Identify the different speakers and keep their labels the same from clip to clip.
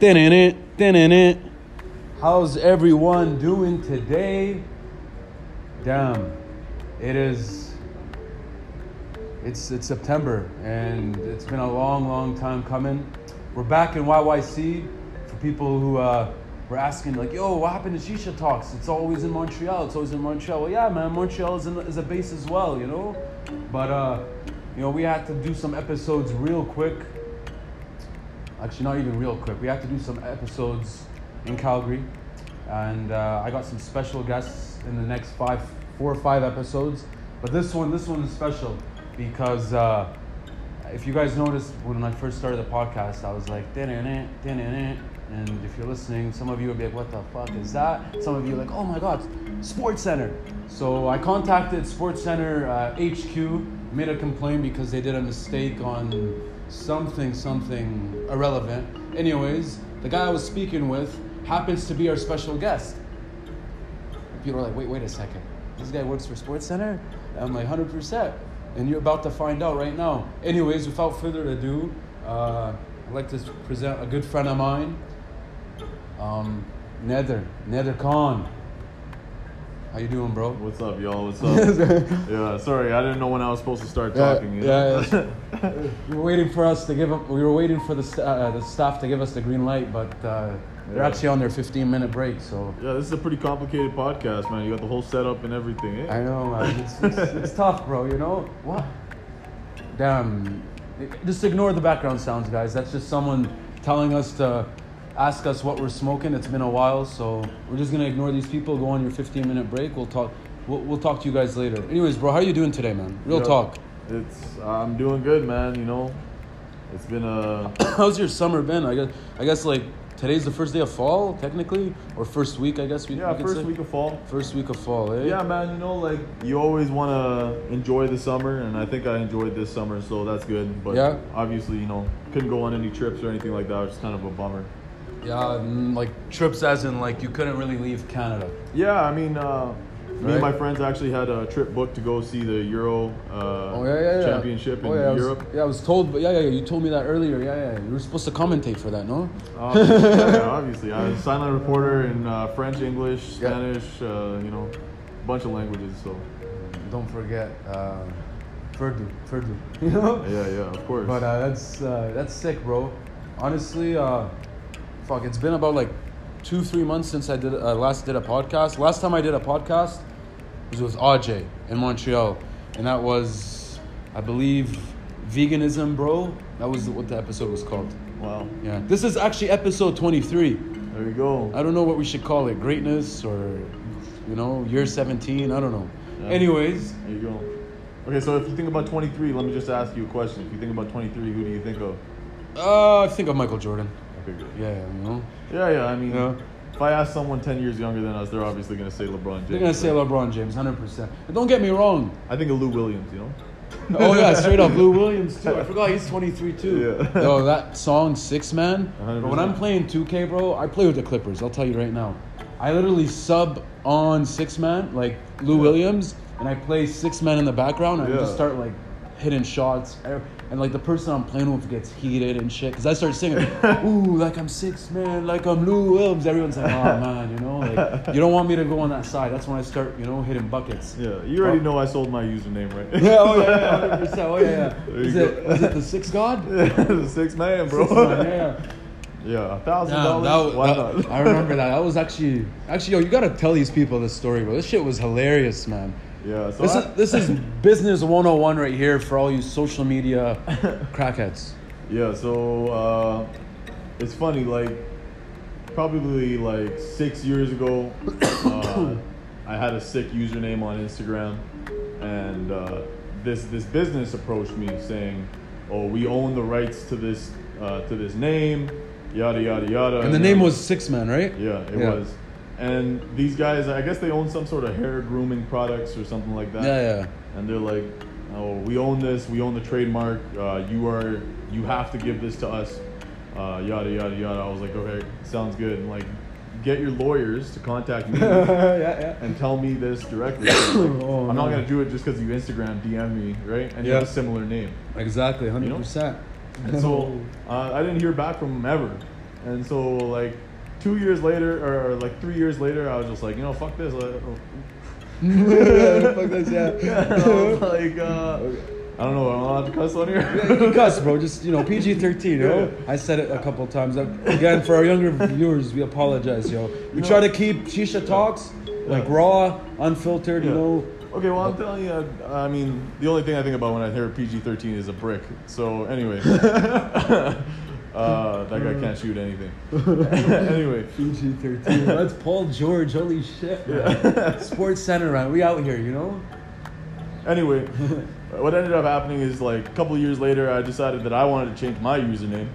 Speaker 1: Then in it, then in it. How's everyone doing today? Damn, it is. It's it's September, and it's been a long, long time coming. We're back in YYC for people who uh, were asking, like, "Yo, what happened to Shisha Talks? It's always in Montreal. It's always in Montreal." Well, yeah, man, Montreal is, in, is a base as well, you know. But uh, you know, we had to do some episodes real quick actually not even real quick. We had to do some episodes in Calgary, and uh, I got some special guests in the next five, four or five episodes. But this one, this one is special because uh, if you guys noticed when I first started the podcast, I was like, "Din-in-in, din-in-in." and if you're listening, some of you would be like, "What the fuck is that?" Some of you are like, "Oh my god, Sports Center." So I contacted Sports Center uh, HQ, made a complaint because they did a mistake on something something irrelevant. Anyways, the guy I was speaking with happens to be our special guest. People are like, wait, wait a second. This guy works for Sports Center? I'm like, 100%. And you're about to find out right now. Anyways, without further ado, uh, I'd like to present a good friend of mine, um, Nether, Nether Khan. How you doing, bro?
Speaker 2: What's up, y'all? What's up? yeah, sorry, I didn't know when I was supposed to start
Speaker 1: Yeah,
Speaker 2: talking. you
Speaker 1: yeah,
Speaker 2: know?
Speaker 1: We were waiting for us to give up. We were waiting for the, st- uh, the staff to give us the green light, but uh, they're
Speaker 2: Yeah.
Speaker 1: actually on their 15 minute break. So
Speaker 2: Yeah, this is a pretty complicated podcast, man. You got the whole setup and everything. eh?
Speaker 1: I know man. It's, it's, it's tough, bro. You know what? Damn. Just ignore the background sounds, guys. That's just someone telling us to ask us what we're smoking. It's been a while, so we're just gonna ignore these people. Go on your 15 minute break. We'll talk. We'll, we'll talk to you guys later. Anyways, bro, how are you doing today, man? Real
Speaker 2: Yeah.
Speaker 1: talk.
Speaker 2: It's I'm doing good, man. You know, it's been a
Speaker 1: How's your summer been? I guess I guess like today's the first day of fall, technically, or first week. I guess we,
Speaker 2: yeah
Speaker 1: we could
Speaker 2: first
Speaker 1: say.
Speaker 2: week of fall.
Speaker 1: First week of fall, eh?
Speaker 2: Yeah, man. You know, like you always want to enjoy the summer, and I think I enjoyed this summer, so that's good. But
Speaker 1: Yeah.
Speaker 2: obviously, you know, couldn't go on any trips or anything like that, which is kind of a bummer.
Speaker 1: Yeah, and like trips, as in like you couldn't really leave Canada.
Speaker 2: Yeah, I mean, uh, me
Speaker 1: Right.
Speaker 2: and my friends actually had a trip booked to go see the Euro uh,
Speaker 1: Oh yeah, yeah, yeah.
Speaker 2: Championship in
Speaker 1: oh, yeah, I was-
Speaker 2: Europe.
Speaker 1: yeah, I was told. But yeah, yeah, yeah. You told me that earlier. Yeah, yeah. You were supposed to commentate for that, no?
Speaker 2: Um, yeah, obviously, I was a silent reporter in uh, French, English,
Speaker 1: Yeah.
Speaker 2: Spanish, uh, you know, a bunch of languages. So
Speaker 1: Don't forget, uh, Ferdu, Ferdu. You know.
Speaker 2: yeah, yeah, of course.
Speaker 1: But uh, that's uh, that's sick, bro. Honestly, uh, fuck, it's been about like two, three months since I did uh, last did a podcast. Last time I did a podcast was with AJ in Montreal, and that was, I believe, veganism, bro. That was what the episode was called.
Speaker 2: wow,
Speaker 1: Yeah, this is actually episode twenty-three.
Speaker 2: there you go.
Speaker 1: I don't know what we should call it, greatness or, you know, year seventeen. I don't know.
Speaker 2: Yeah.
Speaker 1: Anyways,
Speaker 2: There you go. Okay, so if you think about 23, let me just ask you a question. If you think about 23, who do you think of?
Speaker 1: uh, I think of Michael Jordan.
Speaker 2: Okay, good.
Speaker 1: Yeah, you know.
Speaker 2: Yeah, yeah. I mean,
Speaker 1: Yeah.
Speaker 2: if I ask someone 10 years younger than us, they're obviously gonna say LeBron James.
Speaker 1: They're gonna say LeBron James, hundred percent. And don't get me wrong.
Speaker 2: I think of Lou Williams. You know.
Speaker 1: Oh yeah, straight up Lou Williams too. I forgot he's twenty three too.
Speaker 2: Yeah.
Speaker 1: Yo, that song Six Man.
Speaker 2: 100%.
Speaker 1: But when I'm playing two K, bro, I play with the Clippers. I'll tell you right now. I literally sub on Six Man, like Lou Williams, and I play Six Man in the background. And I
Speaker 2: Yeah.
Speaker 1: just start like hitting shots, and like the person I'm playing with gets heated and shit. Cause I start singing, "Ooh, like I'm Six Man, like I'm Lou Williams." Everyone's like, "Oh man," you know. Like, you don't want me to go on that side. That's when I start, you know, hitting buckets.
Speaker 2: Yeah, you already know I sold my username, right?
Speaker 1: Yeah, oh yeah, yeah, hundred percent. Oh yeah, yeah.
Speaker 2: There you
Speaker 1: Is
Speaker 2: go.
Speaker 1: it was it the six god?
Speaker 2: The six man, bro.
Speaker 1: Six God, yeah.
Speaker 2: yeah, a thousand
Speaker 1: Damn,
Speaker 2: dollars.
Speaker 1: that,
Speaker 2: Why
Speaker 1: that-
Speaker 2: not?
Speaker 1: I remember that. That was actually actually yo, you gotta tell these people this story, bro. This shit was hilarious, man.
Speaker 2: yeah, so
Speaker 1: This
Speaker 2: I-
Speaker 1: is this is business 101 right here for all you social media crackheads.
Speaker 2: yeah, so uh, it's funny. Like probably like six years ago, uh, I had a sick username on Instagram, and uh, this this business approached me saying, "Oh, we own the rights to this uh, to this name." Yada yada yada.
Speaker 1: And the name was Six Man, right?
Speaker 2: Yeah, it
Speaker 1: Yeah.
Speaker 2: was. And these guys, I guess they own some sort of hair grooming products or something like that.
Speaker 1: Yeah, yeah.
Speaker 2: And they're like, "Oh, we own this. We own the trademark. Uh, you are, you have to give this to us." Uh, yada yada yada. I was like, "Okay, sounds good." And like, get your lawyers to contact me
Speaker 1: yeah, yeah.
Speaker 2: and tell me this directly. Like,
Speaker 1: Oh,
Speaker 2: I'm not
Speaker 1: no.
Speaker 2: gonna do it just because you Instagram DM me, right? And you
Speaker 1: Yeah.
Speaker 2: have a similar name.
Speaker 1: Exactly, 100%. Oh.
Speaker 2: And so uh, I didn't hear back from him ever. And so like two years later or, or, like three years later, I was just like, you know, fuck this. like, oh.
Speaker 1: Fuck this,
Speaker 2: And I was
Speaker 1: yeah.
Speaker 2: like, uh, I don't know, I'm allowed to cuss on
Speaker 1: You can
Speaker 2: here.
Speaker 1: cuss, bro. Just you know, PG thirteen.
Speaker 2: Yeah.
Speaker 1: Yo, I said it a couple times. Again, for our younger viewers, we apologize, yo. We try to keep Shisha talks like
Speaker 2: Yeah.
Speaker 1: raw, unfiltered. You
Speaker 2: Yeah.
Speaker 1: know,
Speaker 2: Okay, well, I'm telling you, I mean, the only thing I think about when I hear PG-13 is a brick. So anyway, uh, that guy can't shoot anything. anyway,
Speaker 1: PG thirteen. That's Paul George. Holy shit. man. Sports Center, man. We out here, you know.
Speaker 2: anyway, what ended up happening is like a couple years later, I decided that I wanted to change my username,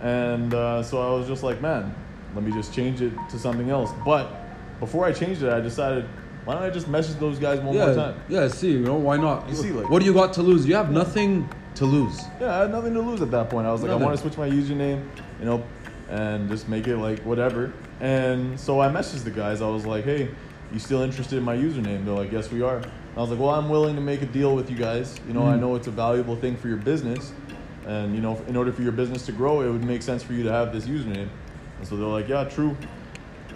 Speaker 2: and uh, so I was just like, man, let me just change it to something else. But before I changed it, I decided, why don't I just message those guys one more
Speaker 1: Yeah,
Speaker 2: time?
Speaker 1: yeah. See, you know, why not?
Speaker 2: You see, like-
Speaker 1: what do you got to lose? You have nothing to lose.
Speaker 2: Yeah, I had nothing to lose at that point. I was like,
Speaker 1: Nothing.
Speaker 2: I want to switch my username, you know, and just make it like whatever. And so I messaged the guys. I was like, hey, you still interested in my username? They're like, yes, we are. And I was like, well, I'm willing to make a deal with you guys. You know, I
Speaker 1: Mm.
Speaker 2: know it's a valuable thing for your business. And, you know, in order for your business to grow, it would make sense for you to have this username. And so they're like, yeah, true.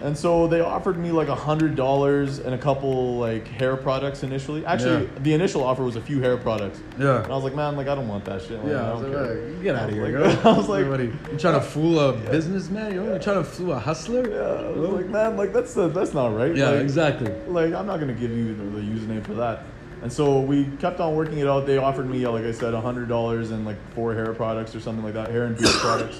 Speaker 2: And so they offered me like a hundred dollars and a couple like hair products initially. Actually,
Speaker 1: Yeah.
Speaker 2: the initial offer was a few hair products.
Speaker 1: Yeah.
Speaker 2: And I was like, man, like I don't want that shit. Like,
Speaker 1: Yeah, I
Speaker 2: I
Speaker 1: was
Speaker 2: don't
Speaker 1: like,
Speaker 2: care.
Speaker 1: "Hey, get out of here,
Speaker 2: Like,
Speaker 1: girl.
Speaker 2: I was like,
Speaker 1: Everybody, you trying to fool a businessman? You know, you trying to fool a hustler?
Speaker 2: yeah, I was like, man, like that's the, that's not right.
Speaker 1: Yeah,
Speaker 2: like,
Speaker 1: exactly.
Speaker 2: Like I'm not gonna give you the, the username for that. And so we kept on working it out. They offered me, yeah, like I said, hundred dollars and like four hair products or something like that, hair and beard products.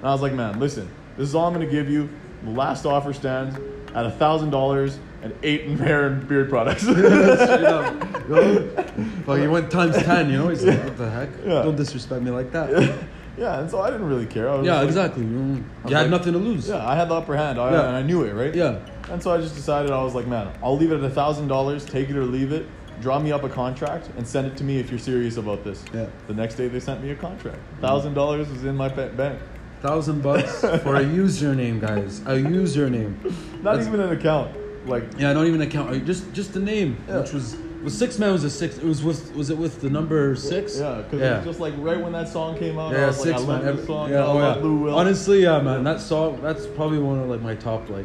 Speaker 2: And I was like, man, listen, this is all I'm gonna give you. The last offer stands at thousand dollars and eight in hair and beard products.
Speaker 1: Straight up, you know? Fuck, he went times ten. You know, he's like, what the heck?
Speaker 2: Yeah.
Speaker 1: Don't disrespect me like that.
Speaker 2: yeah, and so I didn't really care. I was
Speaker 1: yeah,
Speaker 2: just like-
Speaker 1: exactly. You, know, you had
Speaker 2: like-
Speaker 1: nothing to lose.
Speaker 2: Yeah, I had the upper hand. I,
Speaker 1: Yeah.
Speaker 2: and I knew it, right?
Speaker 1: Yeah.
Speaker 2: And so I just decided I was like, man, I'll leave it at a thousand dollars. Take it or leave it. Draw me up a contract and send it to me if you're serious about this.
Speaker 1: Yeah.
Speaker 2: The next day they sent me a contract. Thousand dollars was in my pa- bank.
Speaker 1: Thousand bucks for a username, guys. A username.
Speaker 2: Not
Speaker 1: That's-
Speaker 2: even an account. Like
Speaker 1: Yeah, not even account. uh, Just just the name,
Speaker 2: Yeah.
Speaker 1: which was was six man was a six. It was with was it with the number six?
Speaker 2: yeah, because it was just like right when that song came out. I
Speaker 1: Yeah,
Speaker 2: was
Speaker 1: six
Speaker 2: like, I love
Speaker 1: man.
Speaker 2: this song.
Speaker 1: yeah,
Speaker 2: I
Speaker 1: oh,
Speaker 2: love
Speaker 1: yeah.
Speaker 2: Lou Will.
Speaker 1: Honestly, yeah, man. That song. That's probably one of like my top like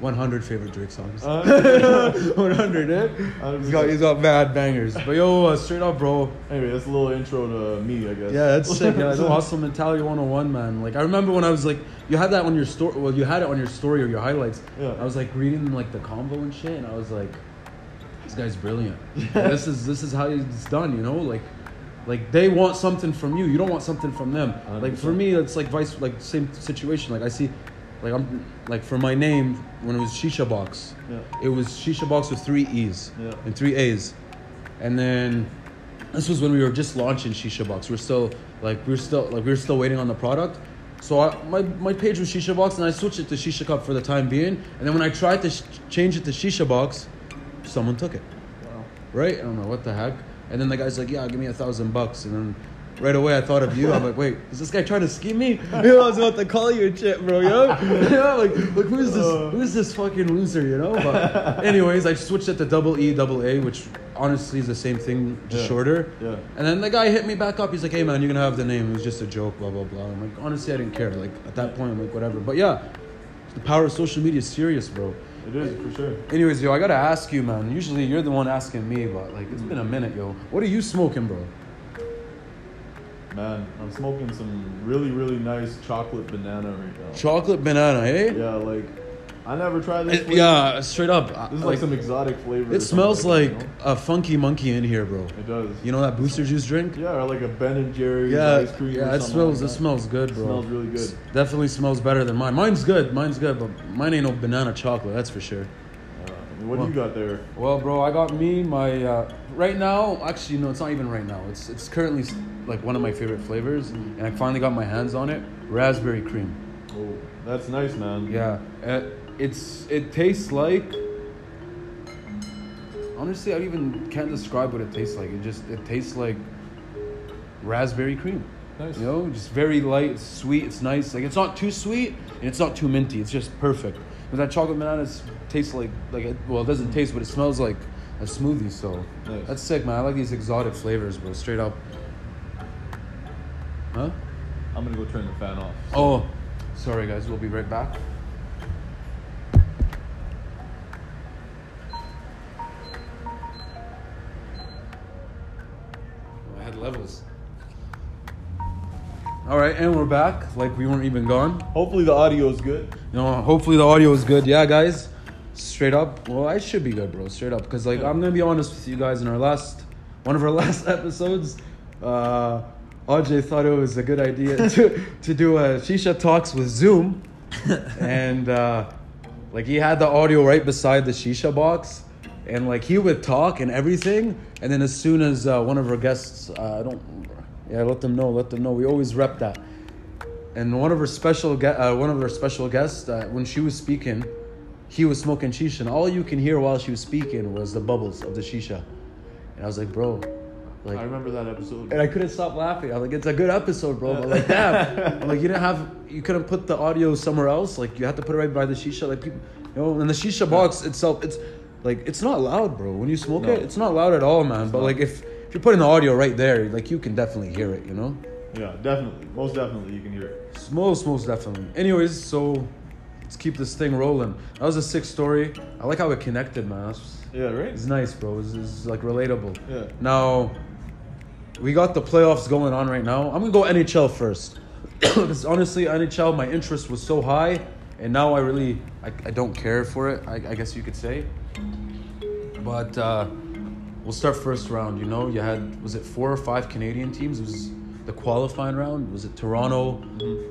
Speaker 1: 100 favorite Drake songs.
Speaker 2: Uh,
Speaker 1: 100, eh?
Speaker 2: 100%.
Speaker 1: He's got he's got mad bangers. But yo, uh, straight up, bro.
Speaker 2: anyway, that's a little intro to me, I guess.
Speaker 1: Yeah, that's sick. Yeah, that's hustle mentality 101, man. Like I remember when I was like, you had that on your story. Well, you had it on your story or your highlights.
Speaker 2: Yeah.
Speaker 1: I was like reading like the combo and shit, and I was like, this guy's brilliant. this is this is how it's done, you know? Like, like they want something from you. You don't want something from them. Like for me, it's like vice, like same situation. Like I see, like I'm like for my name when it was Shisha Box,
Speaker 2: Yeah.
Speaker 1: it was Shisha Box with three E's
Speaker 2: Yeah.
Speaker 1: and three A's, and then this was when we were just launching Shisha Box. We're still like we're still like we were still waiting on the product. So I, my my page was Shisha Box, and I switched it to Shisha Cup for the time being. And then when I tried to sh- change it to Shisha Box, someone took it.
Speaker 2: Wow.
Speaker 1: Right? I don't know what the heck. And then the guy's like, "Yeah, give me a thousand bucks." And then right away I thought of you. I'm like, "Wait, is this guy trying to scheme me?" You know, I was about to call you and shit, bro. You know? yeah, like, like who's this? Who's this fucking loser? You know? But anyways, I switched it to double E, double A, which honestly is the same thing, just
Speaker 2: Yeah.
Speaker 1: shorter.
Speaker 2: Yeah.
Speaker 1: And then the guy hit me back up. He's like, "Hey man, you're gonna have the name. It was just a joke, blah blah blah." I'm like, honestly, I didn't care. Like at that point, I'm like, whatever. But yeah, the power of social media is serious, bro.
Speaker 2: It is for sure.
Speaker 1: Anyways, yo, I gotta ask you, man. Usually you're the one asking me, but like it's been a minute, yo. What are you smoking, bro?
Speaker 2: Man, I'm smoking some really, really nice chocolate banana right now.
Speaker 1: Chocolate banana, eh?
Speaker 2: yeah, like I never tried this.
Speaker 1: It-
Speaker 2: flavor.
Speaker 1: yeah, straight up. I-
Speaker 2: This is like, some exotic flavor. or
Speaker 1: it smells like
Speaker 2: something that,
Speaker 1: a funky monkey in here, bro.
Speaker 2: you know? It does.
Speaker 1: You know that booster juice drink?
Speaker 2: yeah, or like a Ben and Jerry's
Speaker 1: Yeah,
Speaker 2: ice cream.
Speaker 1: yeah.
Speaker 2: or
Speaker 1: It
Speaker 2: something
Speaker 1: smells.
Speaker 2: Like
Speaker 1: it smells good, bro.
Speaker 2: Smells really good.
Speaker 1: S- Definitely smells better than mine. Mine's good. Mine's good, but mine ain't no banana chocolate. That's for sure.
Speaker 2: that. Uh, what do you got there?
Speaker 1: Well, bro, I got me my uh, right now. Actually, no, it's not even right now. It's it's currently like one of my favorite flavors, and I finally got my hands on it. Raspberry cream.
Speaker 2: Oh, that's nice, man.
Speaker 1: Yeah, uh, it's it tastes like. Honestly, I even can't describe what it tastes like. It just it tastes like raspberry cream.
Speaker 2: Nice.
Speaker 1: You know, just very light, it's sweet, it's nice. Like it's not too sweet and it's not too minty. It's just perfect. Because that chocolate banana is- tastes like like it, well, it doesn't taste, but it smells like a smoothie. So
Speaker 2: Nice.
Speaker 1: that's sick, man. I like these exotic flavors, bro. Straight up. Huh?
Speaker 2: I'm gonna go turn the fan off.
Speaker 1: Oh, Sorry, guys, we'll be right back. Oh, I had levels. All right, and we're back. Like we weren't even gone.
Speaker 2: Hopefully the audio is good.
Speaker 1: You know, hopefully the audio is good. Yeah, guys. Straight up. Well, I should be good, bro. Straight up, because like I'm gonna be honest with you guys. In our last, one of our last episodes, uh, Ajay thought it was a good idea to to do a shisha talks with Zoom, and uh, like he had the audio right beside the shisha box, and like he would talk and everything, and then as soon as uh, one of our guests, uh, I don't, remember. yeah, let them know, let them know. We always rep that and one of her special gue- uh, one of her special guests uh, when she was speaking he was smoking shisha and all you can hear while she was speaking was the bubbles of the shisha and i was like bro like
Speaker 2: I remember that episode.
Speaker 1: and i couldn't stop laughing i was like it's a good episode bro but like damn I'm like you didn't have you couldn't put the audio somewhere else like you had to put it right by the shisha like people you know and the shisha box itself it's like it's not loud bro when you smoke
Speaker 2: No.
Speaker 1: it it's not loud at all man but like if if you're putting the audio right there like you can definitely hear it you know
Speaker 2: Yeah, definitely. Most definitely you can hear it.
Speaker 1: Most, most definitely. Anyways, so let's keep this thing rolling. That was a sick story. I like how it connected, man. That's-
Speaker 2: Yeah, right?
Speaker 1: It's nice, bro. It's, it's like relatable.
Speaker 2: Yeah.
Speaker 1: Now, we got the playoffs going on right now. I'm gonna go NHL first because honestly, NHL, my interest was so high, and now I really, I, I don't care for it. I, I guess you could say. But uh, we'll start first round. You know, you had was it four or five Canadian teams? It was the qualifying round. Was it Toronto,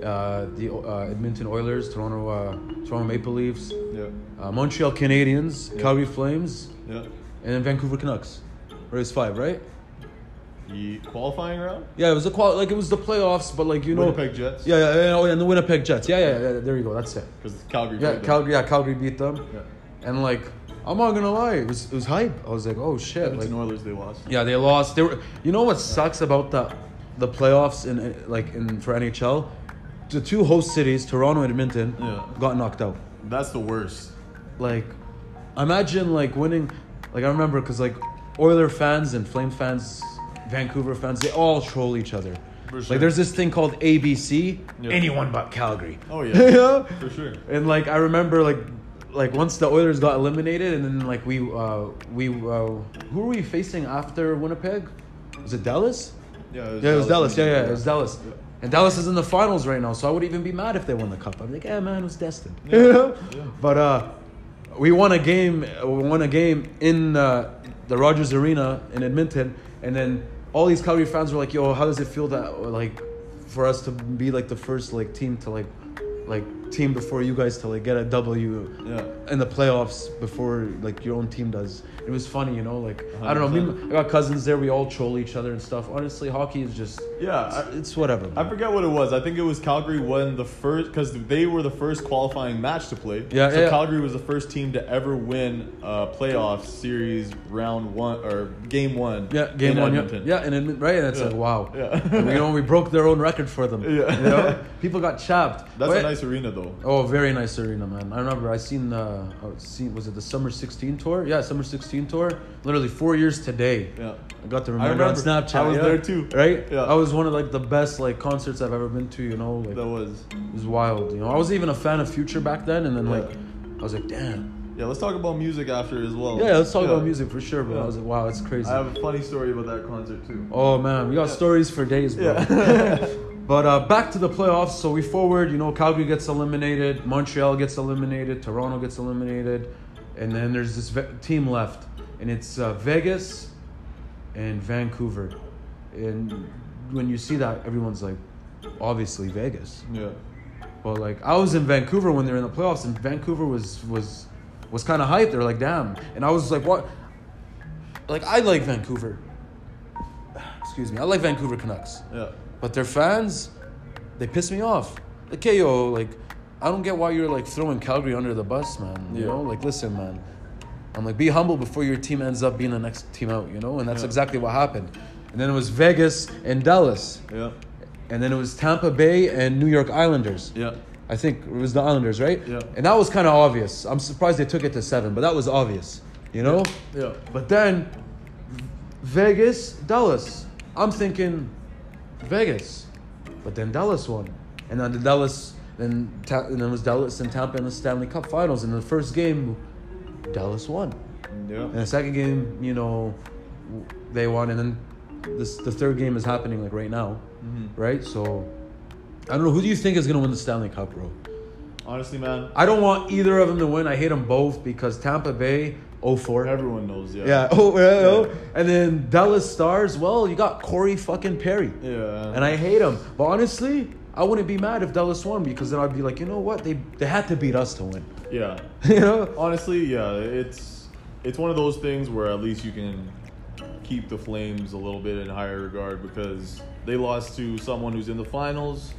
Speaker 1: uh, the uh, Edmonton Oilers, Toronto, uh, Toronto Maple Leafs,
Speaker 2: Yeah.
Speaker 1: uh, Montreal Canadiens, Calgary Flames,
Speaker 2: Yeah.
Speaker 1: and then Vancouver Canucks. Race five, right?
Speaker 2: The qualifying round?
Speaker 1: Yeah, it was a qual like it was the playoffs, but like you know,
Speaker 2: Winnipeg Jets?
Speaker 1: Yeah, yeah, yeah, oh, yeah, and the Winnipeg Jets. Yeah, yeah, yeah. There you go. That's it.
Speaker 2: Because Calgary
Speaker 1: Yeah,
Speaker 2: played them.
Speaker 1: Calgary. Yeah, Calgary beat them,
Speaker 2: Yeah.
Speaker 1: and like I'm not gonna lie, it was it was hype. I was like, oh shit, like
Speaker 2: Edmonton Oilers they lost.
Speaker 1: yeah, they lost. They were. You know what sucks about the the playoffs in uh, like in for NHL, the two host cities, Toronto and Edmonton,
Speaker 2: Yeah.
Speaker 1: got knocked out.
Speaker 2: That's the worst.
Speaker 1: Like, imagine like winning. Like I remember because like Oiler fans and Flame fans, Vancouver fans, they all troll each other.
Speaker 2: For sure.
Speaker 1: Like there's this thing called ABC.
Speaker 2: Yeah.
Speaker 1: Anyone but Calgary.
Speaker 2: Oh
Speaker 1: You
Speaker 2: yeah.
Speaker 1: know?
Speaker 2: For sure.
Speaker 1: And like I remember, like like once the Oilers got eliminated, and then like we uh, we uh, who were we facing after Winnipeg? Was it Dallas?
Speaker 2: Yeah,
Speaker 1: Yeah, it was Dallas. Yeah, yeah, it was Dallas. And Dallas is in the finals right now, so I would even be mad if they won the cup. I'm like, yeah, man, it was destined. But uh, we won a game. uh, We won a game in uh, the Rogers Arena in Edmonton, and then all these Calgary fans were like, "Yo, how does it feel that like for us to be like the first like team to like like team before you guys to like get a W
Speaker 2: Yeah.
Speaker 1: in the playoffs before like your own team does. It was funny, you know. Like I don't know. Me,
Speaker 2: 100%.
Speaker 1: I got cousins there. We all troll each other and stuff. Honestly, hockey is just uh,
Speaker 2: Yeah,
Speaker 1: it's whatever.
Speaker 2: I, I forget what it was. I think it was Calgary won the first because they were the first qualifying match to play.
Speaker 1: Yeah,
Speaker 2: so
Speaker 1: yeah.
Speaker 2: Calgary was the first team to ever win a playoff series round one or game one.
Speaker 1: yeah, game
Speaker 2: in
Speaker 1: one. Yeah,
Speaker 2: Edmonton.
Speaker 1: yeah, and Edmon- right, and it's
Speaker 2: Yeah.
Speaker 1: like wow.
Speaker 2: Yeah.
Speaker 1: And, you know, we broke their own record for them.
Speaker 2: Yeah.
Speaker 1: You know, people got chapped.
Speaker 2: That's
Speaker 1: But-
Speaker 2: a nice arena though.
Speaker 1: Oh, very nice arena, man. I remember I seen the I seen was it the summer sixteen tour? Yeah, summer sixteen tour. Literally four years today.
Speaker 2: Yeah.
Speaker 1: I got the reminder on
Speaker 2: remember.
Speaker 1: Snapchat.
Speaker 2: I was
Speaker 1: yeah.
Speaker 2: there too.
Speaker 1: Right?
Speaker 2: Yeah.
Speaker 1: I was one of like the best like concerts I've ever been to, you know, like
Speaker 2: That was.
Speaker 1: It was wild, you know. I was even a fan of Future back then, and then
Speaker 2: Yeah.
Speaker 1: like, I was like, damn.
Speaker 2: Yeah, let's talk about music after as well.
Speaker 1: Yeah, let's talk about music for sure, bro.
Speaker 2: Yeah.
Speaker 1: I was like, wow, it's crazy.
Speaker 2: I have a funny story about that concert too.
Speaker 1: oh man, we got stories for days, bro. but uh, back to the playoffs. So we forward, you know, Calgary gets eliminated, Montreal gets eliminated, Toronto gets eliminated, and then there's this ve- team left, and it's uh, Vegas and Vancouver. And when you see that, everyone's like, obviously Vegas.
Speaker 2: yeah.
Speaker 1: Well, like I was in Vancouver when they were in the playoffs, and Vancouver was was was kind of hyped. They're like, damn, and I was like, what? Like I like Vancouver. Excuse me, I like Vancouver Canucks,
Speaker 2: Yeah.
Speaker 1: but their fans, they piss me off. Like, hey, yo, like I don't get why you're like throwing Calgary under the bus, man. You
Speaker 2: Yeah.
Speaker 1: know, like listen, man. I'm like, be humble before your team ends up being the next team out, you know, and that's
Speaker 2: Yeah.
Speaker 1: exactly what happened. And then it was Vegas and Dallas,
Speaker 2: Yeah.
Speaker 1: and then it was Tampa Bay and New York Islanders.
Speaker 2: Yeah.
Speaker 1: I think it was the Islanders, right?
Speaker 2: Yeah.
Speaker 1: And that was kind of obvious. I'm surprised they took it to seven, but that was obvious, you know?
Speaker 2: Yeah.
Speaker 1: But then V- Vegas, Dallas. I'm thinking Vegas, but then Dallas won. And then the Dallas, Then Ta- and then it was Dallas and Tampa in the Stanley Cup Finals. And the first game, Dallas won. And
Speaker 2: Yeah.
Speaker 1: the second game, you know, w- they won. And then this the third game is happening like right now,
Speaker 2: Mm-hmm.
Speaker 1: right? So I don't know. Who do you think is gonna win the Stanley Cup, bro?
Speaker 2: Honestly, man,
Speaker 1: I don't want either of them to win. I hate them both because Tampa Bay 04.
Speaker 2: everyone knows. Yeah.
Speaker 1: Yeah, oh, yeah, oh. And then Dallas Stars, well, you got Corey fucking Perry.
Speaker 2: Yeah.
Speaker 1: And I hate him. But honestly, I wouldn't be mad if Dallas won because then I'd be like, you know what? They they had to beat us to win.
Speaker 2: yeah.
Speaker 1: you know?
Speaker 2: Honestly, yeah. It's it's one of those things where at least you can keep the Flames a little bit in higher regard because they lost to someone who's in the finals.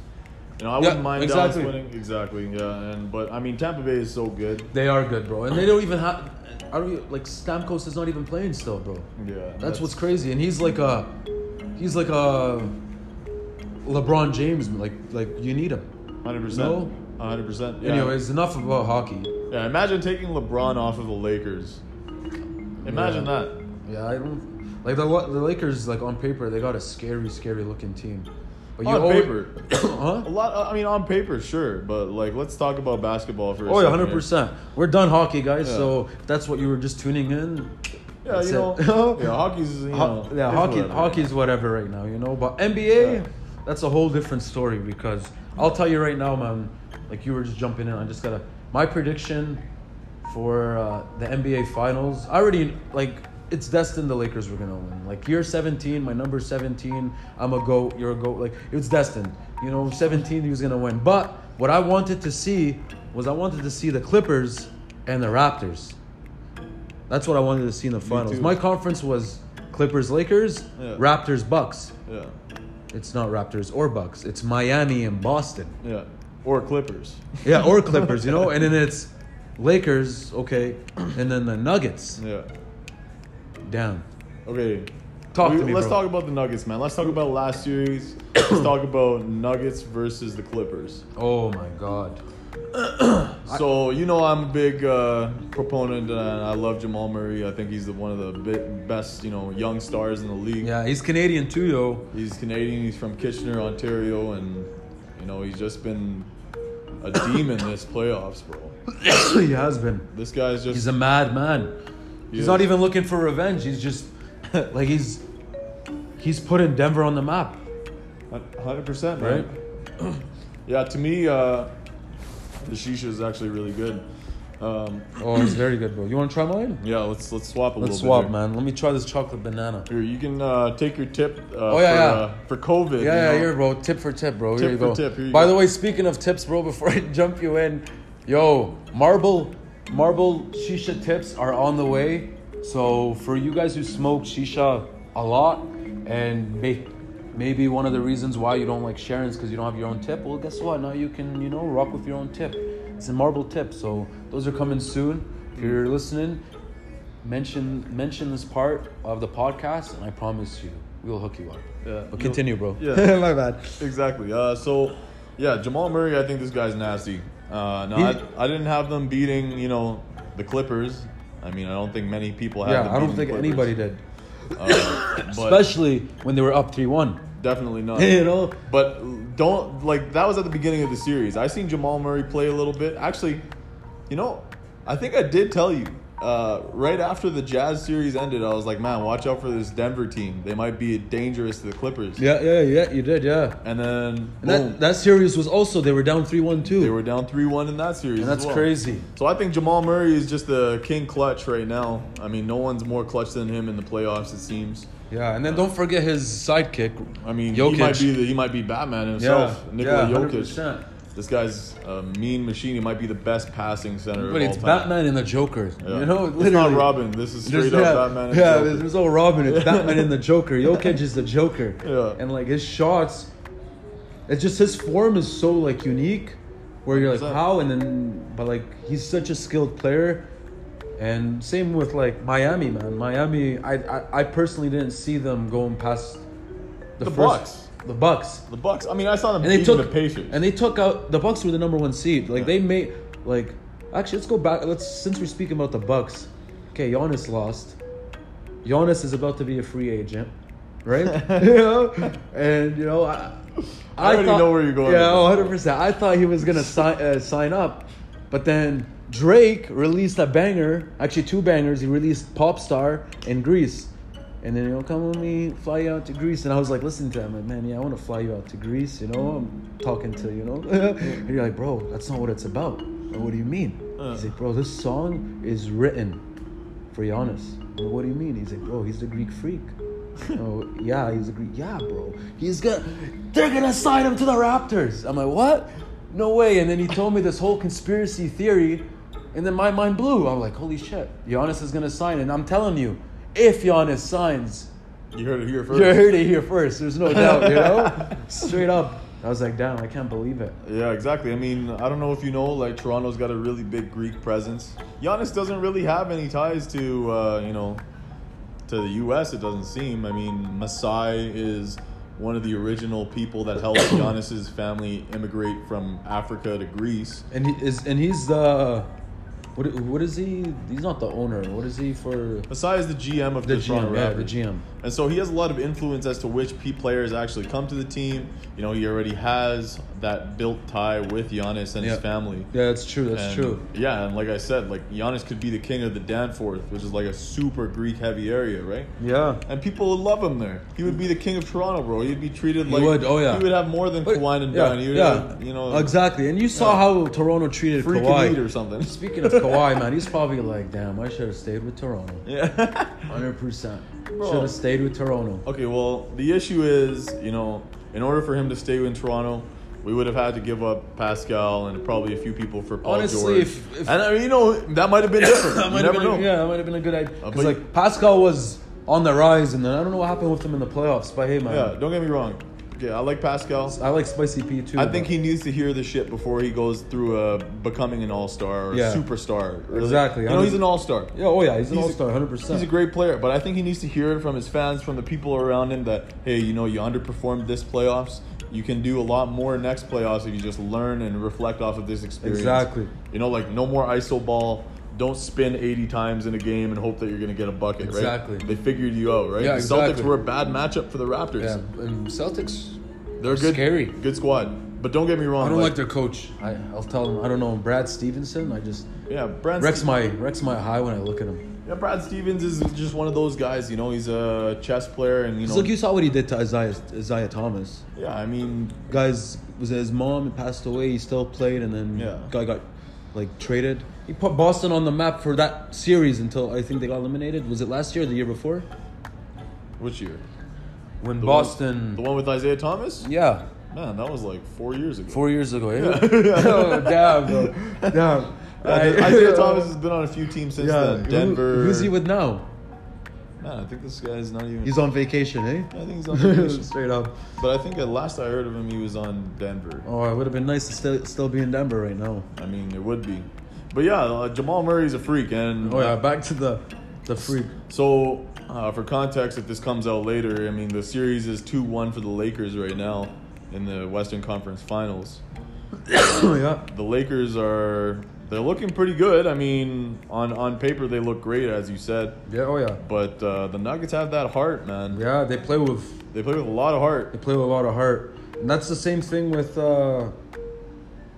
Speaker 2: You know, I wouldn't mind
Speaker 1: exactly.
Speaker 2: Dallas winning. Exactly. Yeah. And but I mean, Tampa Bay is so good.
Speaker 1: They are good, bro. And they don't even have I don't even- like Stamkos is not even playing still, bro.
Speaker 2: Yeah.
Speaker 1: That's what's crazy. And he's like a he's like a LeBron James, like like you need him.
Speaker 2: hundred
Speaker 1: No?
Speaker 2: percent. hundred percent.
Speaker 1: Anyways, enough about hockey.
Speaker 2: Yeah, imagine taking LeBron off of the Lakers. Imagine
Speaker 1: Yeah.
Speaker 2: that.
Speaker 1: Yeah, I don't like the Lo- the Lakers. Like on paper, they got a scary, scary looking team. But
Speaker 2: On
Speaker 1: always-
Speaker 2: paper.
Speaker 1: huh?
Speaker 2: A lot. I mean, on paper, sure, but like, let's talk about basketball for.
Speaker 1: Oh,
Speaker 2: a
Speaker 1: yeah,
Speaker 2: second here.
Speaker 1: hundred percent. We're done hockey, guys.
Speaker 2: Yeah.
Speaker 1: So if that's what you were just tuning in.
Speaker 2: Yeah,
Speaker 1: that's
Speaker 2: you
Speaker 1: it.
Speaker 2: know, yeah, hockey's. You
Speaker 1: Ho-
Speaker 2: know,
Speaker 1: yeah,
Speaker 2: it's
Speaker 1: hockey,
Speaker 2: whatever.
Speaker 1: hockey's whatever right now, you know. But NBA,
Speaker 2: Yeah.
Speaker 1: that's a whole different story because I'll tell you right now, man. Like you were just jumping in, I just gotta. My prediction for uh, the NBA Finals, I already like it's destined the Lakers were gonna win. Like you're 17, my number 17. I'm a goat. You're a goat. Like it's destined. You know, 17, he was gonna win. But what I wanted to see was I wanted to see the Clippers and the Raptors. That's what I wanted to see in the finals.
Speaker 2: too.
Speaker 1: My conference was Clippers Lakers,
Speaker 2: Yeah.
Speaker 1: Raptors Bucks.
Speaker 2: Yeah,
Speaker 1: It's not Raptors or Bucks. It's Miami and Boston.
Speaker 2: yeah, or Clippers.
Speaker 1: Yeah, or Clippers, you know? And then it's Lakers, okay, and then the Nuggets.
Speaker 2: Yeah.
Speaker 1: Down.
Speaker 2: Okay.
Speaker 1: Talk to me,
Speaker 2: Let's
Speaker 1: bro.
Speaker 2: talk about the Nuggets, man. Let's talk about last series. let's talk about Nuggets versus the Clippers.
Speaker 1: Oh my god.
Speaker 2: So you know I'm a big uh, proponent, and I love Jamal Murray. I think he's the, one of the bi- best, you know, young stars in the league.
Speaker 1: Yeah, he's Canadian too, yo.
Speaker 2: He's Canadian. He's from Kitchener, Ontario, and you know he's just been a demon this playoffs, bro.
Speaker 1: he has been.
Speaker 2: This guy's just
Speaker 1: He's a madman. He's
Speaker 2: is.
Speaker 1: not even looking for revenge. He's just like he's he's putting Denver on the map.
Speaker 2: hundred percent, right? yeah, to me, uh, the shisha is actually really good. Um,
Speaker 1: Oh, it's very good, bro. You want to try mine?
Speaker 2: yeah, let's let's swap a
Speaker 1: Let's
Speaker 2: little
Speaker 1: swap,
Speaker 2: bit.
Speaker 1: man. Let me try this chocolate banana.
Speaker 2: Here, you can uh, take your tip. Uh,
Speaker 1: Oh, yeah,
Speaker 2: for,
Speaker 1: yeah.
Speaker 2: Uh, for COVID.
Speaker 1: Yeah, yeah,
Speaker 2: you know?
Speaker 1: here, bro. Tip for tip, bro.
Speaker 2: Tip
Speaker 1: here you
Speaker 2: for
Speaker 1: go.
Speaker 2: tip, here you
Speaker 1: By
Speaker 2: go.
Speaker 1: the way, speaking of tips, bro, before I jump you in, yo, marble, marble shisha tips are on the way. So for you guys who smoke shisha a lot, and may, maybe one of the reasons why you don't like sharing is because you don't have your own tip. Well, guess what? Now you can, you know, rock with your own tip. It's a marble tip. So those are coming soon. If you're listening, mention mention this part of the podcast, and I promise you, we'll hook you up.
Speaker 2: Yeah.
Speaker 1: But continue, bro.
Speaker 2: Yeah.
Speaker 1: my bad.
Speaker 2: Exactly. Uh, so, yeah, Jamal Murray. I think this guy's nasty. Uh, no, I, I didn't have them beating you know the Clippers. I mean, I don't think many people had.
Speaker 1: Yeah,
Speaker 2: them
Speaker 1: I don't
Speaker 2: beating
Speaker 1: think
Speaker 2: the
Speaker 1: anybody did.
Speaker 2: Clippers. Uh, but
Speaker 1: Especially when they were up 3 1.
Speaker 2: definitely not.
Speaker 1: You know?
Speaker 2: But don't like that was at the beginning of the series. I seen Jamal Murray play a little bit. Actually, you know, I think I did tell you uh, right after the Jazz series ended. I was like, man, watch out for this Denver team. They might be dangerous to the Clippers.
Speaker 1: Yeah, yeah, yeah, you did, yeah.
Speaker 2: And then boom,
Speaker 1: And that, that series was also, they were down 3 1 too.
Speaker 2: they were down three one in that series.
Speaker 1: and
Speaker 2: as
Speaker 1: that's
Speaker 2: well.
Speaker 1: crazy.
Speaker 2: So I think Jamal Murray is just the king clutch right now. I mean, no one's more clutch than him in the playoffs. It seems.
Speaker 1: Yeah, and then don't forget his sidekick.
Speaker 2: I mean,
Speaker 1: Jokic.
Speaker 2: he might be the, he might be Batman himself, Nikola
Speaker 1: yeah,
Speaker 2: Jokic.
Speaker 1: 100%.
Speaker 2: This guy's a mean machine. He might be the best passing center.
Speaker 1: But
Speaker 2: of
Speaker 1: it's
Speaker 2: all time.
Speaker 1: Batman and the Joker.
Speaker 2: Yeah.
Speaker 1: You know,
Speaker 2: it's
Speaker 1: literally.
Speaker 2: not Robin. This is
Speaker 1: There's-
Speaker 2: straight up Batman. And
Speaker 1: yeah,
Speaker 2: Joker.
Speaker 1: there's no Robin. It's Batman and the Joker. Jokic is the Joker.
Speaker 2: Yeah.
Speaker 1: And like his shots, it's just his form is so like unique, where you're like
Speaker 2: 100%.
Speaker 1: how, and then but like he's such a skilled player, and same with like Miami, man. Miami, I I, I personally didn't see them going past the,
Speaker 2: The
Speaker 1: first,
Speaker 2: Bucks.
Speaker 1: the Bucks,
Speaker 2: the Bucks. I mean, I saw them
Speaker 1: and they
Speaker 2: beating
Speaker 1: took
Speaker 2: the Pacers.
Speaker 1: and they took out the Bucks were the number one seed. Like
Speaker 2: Yeah.
Speaker 1: they made like actually let's go back. Let's since we're speaking about the Bucks. Okay, Giannis lost. Giannis is about to be a free agent, right? you know, and you know, I,
Speaker 2: I already know where you're going
Speaker 1: Yeah,
Speaker 2: with
Speaker 1: 100. percent I thought he was gonna sign uh, sign up, but then Drake released a banger, actually two bangers. He released Popstar and Greece, and then you know, come with me, fly you out to Greece. And I was like, listening to him, like, man, yeah, I want to fly you out to Greece. You know, I'm talking to you know, and you're like, bro, that's not what it's about. Like, what do you mean?
Speaker 2: Uh.
Speaker 1: He's like, bro, this song is written for Giannis. I'm like, what do you mean? He's like, bro, he's the Greek freak. oh, yeah, he's a Greek. Yeah, bro. He's gonna. They're gonna sign him to the Raptors. I'm like, what? No way. And then he told me this whole conspiracy theory, and then my mind blew. I'm like, holy shit. Giannis is gonna sign. And I'm telling you, if Giannis signs,
Speaker 2: You heard it here first.
Speaker 1: you heard it here first. There's no doubt, you know? Straight up. I was like, damn, I can't believe it.
Speaker 2: Yeah, exactly. I mean, I don't know if you know, like Toronto's got a really big Greek presence. Giannis doesn't really have any ties to, uh, you know, to the U.S. It doesn't seem. I mean, Masai is one of the original people that helped Giannis's family immigrate from Africa to Greece.
Speaker 1: And he is, and he's the. What, what is he? He's not the owner. What is he for?
Speaker 2: Masai is the GM of the,
Speaker 1: The
Speaker 2: Toronto
Speaker 1: GM, yeah, the
Speaker 2: Raptors.
Speaker 1: GM.
Speaker 2: And so he has a lot of influence as to which P players actually come to the team. You know, he already has that built tie with Giannis and
Speaker 1: Yeah.
Speaker 2: his family.
Speaker 1: Yeah, that's true. That's
Speaker 2: And,
Speaker 1: true.
Speaker 2: Yeah, and like I said, like Giannis could be the king of the Danforth, which is like a super Greek heavy area, right?
Speaker 1: Yeah.
Speaker 2: And people would love him there. He would be the king of Toronto, bro. He'd be treated like
Speaker 1: would, oh, yeah.
Speaker 2: he would have more than
Speaker 1: But-
Speaker 2: Kawhi and
Speaker 1: yeah,
Speaker 2: Dunn. He would
Speaker 1: yeah.
Speaker 2: have, you know,
Speaker 1: exactly. And you saw how Toronto treated
Speaker 2: freak elite or
Speaker 1: Kawhi.
Speaker 2: something.
Speaker 1: Speaking of Kawhi, man, he's probably like, damn, I should have stayed with Toronto.
Speaker 2: Yeah.
Speaker 1: Hundred percent.
Speaker 2: Bro.
Speaker 1: Should have stayed with Toronto.
Speaker 2: Okay, well, the issue is, you know, in order for him to stay in Toronto, we would have had to give up Pascal and probably a few people for Paul
Speaker 1: Honestly,
Speaker 2: George.
Speaker 1: if- if-
Speaker 2: and I mean, you know, that might have been different.
Speaker 1: That
Speaker 2: You
Speaker 1: might have
Speaker 2: never
Speaker 1: been, a-
Speaker 2: know.
Speaker 1: yeah, that might have been a good idea. Because
Speaker 2: but-
Speaker 1: like Pascal was on the rise, and then I don't know what happened with him in the playoffs. But hey, man,
Speaker 2: Yeah, don't get me wrong. Okay, I like Pascal.
Speaker 1: I like Spicy P too.
Speaker 2: I think
Speaker 1: but-
Speaker 2: he needs to hear the shit before he goes through a becoming an all star or
Speaker 1: Yeah.
Speaker 2: a superstar. Really.
Speaker 1: Exactly.
Speaker 2: You know, he's an all star.
Speaker 1: Yeah, oh yeah, he's an
Speaker 2: He's a-
Speaker 1: all star, hundred percent.
Speaker 2: He's a great player, but I think he needs to hear it from his fans, from the people around him that, hey, you know, you underperformed this playoffs. You can do a lot more next playoffs if you just learn and reflect off of this experience.
Speaker 1: Exactly.
Speaker 2: You know, like no more ISO ball. Don't spin 80 times in a game and hope that you're going to get a bucket,
Speaker 1: Exactly.
Speaker 2: right? They figured you out, right?
Speaker 1: Yeah,
Speaker 2: the
Speaker 1: exactly.
Speaker 2: Celtics were a bad matchup for the Raptors.
Speaker 1: Yeah, and Celtics.
Speaker 2: They're good.
Speaker 1: Scary.
Speaker 2: Good squad. But don't get me wrong.
Speaker 1: I don't like their coach. I, I'll tell him. I don't know him. Brad Stevenson. I just
Speaker 2: Yeah, Brad.
Speaker 1: wrecks my wrecks my high when I look at him.
Speaker 2: yeah, Brad Stevens is just one of those guys. You know, he's a chess player, and you know,
Speaker 1: It's like you saw what he did to Isaiah Isaiah Thomas.
Speaker 2: yeah. I mean,
Speaker 1: Guys was it his mom and passed away. He still played, and then
Speaker 2: Yeah.
Speaker 1: guy got like traded. He put Boston on the map for that series until I think they got eliminated. Was it last year or the year before?
Speaker 2: which year?
Speaker 1: When
Speaker 2: The one-
Speaker 1: Boston,
Speaker 2: the one with Isaiah Thomas.
Speaker 1: yeah,
Speaker 2: Man, that was like four years ago.
Speaker 1: four years ago. Yeah. oh, damn, bro. damn.
Speaker 2: Yeah, Isaiah Thomas has been on a few teams since then. Denver.
Speaker 1: Who, who's he with now?
Speaker 2: Man, I think this guy's not even.
Speaker 1: He's on vacation, eh?
Speaker 2: I think he's on vacation.
Speaker 1: Straight up.
Speaker 2: but I think at last I heard of him, he was on Denver.
Speaker 1: Oh, it would have been nice to still still be in Denver right now.
Speaker 2: I mean, it would be. But yeah, uh, Jamal Murray's a freak, and
Speaker 1: Oh yeah, back to the the freak.
Speaker 2: So, uh, for context, if this comes out later, I mean, the series is 2 1 for the Lakers right now in the Western Conference Finals.
Speaker 1: yeah.
Speaker 2: The Lakers are. They're looking pretty good. I mean, on, on paper, they look great, as you said.
Speaker 1: Yeah. Oh yeah.
Speaker 2: But uh, the Nuggets have that heart, man.
Speaker 1: Yeah. They play with
Speaker 2: They play with a lot of heart.
Speaker 1: they play with a lot of heart, and that's the same thing with uh,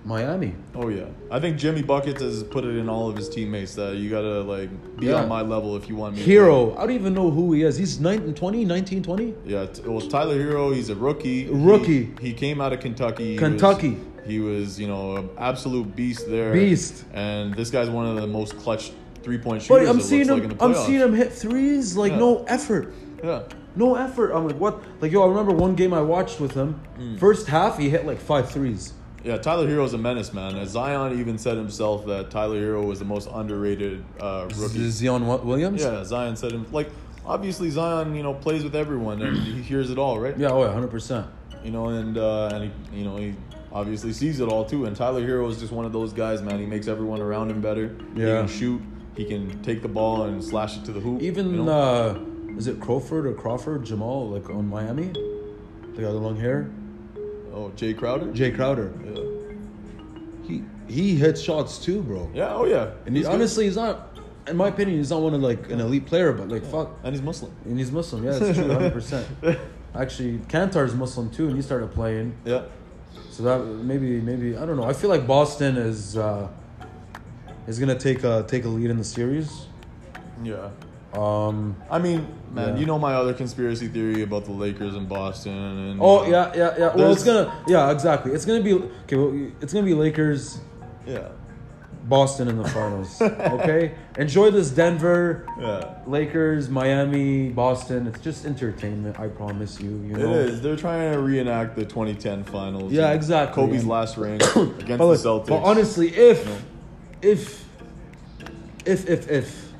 Speaker 1: Miami.
Speaker 2: Oh, yeah. I think Jimmy Buckets has put it in all of his teammates that you got to, like, be
Speaker 1: Yeah.
Speaker 2: on my level if you want me to play.
Speaker 1: Hero. I don't even know who he is. He's 19, 20, 19, 20.
Speaker 2: Yeah, t- well, Tyler Hero, he's a rookie.
Speaker 1: Rookie.
Speaker 2: He, he came out of Kentucky. He
Speaker 1: Kentucky.
Speaker 2: was- He was, you know, an absolute beast there.
Speaker 1: Beast.
Speaker 2: And this guy's one of the most clutch three point shooters.
Speaker 1: But I'm
Speaker 2: it
Speaker 1: seeing
Speaker 2: looks
Speaker 1: him.
Speaker 2: Like in the
Speaker 1: I'm
Speaker 2: playoffs.
Speaker 1: seeing him hit threes like
Speaker 2: Yeah.
Speaker 1: no effort.
Speaker 2: Yeah.
Speaker 1: No effort. I'm like, what? Like, yo, I remember one game I watched with him.
Speaker 2: Mm.
Speaker 1: First half, he hit like five threes.
Speaker 2: Yeah, Tyler Hero's a menace, man. As Zion even said himself that Tyler Hero was the most underrated uh, rookie.
Speaker 1: Zion Wa- Williams?
Speaker 2: Yeah, Zion said him. Like, obviously, Zion, you know, plays with everyone and he hears it all, right?
Speaker 1: Yeah, oh, yeah, 100%.
Speaker 2: you know, and uh, and he, you know he obviously sees it all too. And Tyler Hero is just one of those guys, man. He makes everyone around him better.
Speaker 1: Yeah.
Speaker 2: he can shoot. He can take the ball and slash it to the hoop.
Speaker 1: Even,
Speaker 2: you know?
Speaker 1: uh, is it Crawford or Crawford, Jamal, like on Miami? They got the long hair.
Speaker 2: oh Jay Crowder.
Speaker 1: Jay Crowder.
Speaker 2: yeah.
Speaker 1: He he hits shots too, bro.
Speaker 2: yeah. Oh yeah.
Speaker 1: And he,
Speaker 2: He's good.
Speaker 1: honestly, he's not in my opinion, he's not one of like an elite player, but like fuck,
Speaker 2: and he's Muslim.
Speaker 1: and he's Muslim. Yeah, that's true, hundred percent. Actually, Kantar's Muslim too, and he started playing.
Speaker 2: Yeah.
Speaker 1: So that maybe maybe I don't know. I feel like Boston is uh, is gonna take a take a lead in the series.
Speaker 2: Yeah.
Speaker 1: Um,
Speaker 2: I mean, man,
Speaker 1: Yeah.
Speaker 2: you know my other conspiracy theory about the Lakers and Boston and uh,
Speaker 1: oh yeah yeah yeah. Well, it's
Speaker 2: There's-
Speaker 1: gonna yeah exactly. It's gonna be okay. Well, it's gonna be Lakers
Speaker 2: yeah,
Speaker 1: Boston in the finals. okay, enjoy this Denver
Speaker 2: yeah.
Speaker 1: Lakers Miami Boston. It's just entertainment. I promise you. You
Speaker 2: It
Speaker 1: know.
Speaker 2: is. They're trying to reenact the 2010 finals.
Speaker 1: Yeah,
Speaker 2: and
Speaker 1: exactly.
Speaker 2: Kobe's
Speaker 1: And-
Speaker 2: last ring against the
Speaker 1: But,
Speaker 2: Celtics.
Speaker 1: look, but honestly, if if if if if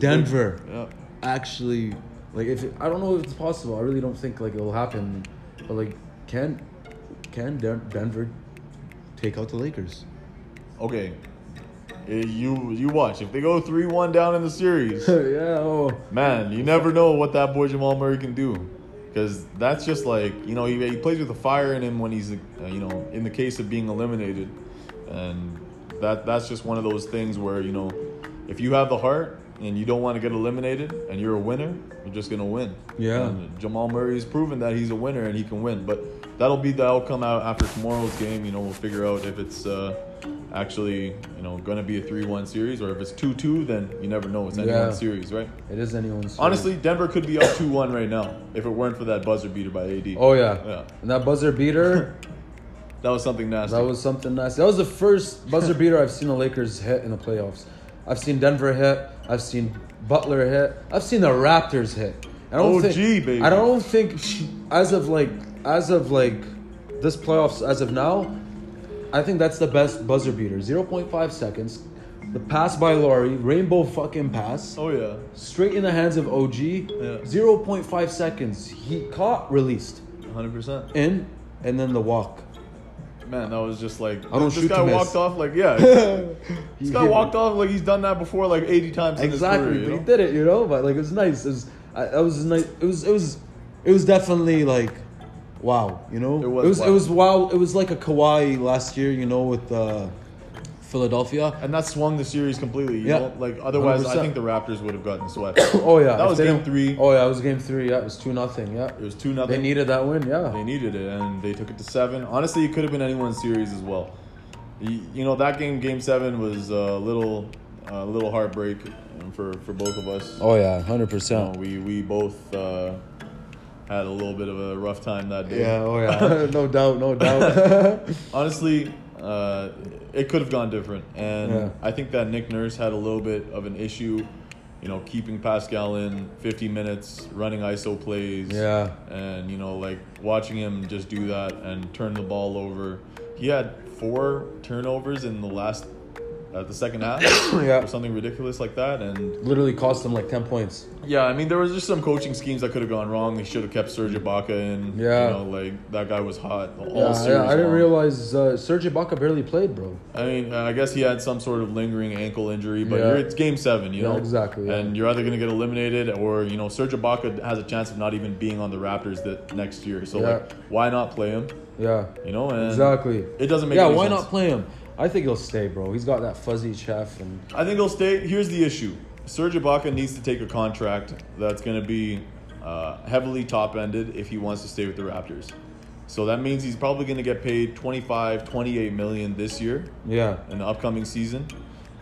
Speaker 1: Denver
Speaker 2: yeah.
Speaker 1: actually like if I don't know if it's possible. I really don't think like it'll happen. But like, can can Den- Denver take out the Lakers?
Speaker 2: Okay. Eh, You you watch if they go three one down in the series,
Speaker 1: yeah. Oh.
Speaker 2: man. You never know what that boy Jamal Murray can do, because that's just like you know he, he plays with the fire in him when he's uh, you know in the case of being eliminated, and that that's just one of those things where you know if you have the heart and you don't want to get eliminated and you're a winner, you're just gonna win.
Speaker 1: Yeah.
Speaker 2: And Jamal Murray's proven that he's a winner and he can win, but that'll be the outcome out after tomorrow's game. You know, we'll figure out if it's uh, actually you know going to be a three-one series or if it's two-two. Then you never know. It's any
Speaker 1: Yeah.
Speaker 2: one series, right?
Speaker 1: It is anyone's. choice.
Speaker 2: Honestly, Denver could be up two-one right now if it weren't for that buzzer beater by AD.
Speaker 1: Oh yeah.
Speaker 2: Yeah.
Speaker 1: And that buzzer beater,
Speaker 2: that was something nasty.
Speaker 1: that was something nice. That was the first buzzer beater I've seen the Lakers hit in the playoffs. I've seen Denver hit. I've seen Butler hit. I've seen the Raptors hit. I don't
Speaker 2: OG,
Speaker 1: think,
Speaker 2: baby.
Speaker 1: I don't think as of like as of like this playoffs as of now, I think that's the best buzzer beater. Zero point five seconds. The pass by Laurie, rainbow fucking pass
Speaker 2: oh yeah,
Speaker 1: straight in the hands of OG. 0.5 seconds. He caught, released,
Speaker 2: hundred percent.
Speaker 1: in, and then the walk.
Speaker 2: Man, that was just like I
Speaker 1: don't
Speaker 2: this
Speaker 1: shoot
Speaker 2: guy
Speaker 1: to miss.
Speaker 2: walked off like yeah. this guy walked off like he's done that before like eighty times.
Speaker 1: Exactly,
Speaker 2: in his
Speaker 1: but
Speaker 2: career,
Speaker 1: he
Speaker 2: you know?
Speaker 1: did it, you know. But like it was nice. It was I, that was nice. It was it was it was definitely like wow, you know.
Speaker 2: It
Speaker 1: it was,
Speaker 2: was wow.
Speaker 1: it was wow. It was like a Kawhi last year, you know, with uh, Philadelphia.
Speaker 2: and that swung the series completely. You
Speaker 1: Yeah.
Speaker 2: know? like otherwise, I
Speaker 1: 100%.
Speaker 2: think the Raptors would have gotten swept.
Speaker 1: Oh yeah,
Speaker 2: that
Speaker 1: if
Speaker 2: was
Speaker 1: they
Speaker 2: game
Speaker 1: don't-
Speaker 2: three.
Speaker 1: Oh yeah, it was game three. Yeah, it was two nothing. Yeah,
Speaker 2: It was two nothing.
Speaker 1: they needed that win.
Speaker 2: They
Speaker 1: Yeah,
Speaker 2: needed it, and they took it to seven. Honestly, it could have been anyone's series as well. You, you know that game, game seven, was a little, a little heartbreak um, for for both of us.
Speaker 1: oh yeah, hundred percent.
Speaker 2: Uh, We we both uh, had a little bit of a rough time that day.
Speaker 1: Yeah, oh yeah, no doubt, no doubt.
Speaker 2: honestly, uh, it could have gone different. And
Speaker 1: Yeah.
Speaker 2: I think that Nick Nurse had a little bit of an issue, you know, keeping Pascal in 50 minutes, running ISO plays.
Speaker 1: Yeah.
Speaker 2: And, you know, like watching him just do that and turn the ball over. He had four turnovers in the last, uh, the second half,
Speaker 1: Yeah.
Speaker 2: or something ridiculous like that. And
Speaker 1: Literally cost them like ten points.
Speaker 2: yeah, I mean, there was just some coaching schemes that could have gone wrong. They should have kept Serge Ibaka in.
Speaker 1: Yeah.
Speaker 2: You know, like that guy was hot all
Speaker 1: Yeah,
Speaker 2: series.
Speaker 1: yeah, I didn't
Speaker 2: long.
Speaker 1: realize uh, Serge Ibaka barely played, bro.
Speaker 2: I mean, uh, I guess he had some sort of lingering ankle injury, but
Speaker 1: Yeah.
Speaker 2: you're, it's game seven, you
Speaker 1: Yeah,
Speaker 2: know?
Speaker 1: exactly, yeah.
Speaker 2: And you're either going to get eliminated or, you know, Serge Ibaka has a chance of not even being on the Raptors that next year. So, like,
Speaker 1: Yeah.
Speaker 2: why not play him?
Speaker 1: Yeah,
Speaker 2: You know? And
Speaker 1: exactly.
Speaker 2: It doesn't make
Speaker 1: yeah,
Speaker 2: any
Speaker 1: why
Speaker 2: sense.
Speaker 1: not play him? I think he'll stay, bro. He's got that fuzzy chef, and
Speaker 2: I think he'll stay. Here's the issue Serge Ibaka needs to take a contract that's going to be uh, heavily top ended if he wants to stay with the Raptors. So that means he's probably going to get paid 25, 28 million this year.
Speaker 1: yeah,
Speaker 2: in the upcoming season,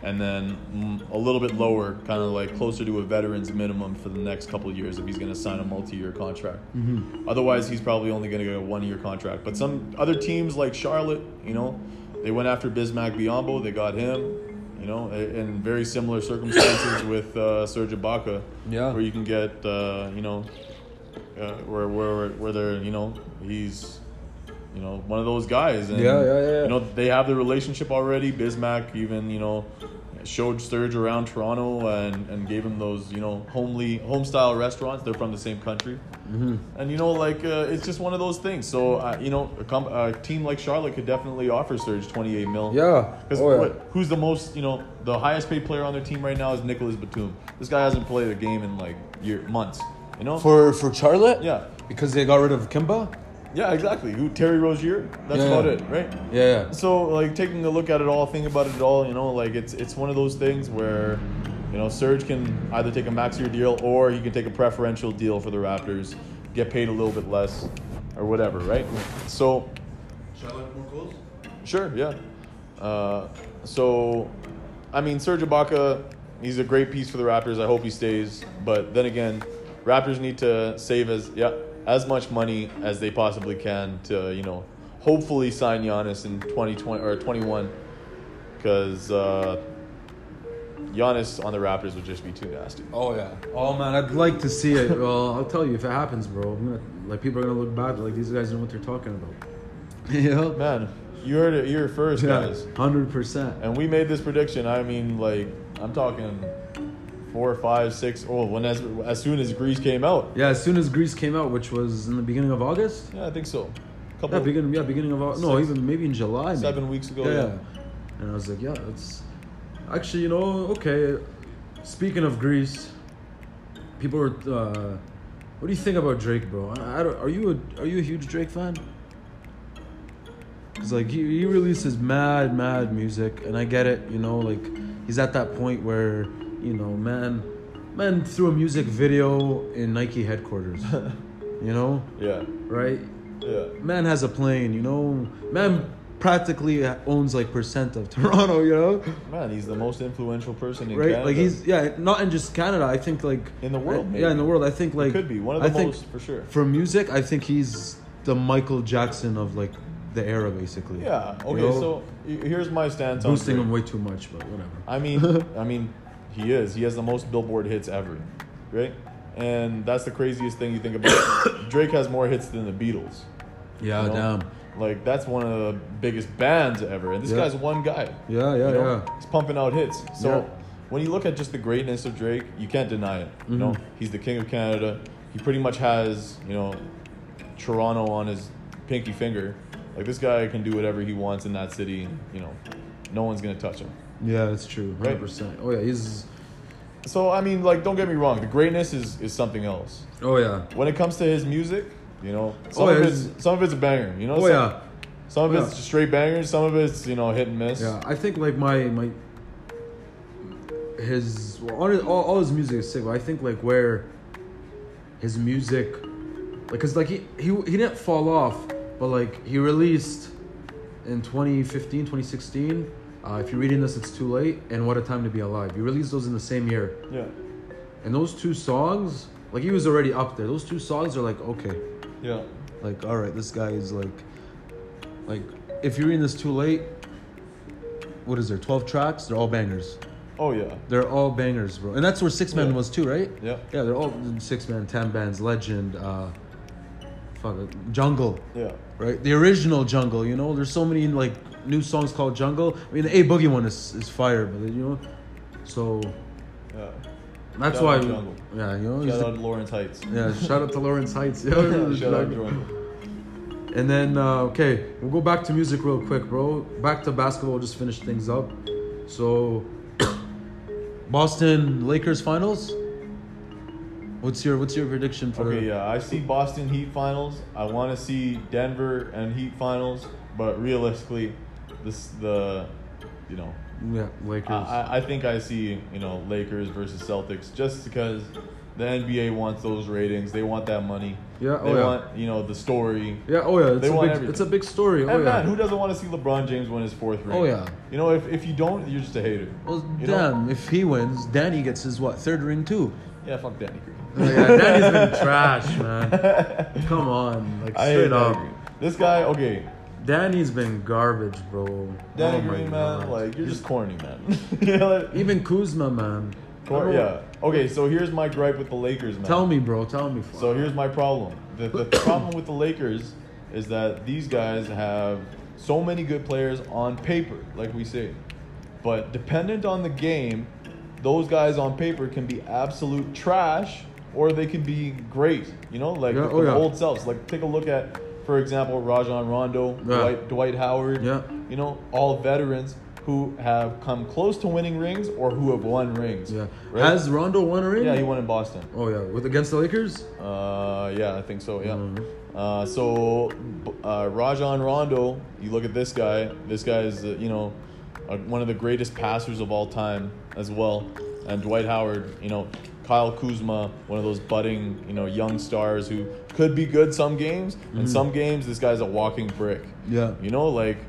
Speaker 2: and then mm, a little bit lower, kind of like closer to a veteran's minimum for the next couple of years if he's going to sign a multi-year contract. Otherwise, he's probably only going to get a one-year contract. But some other teams like Charlotte, you know, they went after Bismack Biombo, they got him. You know, i- in very similar circumstances with uh, Serge Ibaka,
Speaker 1: Yeah.
Speaker 2: where you can get, uh, you know, uh, where where where they're, you know, he's, you know, one of those guys, and
Speaker 1: Yeah, yeah, yeah.
Speaker 2: you know, they have the relationship already. Bismack even, you know, showed Sturge around Toronto and, and gave him those, you know, homely, home style restaurants. They're from the same country.
Speaker 1: Mm-hmm.
Speaker 2: And, you know, like, uh, it's just one of those things. So, uh, you know, a, com- a team like Charlotte could definitely offer Sturge 28 mil.
Speaker 1: yeah.
Speaker 2: Because
Speaker 1: Oh, yeah.
Speaker 2: who's the most, you know, the highest paid player on their team right now is Nicholas Batum. This guy hasn't played a game in, like, year, months. You know?
Speaker 1: For for Charlotte,
Speaker 2: yeah.
Speaker 1: because they got rid of Kimba.
Speaker 2: Yeah, exactly. Who Terry Rozier? That's
Speaker 3: Yeah.
Speaker 2: about it, right?
Speaker 3: Yeah.
Speaker 2: So like taking a look at it all, think about it all, you know, like it's it's one of those things where you know Serge can either take a max year deal or he can take a preferential deal for the Raptors, get paid a little bit less, or whatever, right? So Sure, yeah. Uh, so, I mean, Serge Ibaka, he's a great piece for the Raptors. I hope he stays. But then again, Raptors need to save as yeah as much money as they possibly can to you know hopefully sign Giannis in twenty twenty or twenty one because uh, Giannis on the Raptors would just be too nasty.
Speaker 3: Oh yeah.
Speaker 1: Oh man, I'd like to see it. well, I'll tell you if it happens, bro. I'm gonna like people are gonna look back like these guys know what they're talking about. you know?
Speaker 2: Man, you heard it here first, guys.
Speaker 1: hundred percent.
Speaker 2: And we made this prediction. I mean, like, I'm talking four, five, six. Oh, when as as soon as Greece came out.
Speaker 1: Yeah, as soon as Greece came out, which was in the beginning of August.
Speaker 2: Yeah, I think so.
Speaker 1: Yeah,
Speaker 2: Couple
Speaker 1: beginning. Yeah, beginning of August. No,
Speaker 2: Six-
Speaker 1: even maybe in July. maybe.
Speaker 2: seven weeks ago.
Speaker 1: yeah.
Speaker 2: Oh, Yeah.
Speaker 1: And I was like, yeah, it's actually, you know, okay. Speaking of Greece, people were. Uh, what do you think about Drake, bro? I, I don't, are you a are you a huge Drake fan? Cause like he, he releases mad mad music, and I get it, you know, like he's at that point where you know, man, man threw a music video in Nike headquarters, you know,
Speaker 2: Yeah.
Speaker 1: right?
Speaker 2: Yeah.
Speaker 1: man has a plane, you know. Man practically owns like percent of Toronto, you know,
Speaker 2: Man, he's the most influential person in
Speaker 1: right?
Speaker 2: Canada.
Speaker 1: Like he's yeah, not in just Canada. I think like
Speaker 2: In the world,
Speaker 1: yeah,
Speaker 2: maybe.
Speaker 1: in the world. I think like
Speaker 2: could be one of the
Speaker 1: I think
Speaker 2: most for sure.
Speaker 1: for music. I think he's the Michael Jackson of like the era, basically.
Speaker 2: Yeah.
Speaker 1: You
Speaker 2: Okay.
Speaker 1: know?
Speaker 2: So he- here's my stance on
Speaker 1: boosting
Speaker 2: Drake.
Speaker 1: him way too much, but whatever.
Speaker 2: I mean, I mean, he is. He has the most Billboard hits ever, right? And that's the craziest thing you think about. Drake has more hits than the Beatles.
Speaker 1: Yeah,
Speaker 2: you know?
Speaker 1: Oh, damn.
Speaker 2: Like that's one of the biggest bands ever, and this
Speaker 1: Yeah.
Speaker 2: guy's one guy.
Speaker 1: Yeah, yeah,
Speaker 2: you know?
Speaker 1: yeah.
Speaker 2: He's pumping out hits. So
Speaker 1: Yeah.
Speaker 2: when you look at just the greatness of Drake, you can't deny it. You know,
Speaker 1: Mm-hmm.
Speaker 2: he's the king of Canada. He pretty much has you know Toronto on his pinky finger. Like this guy can do whatever he wants in that city. You know, no one's gonna touch him.
Speaker 1: Yeah, that's true. Hundred
Speaker 2: Right.
Speaker 1: percent. Oh yeah, he's.
Speaker 2: So I mean, like, don't get me wrong. The greatness is is something else.
Speaker 1: Oh yeah.
Speaker 2: When it comes to his music, you know, some
Speaker 1: Oh,
Speaker 2: of
Speaker 1: yeah,
Speaker 2: it's some of it's a banger. You know,
Speaker 1: Oh
Speaker 2: some,
Speaker 1: yeah.
Speaker 2: Some of
Speaker 1: Yeah.
Speaker 2: it's straight bangers, some of it's you know hit and miss.
Speaker 1: Yeah, I think like my my his well, all, all, all his music is sick. But I think like where his music, like, cause like he he he didn't fall off, but like he released in 2015, 2016. Uh, if you're reading this, it's too late. And what a time to be alive. You released those in the same year,
Speaker 2: yeah,
Speaker 1: and those two songs, like he was already up there. Those two songs are like okay,
Speaker 2: yeah.
Speaker 1: like all right this guy is like like if you're in this too late what is there 12 tracks they're all bangers
Speaker 2: Oh yeah,
Speaker 1: they're all bangers bro and that's where six man
Speaker 2: Yeah.
Speaker 1: was too right
Speaker 2: Yeah.
Speaker 1: yeah they're all six man ten bands legend uh fuck it, jungle
Speaker 2: yeah,
Speaker 1: right the original jungle you know there's so many like new songs called jungle i mean the a boogie one is, is fire but you know so
Speaker 2: yeah.
Speaker 1: that's
Speaker 2: Shout
Speaker 1: why
Speaker 2: out Jungle.
Speaker 1: yeah you know he's
Speaker 2: Shout
Speaker 1: the-
Speaker 2: out to Lawrence Heights.
Speaker 1: yeah shout out to lawrence heights yeah,
Speaker 2: Shout out Jordan.
Speaker 1: And then, uh, okay, we'll go back to music real quick, bro. Back to basketball, we'll just finish things up. So, Boston Lakers finals. What's your What's your prediction for?
Speaker 2: Okay, yeah. I see Boston Heat finals. I want to see Denver and Heat finals, but realistically, this the, you know,
Speaker 1: Yeah, Lakers.
Speaker 2: I- I, I think I see you know Lakers versus Celtics just because the NBA wants those ratings. They want that money.
Speaker 1: Yeah, oh,
Speaker 2: They
Speaker 1: yeah.
Speaker 2: want you know the story.
Speaker 1: yeah, oh yeah, it's
Speaker 2: They
Speaker 1: a
Speaker 2: want
Speaker 1: big
Speaker 2: everything.
Speaker 1: it's a big story. Oh
Speaker 2: And
Speaker 1: yeah,
Speaker 2: man, who doesn't want to see LeBron James win his fourth ring?
Speaker 1: Oh, yeah.
Speaker 2: You know, if, if you don't, you're just a hater.
Speaker 1: well,
Speaker 2: You know?
Speaker 1: damn, if he wins, Danny gets his what third ring too.
Speaker 2: Yeah, fuck Danny Green.
Speaker 1: Oh, yeah, Danny's been trash, man. Come on, like
Speaker 2: I hate
Speaker 1: straight up,
Speaker 2: Danny Green. This guy, okay,
Speaker 1: Danny's been garbage, bro.
Speaker 2: Danny
Speaker 1: Oh, my
Speaker 2: Green, man,
Speaker 1: God.
Speaker 2: like you're just corny, man. You know what?
Speaker 1: even Kuzma, man.
Speaker 2: Cor- yeah. Okay, so here's my gripe with the Lakers, man.
Speaker 1: Tell me, bro. Tell me.
Speaker 2: So here's my problem. The, the problem with the Lakers is that these guys have so many good players on paper, like we say. But dependent on the game, those guys on paper can be absolute trash or they can be great. You know, like
Speaker 1: Yeah,
Speaker 2: the,
Speaker 1: oh yeah.
Speaker 2: old selves. Like take a look at, for example, Rajon Rondo,
Speaker 1: Yeah.
Speaker 2: Dwight, Dwight Howard,
Speaker 1: Yeah.
Speaker 2: you know, all veterans who have come close to winning rings or who have won rings.
Speaker 1: Yeah.
Speaker 2: right?
Speaker 1: Has Rondo won a ring?
Speaker 2: yeah, he won in Boston.
Speaker 1: Oh yeah, with against the Lakers.
Speaker 2: Uh, yeah, I think so. Yeah. Uh, so b- uh, Rajon Rondo, you look at this guy. This guy is, uh, you know, uh, one of the greatest passers of all time as well. And Dwight Howard, you know, Kyle Kuzma, one of those budding, you know, young stars who could be good some games, and some games this guy's a walking brick.
Speaker 1: Yeah.
Speaker 2: You know, like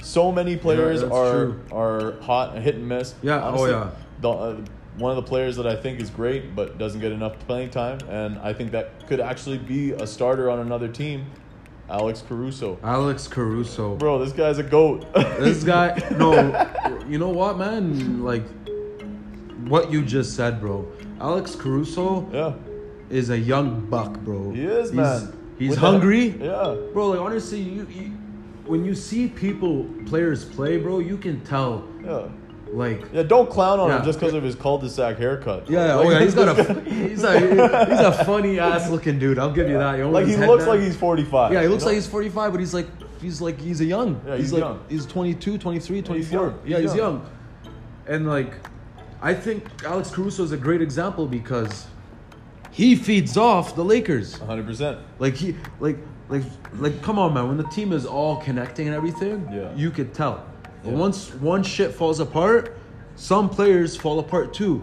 Speaker 2: so many players
Speaker 1: that's
Speaker 2: are
Speaker 1: true.
Speaker 2: are hot and hit and miss.
Speaker 1: Yeah, oh,
Speaker 2: Honestly,
Speaker 1: yeah.
Speaker 2: the, uh, one of the players that I think is great but doesn't get enough playing time, and I think that could actually be a starter on another team, Alex Caruso.
Speaker 1: Alex Caruso.
Speaker 2: Bro, this guy's a goat.
Speaker 1: This guy, no, you know what, man? Like, what you just said, bro. Alex Caruso
Speaker 2: yeah,
Speaker 1: is a young buck, bro.
Speaker 2: he is,
Speaker 1: He's-
Speaker 2: man.
Speaker 1: He's
Speaker 2: With that-
Speaker 1: hungry.
Speaker 2: yeah,
Speaker 1: Bro, like honestly, you, you when you see people players play, bro, you can tell
Speaker 2: yeah,
Speaker 1: like
Speaker 2: yeah. Don't clown on
Speaker 1: Yeah.
Speaker 2: him just because of his cul-de-sac haircut.
Speaker 1: yeah,
Speaker 2: Like,
Speaker 1: oh yeah, he's got a he's a he's a funny ass looking dude. I'll give you that. You know,
Speaker 2: like
Speaker 1: his
Speaker 2: he
Speaker 1: head
Speaker 2: looks
Speaker 1: down.
Speaker 2: like he's forty-five.
Speaker 1: yeah, he
Speaker 2: you
Speaker 1: looks
Speaker 2: know?
Speaker 1: like he's 45, but he's like he's like he's a young.
Speaker 2: Yeah, he's
Speaker 1: like
Speaker 2: young.
Speaker 1: he's 22, 23,
Speaker 2: he's
Speaker 1: 24.
Speaker 2: young.
Speaker 1: yeah,
Speaker 2: He's
Speaker 1: he's
Speaker 2: young.
Speaker 1: young. And like I think Alex Caruso is a great example because he feeds off the Lakers.
Speaker 2: hundred percent.
Speaker 1: Like he, like, like, like, come on, man. When the team is all connecting and everything,
Speaker 2: Yeah.
Speaker 1: you could tell. But
Speaker 2: Yeah.
Speaker 1: Once one shit falls apart, some players fall apart too.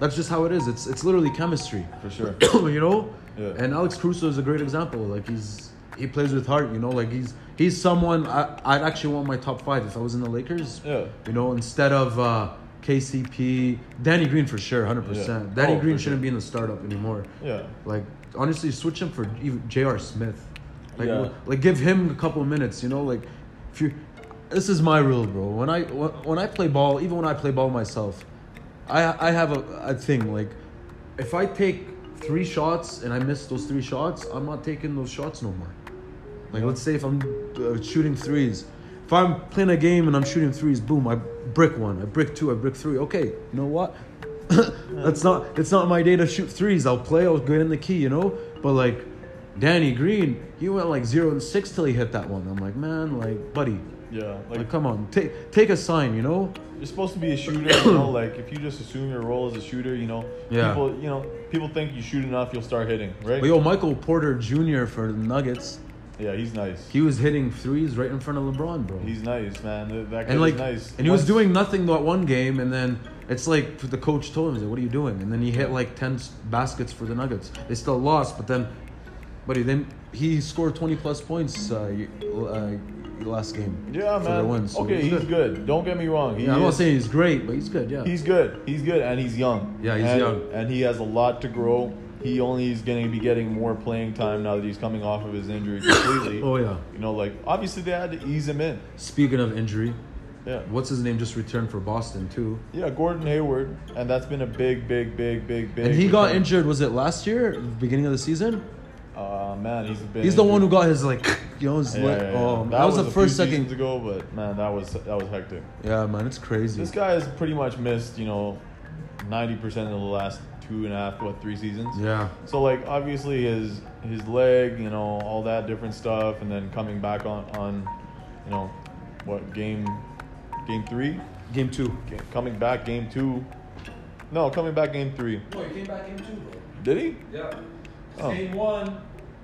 Speaker 1: That's just how it is. It's it's literally chemistry,
Speaker 2: For sure.
Speaker 1: you know.
Speaker 2: Yeah.
Speaker 1: And Alex Caruso is a great example. Like he's he plays with heart, you know. Like he's he's someone I, I'd actually want my top five if I was in the Lakers.
Speaker 2: Yeah.
Speaker 1: You know, instead of uh, KCP, Danny Green for sure, hundred percent.
Speaker 2: Yeah.
Speaker 1: Danny
Speaker 2: Oh,
Speaker 1: Green
Speaker 2: for sure.
Speaker 1: shouldn't be in the startup anymore.
Speaker 2: Yeah.
Speaker 1: Like honestly, switch him for even J.R. Smith. Like,
Speaker 2: Yeah.
Speaker 1: w- like give him a couple of minutes. You know, like if you, this is my rule, bro. When I wh- when I play ball, even when I play ball myself, I I have a, a thing like if I take three shots and I miss those three shots, I'm not taking those shots no more. Like let's say if I'm uh, shooting threes, if I'm playing a game and I'm shooting threes, boom, I brick one, I brick two, I brick three. Okay, you know what? That's not it's not my day to shoot threes. I'll play, I'll get in the key, you know. But like Danny Green, he went like zero and six till he hit that one. I'm like, man, like buddy,
Speaker 2: Yeah.
Speaker 1: like come on, take take a sign, you know.
Speaker 2: You're supposed to be a shooter, you know. Like if you just assume your role as a shooter, you know,
Speaker 1: Yeah.
Speaker 2: people, you know, people think you shoot enough, you'll start hitting, right?
Speaker 1: But yo, Michael Porter Jr. for the Nuggets,
Speaker 2: yeah, he's nice.
Speaker 1: he was hitting threes right in front of LeBron, bro.
Speaker 2: he's nice, man. Th- That kid
Speaker 1: and like
Speaker 2: is nice.
Speaker 1: and he was
Speaker 2: Once-
Speaker 1: doing nothing that one game and then it's like the coach told him he's like what are you doing and then he hit like 10 s- baskets for the nuggets they still lost but then buddy then he scored 20 plus points uh, y- uh, last game
Speaker 2: Yeah,
Speaker 1: for
Speaker 2: man.
Speaker 1: their win, so
Speaker 2: okay,
Speaker 1: it's
Speaker 2: he's good. Don't get me wrong. He
Speaker 1: yeah, i'm not
Speaker 2: is-
Speaker 1: saying he's great but he's good yeah
Speaker 2: he's good. He's good, and he's young.
Speaker 1: Yeah, he's
Speaker 2: And-
Speaker 1: young.
Speaker 2: and he has a lot to grow. He only is going to be getting more playing time now that he's coming off of his injury completely.
Speaker 1: oh yeah
Speaker 2: You know, like obviously they had to ease him in.
Speaker 1: speaking of injury
Speaker 2: Yeah.
Speaker 1: what's his name just returned for boston too
Speaker 2: Yeah, Gordon Hayward, and that's been a big, big, big, big, big.
Speaker 1: and he got
Speaker 2: return.
Speaker 1: injured was it last year beginning of the season
Speaker 2: Uh, man, he's been.
Speaker 1: he's the one who got his like you know his
Speaker 2: Yeah,
Speaker 1: leg-
Speaker 2: yeah, yeah.
Speaker 1: oh that, was, the
Speaker 2: a
Speaker 1: first
Speaker 2: few
Speaker 1: second
Speaker 2: seasons ago, but man, that was that was hectic.
Speaker 1: yeah man it's crazy
Speaker 2: This guy has pretty much missed, you know, ninety percent of the last two and a half, what, three seasons.
Speaker 1: yeah
Speaker 2: So like, obviously his his leg, you know, all that different stuff, and then coming back on on, you know, what game, game three,
Speaker 1: Game two.
Speaker 2: Ga- coming back game two, no, coming back game three.
Speaker 1: No, he Oh, came back game two, bro.
Speaker 2: Did he?
Speaker 1: Yeah. 'Cause
Speaker 2: Oh.
Speaker 1: Game one,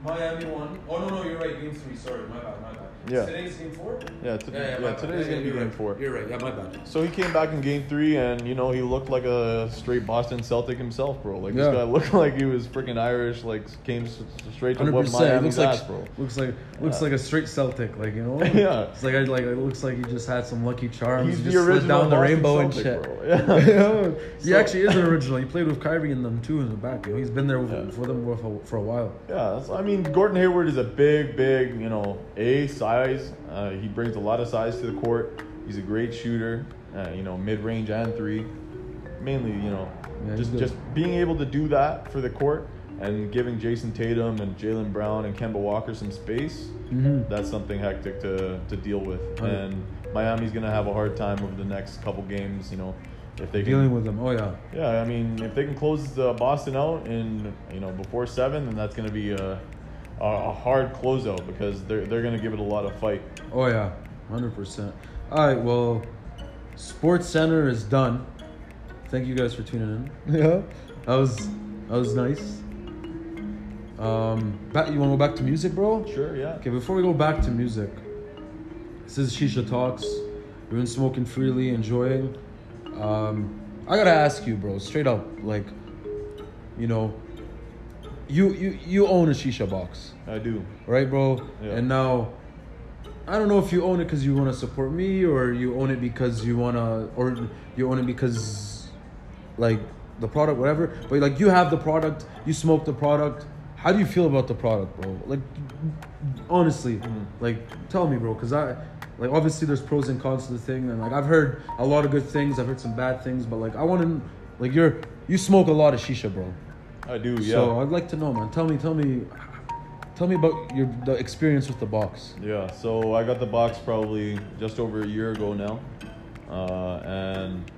Speaker 1: Miami won. Oh no, no, you're right. Game three. Sorry, my bad, my bad.
Speaker 2: Yeah.
Speaker 1: Today's game four.
Speaker 2: Yeah, t- yeah,
Speaker 1: my bad.
Speaker 2: today's gonna be
Speaker 1: you're
Speaker 2: game
Speaker 1: right.
Speaker 2: four.
Speaker 1: You're right. Yeah, my bad.
Speaker 2: So he came back in game three, and you know he looked like a straight Boston Celtic himself, bro. Like
Speaker 1: Yeah.
Speaker 2: this guy looked like he was freaking Irish, like came s- s- straight to what Miami's ass, bro.
Speaker 1: looks like looks like a straight Celtic, like you know.
Speaker 2: Yeah.
Speaker 1: It's like I like it looks like he just had some lucky charms.
Speaker 2: He's
Speaker 1: he
Speaker 2: the
Speaker 1: just slid
Speaker 2: original
Speaker 1: down the
Speaker 2: Boston
Speaker 1: rainbow
Speaker 2: Celtic,
Speaker 1: and
Speaker 2: bro.
Speaker 1: shit. Yeah. he
Speaker 2: So-
Speaker 1: actually is an original. He played with Kyrie and them too in the back. You know, he's been there
Speaker 2: Yeah.
Speaker 1: for them for, for a while.
Speaker 2: Yeah, that's, I mean Gordon Hayward is a big, big, you know, a size. Uh, he brings a lot of size to the court. He's a great shooter. Uh, you know, mid range and three, mainly. You know,
Speaker 1: Yeah, he's
Speaker 2: just
Speaker 1: good.
Speaker 2: just being able to do that for the court and giving Jason Tatum and Jalen Brown and Kemba Walker some space. That's something hectic to to deal with.
Speaker 1: Mm-hmm. Hundred.
Speaker 2: And Miami's gonna have a hard time over the next couple games. You know, if they can
Speaker 1: Dealing with them. Oh yeah.
Speaker 2: yeah, I mean, if they can close uh, Boston out in you know before seven, then that's going to be a, a, a hard closeout because they're they're going to give it a lot of fight.
Speaker 1: Oh yeah, hundred percent. All right, well, Sports Center is done. Thank you guys for tuning in. Yeah, that was that was nice. Um, Pat, you want to go back to music, bro?
Speaker 2: Sure, yeah.
Speaker 1: Okay, before we go back to music, this is Shisha Talks. We've been smoking freely, enjoying. Um, I gotta ask you, bro, straight up, like, you know, you you you own a shisha box,
Speaker 2: I do.
Speaker 1: right, bro?
Speaker 2: Yeah.
Speaker 1: And now, I don't know if you own it because you want to support me, or you own it because you wanna, or you own it because, like, the product, whatever. But like, you have the product, you smoke the product. How do you feel about the product, bro? Like, honestly, like, tell me, bro, because I. Like obviously, there's pros and cons to the thing, and like I've heard a lot of good things, I've heard some bad things, but like I want to, like you're, you smoke a lot of shisha, bro.
Speaker 2: I do, yeah.
Speaker 1: So I'd like to know, man. Tell me, tell me, tell me about your the experience with the box.
Speaker 2: Yeah, so I got the box probably just over a year ago now, uh, and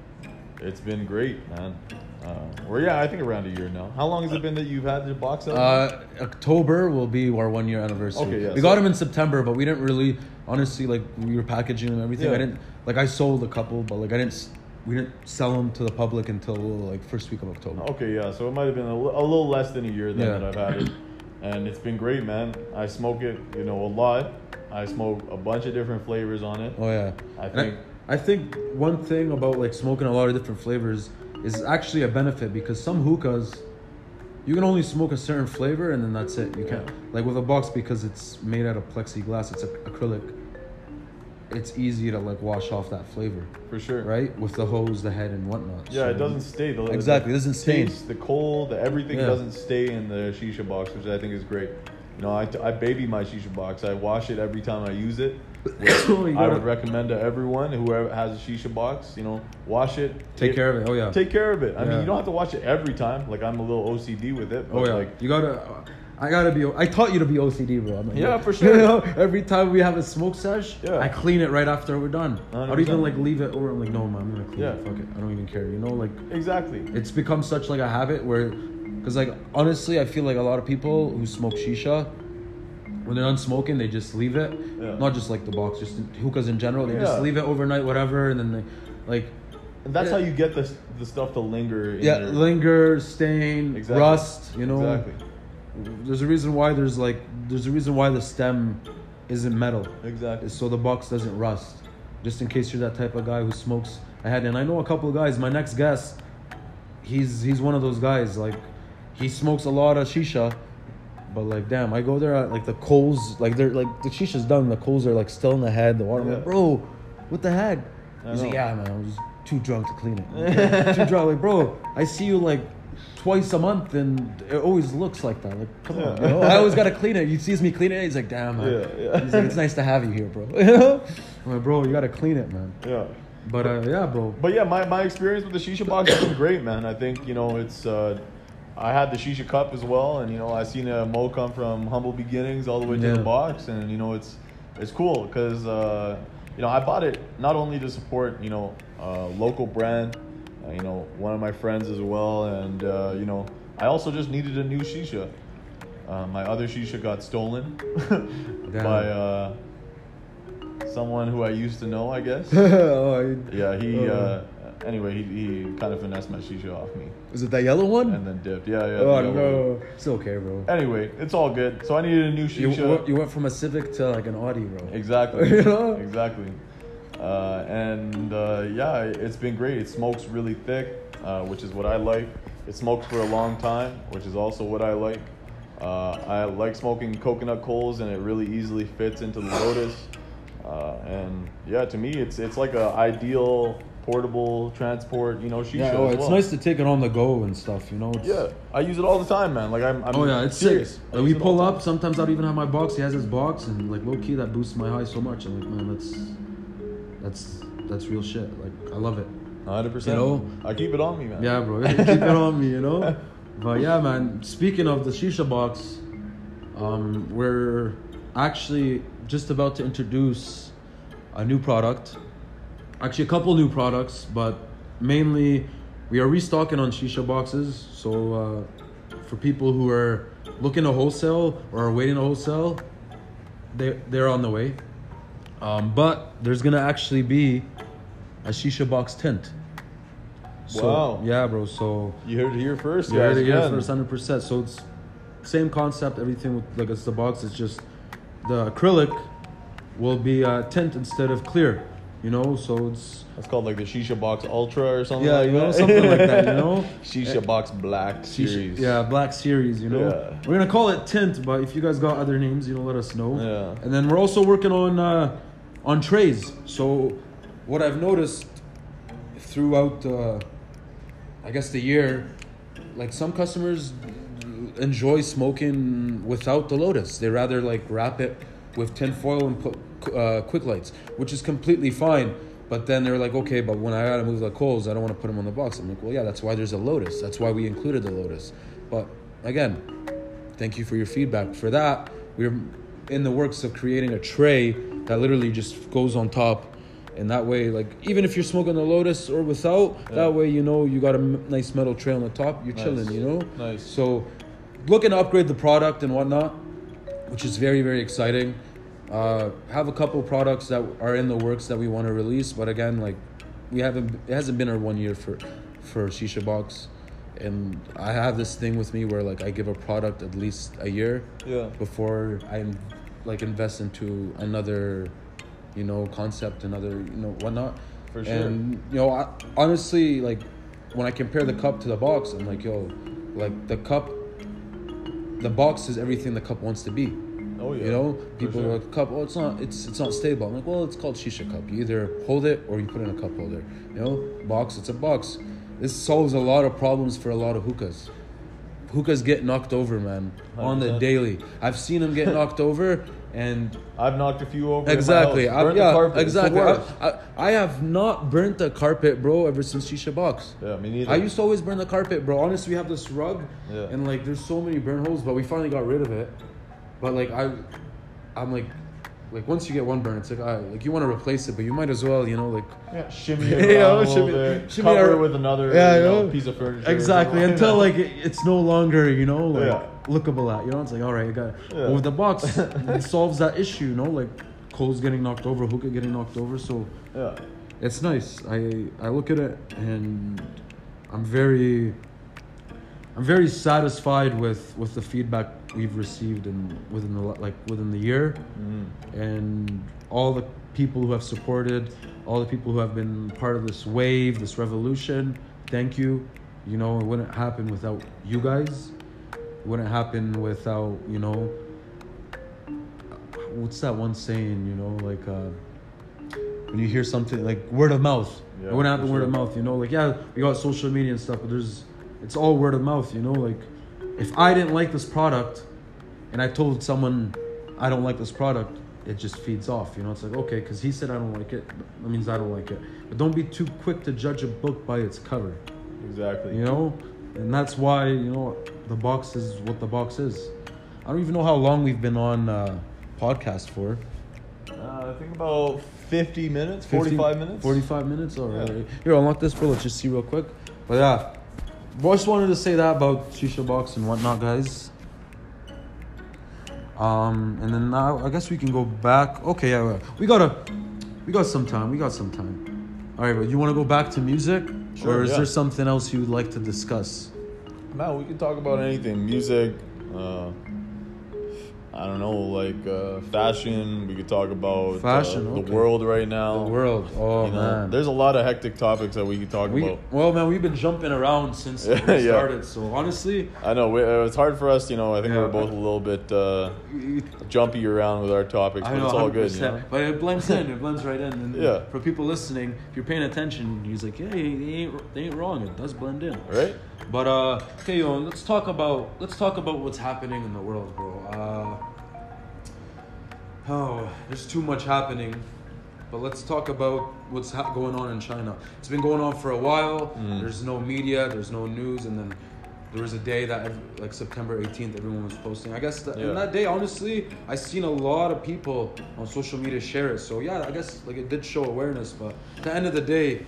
Speaker 2: it's been great, man. Uh, or yeah, I think around a year now. How long has it been that you've had the box out?
Speaker 1: Uh, October will be our one year anniversary.
Speaker 2: Okay, yeah,
Speaker 1: we got
Speaker 2: so-
Speaker 1: them in September, but we didn't really, honestly, like we were packaging and everything. I
Speaker 2: Yeah.
Speaker 1: didn't like I sold a couple, but like I didn't, s- we didn't sell them to the public until like first week of October.
Speaker 2: okay, yeah, so it might have been a li- a little less than a year then
Speaker 1: Yeah.
Speaker 2: that I've had it, and it's been great, man. I smoke it, you know, a lot. I smoke a bunch of different flavors on it.
Speaker 1: Oh yeah.
Speaker 2: I
Speaker 1: And
Speaker 2: think-
Speaker 1: I, think one thing about like smoking a lot of different flavors is actually a benefit because some hookahs you can only smoke a certain flavor and then that's it. You can't
Speaker 2: Yeah.
Speaker 1: like with a box because it's made out of plexiglass, it's ac- acrylic. It's easy to like wash off that flavor,
Speaker 2: For sure,
Speaker 1: right? With the hose, the head, and whatnot.
Speaker 2: Yeah, it
Speaker 1: So-
Speaker 2: doesn't stay. The,
Speaker 1: Exactly, it
Speaker 2: the
Speaker 1: doesn't stain.
Speaker 2: taste, the cold, the everything
Speaker 1: Yeah.
Speaker 2: doesn't stay in the shisha box, which I think is great. You know, I, I baby my shisha box. I wash it every time I use it.
Speaker 1: You
Speaker 2: I
Speaker 1: gotta
Speaker 2: would recommend to everyone whoever has a shisha box, you know, wash it.
Speaker 1: take care of it. Oh yeah.
Speaker 2: Take care of it. I mean,
Speaker 1: Yeah.
Speaker 2: you don't have to wash it every time. Like I'm a little OCD with it, but
Speaker 1: Oh yeah,
Speaker 2: like
Speaker 1: you gotta. I gotta be. I taught you to be OCD, bro. I'm like,
Speaker 2: Yeah, for
Speaker 1: You
Speaker 2: sure.
Speaker 1: know, every time we have a smoke sesh,
Speaker 2: Yeah.
Speaker 1: I clean it right after we're done. I don't
Speaker 2: 100%.
Speaker 1: even like leave it, or I'm like, no, man, I'm gonna clean it.
Speaker 2: Yeah.
Speaker 1: Fuck it, I don't even care. You know, like
Speaker 2: exactly.
Speaker 1: it's become such like a habit where, because like honestly, I feel like a lot of people who smoke shisha, when they're done smoking, they just leave it.
Speaker 2: Yeah.
Speaker 1: Not just like the box, just hookahs in general. They just
Speaker 2: Yeah.
Speaker 1: leave it overnight, whatever, and then they, like,
Speaker 2: And that's
Speaker 1: Yeah.
Speaker 2: how you get the the stuff to linger. In
Speaker 1: yeah,
Speaker 2: your,
Speaker 1: linger, stain,
Speaker 2: Exactly.
Speaker 1: rust. You know.
Speaker 2: exactly,
Speaker 1: There's a reason why there's like there's a reason why the stem isn't metal,
Speaker 2: exactly.
Speaker 1: is so the box doesn't rust. Just in case you're that type of guy who smokes ahead, and I know a couple of guys. My next guest, he's he's one of those guys. Like he smokes a lot of shisha, but like damn, I go there at, like the coals, like they're like the shisha's done, the coals are like still in the head. The water, I'm like
Speaker 2: Yeah.
Speaker 1: bro, what the heck?
Speaker 2: I
Speaker 1: He's like,
Speaker 2: know.
Speaker 1: yeah, man, I was too drunk to clean it. too drunk, like bro, I see you like. Twice a month, and it always looks like that. Like, come on,
Speaker 2: Yeah.
Speaker 1: bro. I always gotta clean it. He sees me clean it, he's like, "Damn, man."
Speaker 2: Yeah, yeah.
Speaker 1: He's like, "It's nice to have you here, bro." I'm like, "Bro, you gotta clean it, man."
Speaker 2: Yeah.
Speaker 1: But uh, yeah, bro.
Speaker 2: But yeah, my, my experience with the shisha box has been great, man. I think you know it's. Uh, I had the shisha cup as well, and you know I seen uh, Mo come from humble beginnings all the way to
Speaker 1: Yeah.
Speaker 2: the box, and you know it's it's cool because uh, you know I bought it not only to support you know a local brand, uh, you know one of my friends as well, and uh, you know I also just needed a new shisha. Uh, my other shisha got stolen
Speaker 1: Damn.
Speaker 2: by uh, someone who I used to know, I guess.
Speaker 1: Oh, I-
Speaker 2: Yeah, he.
Speaker 1: Uh.
Speaker 2: Uh, anyway, he, he kind of finessed my shisha off me
Speaker 1: is it that yellow one?
Speaker 2: and then dipped. Yeah, yeah.
Speaker 1: oh
Speaker 2: the yellow one.
Speaker 1: no, it's okay, bro.
Speaker 2: Anyway, it's all good. So I needed a new
Speaker 1: You,
Speaker 2: shisha.
Speaker 1: went- you went from a Civic to like an Audi, bro.
Speaker 2: Exactly.
Speaker 1: You know?
Speaker 2: Exactly. Uh, and uh, yeah, it's been great. It smokes really thick, uh, which is what I like. It smokes for a long time, which is also what I like. Uh, I like smoking coconut coals, and it really easily fits into the Lotus. Uh, and yeah, to me, it's it's like a ideal portable transport, you know, shisha.
Speaker 1: Yeah, oh,
Speaker 2: as
Speaker 1: it's
Speaker 2: well.
Speaker 1: nice to take it on the go and stuff, you know. It's,
Speaker 2: Yeah, I use it all the time, man. Like I'm. I'm
Speaker 1: Oh yeah, it's
Speaker 2: serious.
Speaker 1: serious.
Speaker 2: I
Speaker 1: Like, we
Speaker 2: use it all
Speaker 1: pull
Speaker 2: the time.
Speaker 1: up. Sometimes I don't even have my box. He has his box, and like low key, that boosts my high so much. I'm like, man, that's that's that's real shit. Like I love it.
Speaker 2: 100%.
Speaker 1: You know?
Speaker 2: I keep it on me, man.
Speaker 1: Yeah, bro. Keep it on me, you know. But yeah, man. Speaking of the shisha box, um, we're actually just about to introduce a new product. Actually, a couple new products, but mainly we are restocking on shisha boxes. So uh, for people who are looking to wholesale or are waiting to wholesale, they they're on the way. Um, but there's gonna actually be a shisha box tint. So,
Speaker 2: Wow.
Speaker 1: Yeah, bro. So
Speaker 2: You heard it here first,
Speaker 1: yeah,
Speaker 2: guys.
Speaker 1: yeah,
Speaker 2: again.
Speaker 1: first hundred percent. So it's same concept, everything with like it's the box. It's just the acrylic will be uh, tint instead of clear. You know, so it's
Speaker 2: That's called like the Shisha Box Ultra or something
Speaker 1: yeah,
Speaker 2: like
Speaker 1: you know,
Speaker 2: that.
Speaker 1: something like that. You know,
Speaker 2: Shisha Box Black Series.
Speaker 1: Yeah, Black Series, you know.
Speaker 2: Yeah.
Speaker 1: We're gonna call it Tint, but if you guys got other names, you know, let us know.
Speaker 2: Yeah.
Speaker 1: And then we're also working on uh, on trays. So what I've noticed throughout, uh, I guess the year, like some customers enjoy smoking without the Lotus. They rather like wrap it with tin foil and put uh, quick lights, which is completely fine. But then they're like, okay, but when I gotta move the coals, I don't want to put them on the box. I'm like, well, yeah, that's why there's a Lotus. That's why we included the Lotus. But again, thank you for your feedback for that we're in the works of creating a tray that literally just goes on top and that way like even if you're smoking the lotus or without that way you know you got a m- nice metal tray on the top you're chilling you know
Speaker 2: Nice.
Speaker 1: so looking to upgrade the product and whatnot which is very very exciting uh, have a couple products that are in the works that we want to release but again like we haven't it hasn't been our one year for for shisha box and i have this thing with me where like i give a product at least a year
Speaker 2: Yeah.
Speaker 1: before I like invest into another, you know, concept, another, you know, whatnot.
Speaker 2: For
Speaker 1: And you know, I, honestly, like when I compare the cup to the box, I'm like, yo, like the cup, the box is everything the cup wants to be.
Speaker 2: Oh yeah.
Speaker 1: You know,
Speaker 2: For
Speaker 1: people
Speaker 2: sure.
Speaker 1: are like cup. Oh, it's not. It's it's not stable. I'm like, well, it's called shisha cup. You either hold it or you put it in a cup holder. You know, box. It's a box. This solves a lot of problems for a lot of hookahs. Hookahs get knocked over, man, on the
Speaker 2: 100%.
Speaker 1: daily. I've seen them get knocked over, and
Speaker 2: I've knocked a few over. in my
Speaker 1: exactly,
Speaker 2: house.
Speaker 1: I,
Speaker 2: Burnt the
Speaker 1: yeah,
Speaker 2: carpet. It's the
Speaker 1: exactly. I,
Speaker 2: worst.
Speaker 1: I, I have not burnt the carpet, bro, ever since shisha box.
Speaker 2: Yeah, me neither.
Speaker 1: I used to always burn the carpet, bro. Honestly, we have this rug,
Speaker 2: Yeah.
Speaker 1: and like there's so many burn holes, but we finally got rid of it. But like I, I'm like, like once you get one burn, it's like I like you want to replace it, but you might as well, you know, like
Speaker 2: yeah, shimmy
Speaker 1: Yeah,
Speaker 2: it around
Speaker 1: you know,
Speaker 2: a little
Speaker 1: shimmy-
Speaker 2: bit,
Speaker 1: shimmy
Speaker 2: cover
Speaker 1: ar-
Speaker 2: it with another
Speaker 1: Yeah,
Speaker 2: you
Speaker 1: you
Speaker 2: know,
Speaker 1: know.
Speaker 2: piece of furniture. or
Speaker 1: exactly
Speaker 2: something
Speaker 1: until
Speaker 2: that.
Speaker 1: like it- it's no longer you know like
Speaker 2: Yeah.
Speaker 1: lookable at. You know, it's like all right, I got it.
Speaker 2: Yeah.
Speaker 1: But with the box, it solves that issue. You know, like Cole's getting knocked over, hookah getting knocked over, so
Speaker 2: yeah,
Speaker 1: it's nice. I I look at it and I'm very I'm very satisfied with with the feedback we've received and within the la- like within the year and all the people who have supported, all the people who have been part of this wave, this revolution. Thank you. You know, it wouldn't happen without you guys. It wouldn't happen without, you know, what's that one saying, you know, like uh when you hear something like word of mouth.
Speaker 2: Yeah,
Speaker 1: it wouldn't happen
Speaker 2: for
Speaker 1: word of
Speaker 2: sure.
Speaker 1: mouth, you know, like yeah, we got social media and stuff, but there's it's all word of mouth, you know, like if I didn't like this product and I told someone I don't like this product, it just feeds off, you know, it's like okay, because he said I don't like it, that means I don't like it. But don't be too quick to judge a book by its cover.
Speaker 2: exactly.
Speaker 1: You know, and that's why you know the box is what the box is. I don't even know how long we've been on uh, podcast for.
Speaker 2: Uh, I think about fifty minutes,
Speaker 1: 15
Speaker 2: forty-five minutes.
Speaker 1: Forty-five minutes. All right.
Speaker 2: Yeah.
Speaker 1: Here, unlock this, bro. Let's just see real quick. But yeah, well, I just wanted to say that about shisha box and whatnot, guys. Um, and then now I guess we can go back. Okay, yeah, yeah. we gotta, we got some time. We got some time. All right, but you want to go back to music,
Speaker 2: Sure,
Speaker 1: or is
Speaker 2: yeah.
Speaker 1: there something else you would like to discuss?
Speaker 2: Man, we can talk about anything. Music, uh, I don't know, like uh, fashion. We could talk about uh,
Speaker 1: Fashion,
Speaker 2: the
Speaker 1: okay.
Speaker 2: world right now.
Speaker 1: The world. Oh
Speaker 2: You know,
Speaker 1: man.
Speaker 2: there's a lot of hectic topics that we could talk
Speaker 1: We,
Speaker 2: about.
Speaker 1: well, man, we've been jumping around since we
Speaker 2: Yeah.
Speaker 1: started. So honestly,
Speaker 2: I know we, uh, it's hard for us. You know, I think
Speaker 1: Yeah.
Speaker 2: we're both a little bit uh,
Speaker 1: it-
Speaker 2: jumpy around with our topics,
Speaker 1: I
Speaker 2: but
Speaker 1: know,
Speaker 2: it's all good.
Speaker 1: 100%,
Speaker 2: You know?
Speaker 1: but it blends in. It blends right in. And
Speaker 2: Yeah.
Speaker 1: For people listening, if you're paying attention, he's like, yeah, they ain't, they ain't wrong. It does blend in.
Speaker 2: Right?
Speaker 1: But uh, okay, yo, let's talk about let's talk about what's happening in the world, bro. Uh, oh, there's too much happening. But let's talk about what's ha- going on in China. It's been going on for a while. There's no media. There's no news. And then there was a day that, ev- like September 18th, everyone was posting. I guess that,
Speaker 2: Yeah.
Speaker 1: and that day, honestly, I seen a lot of people on social media share it. So yeah, I guess like it did show awareness. But at the end of the day,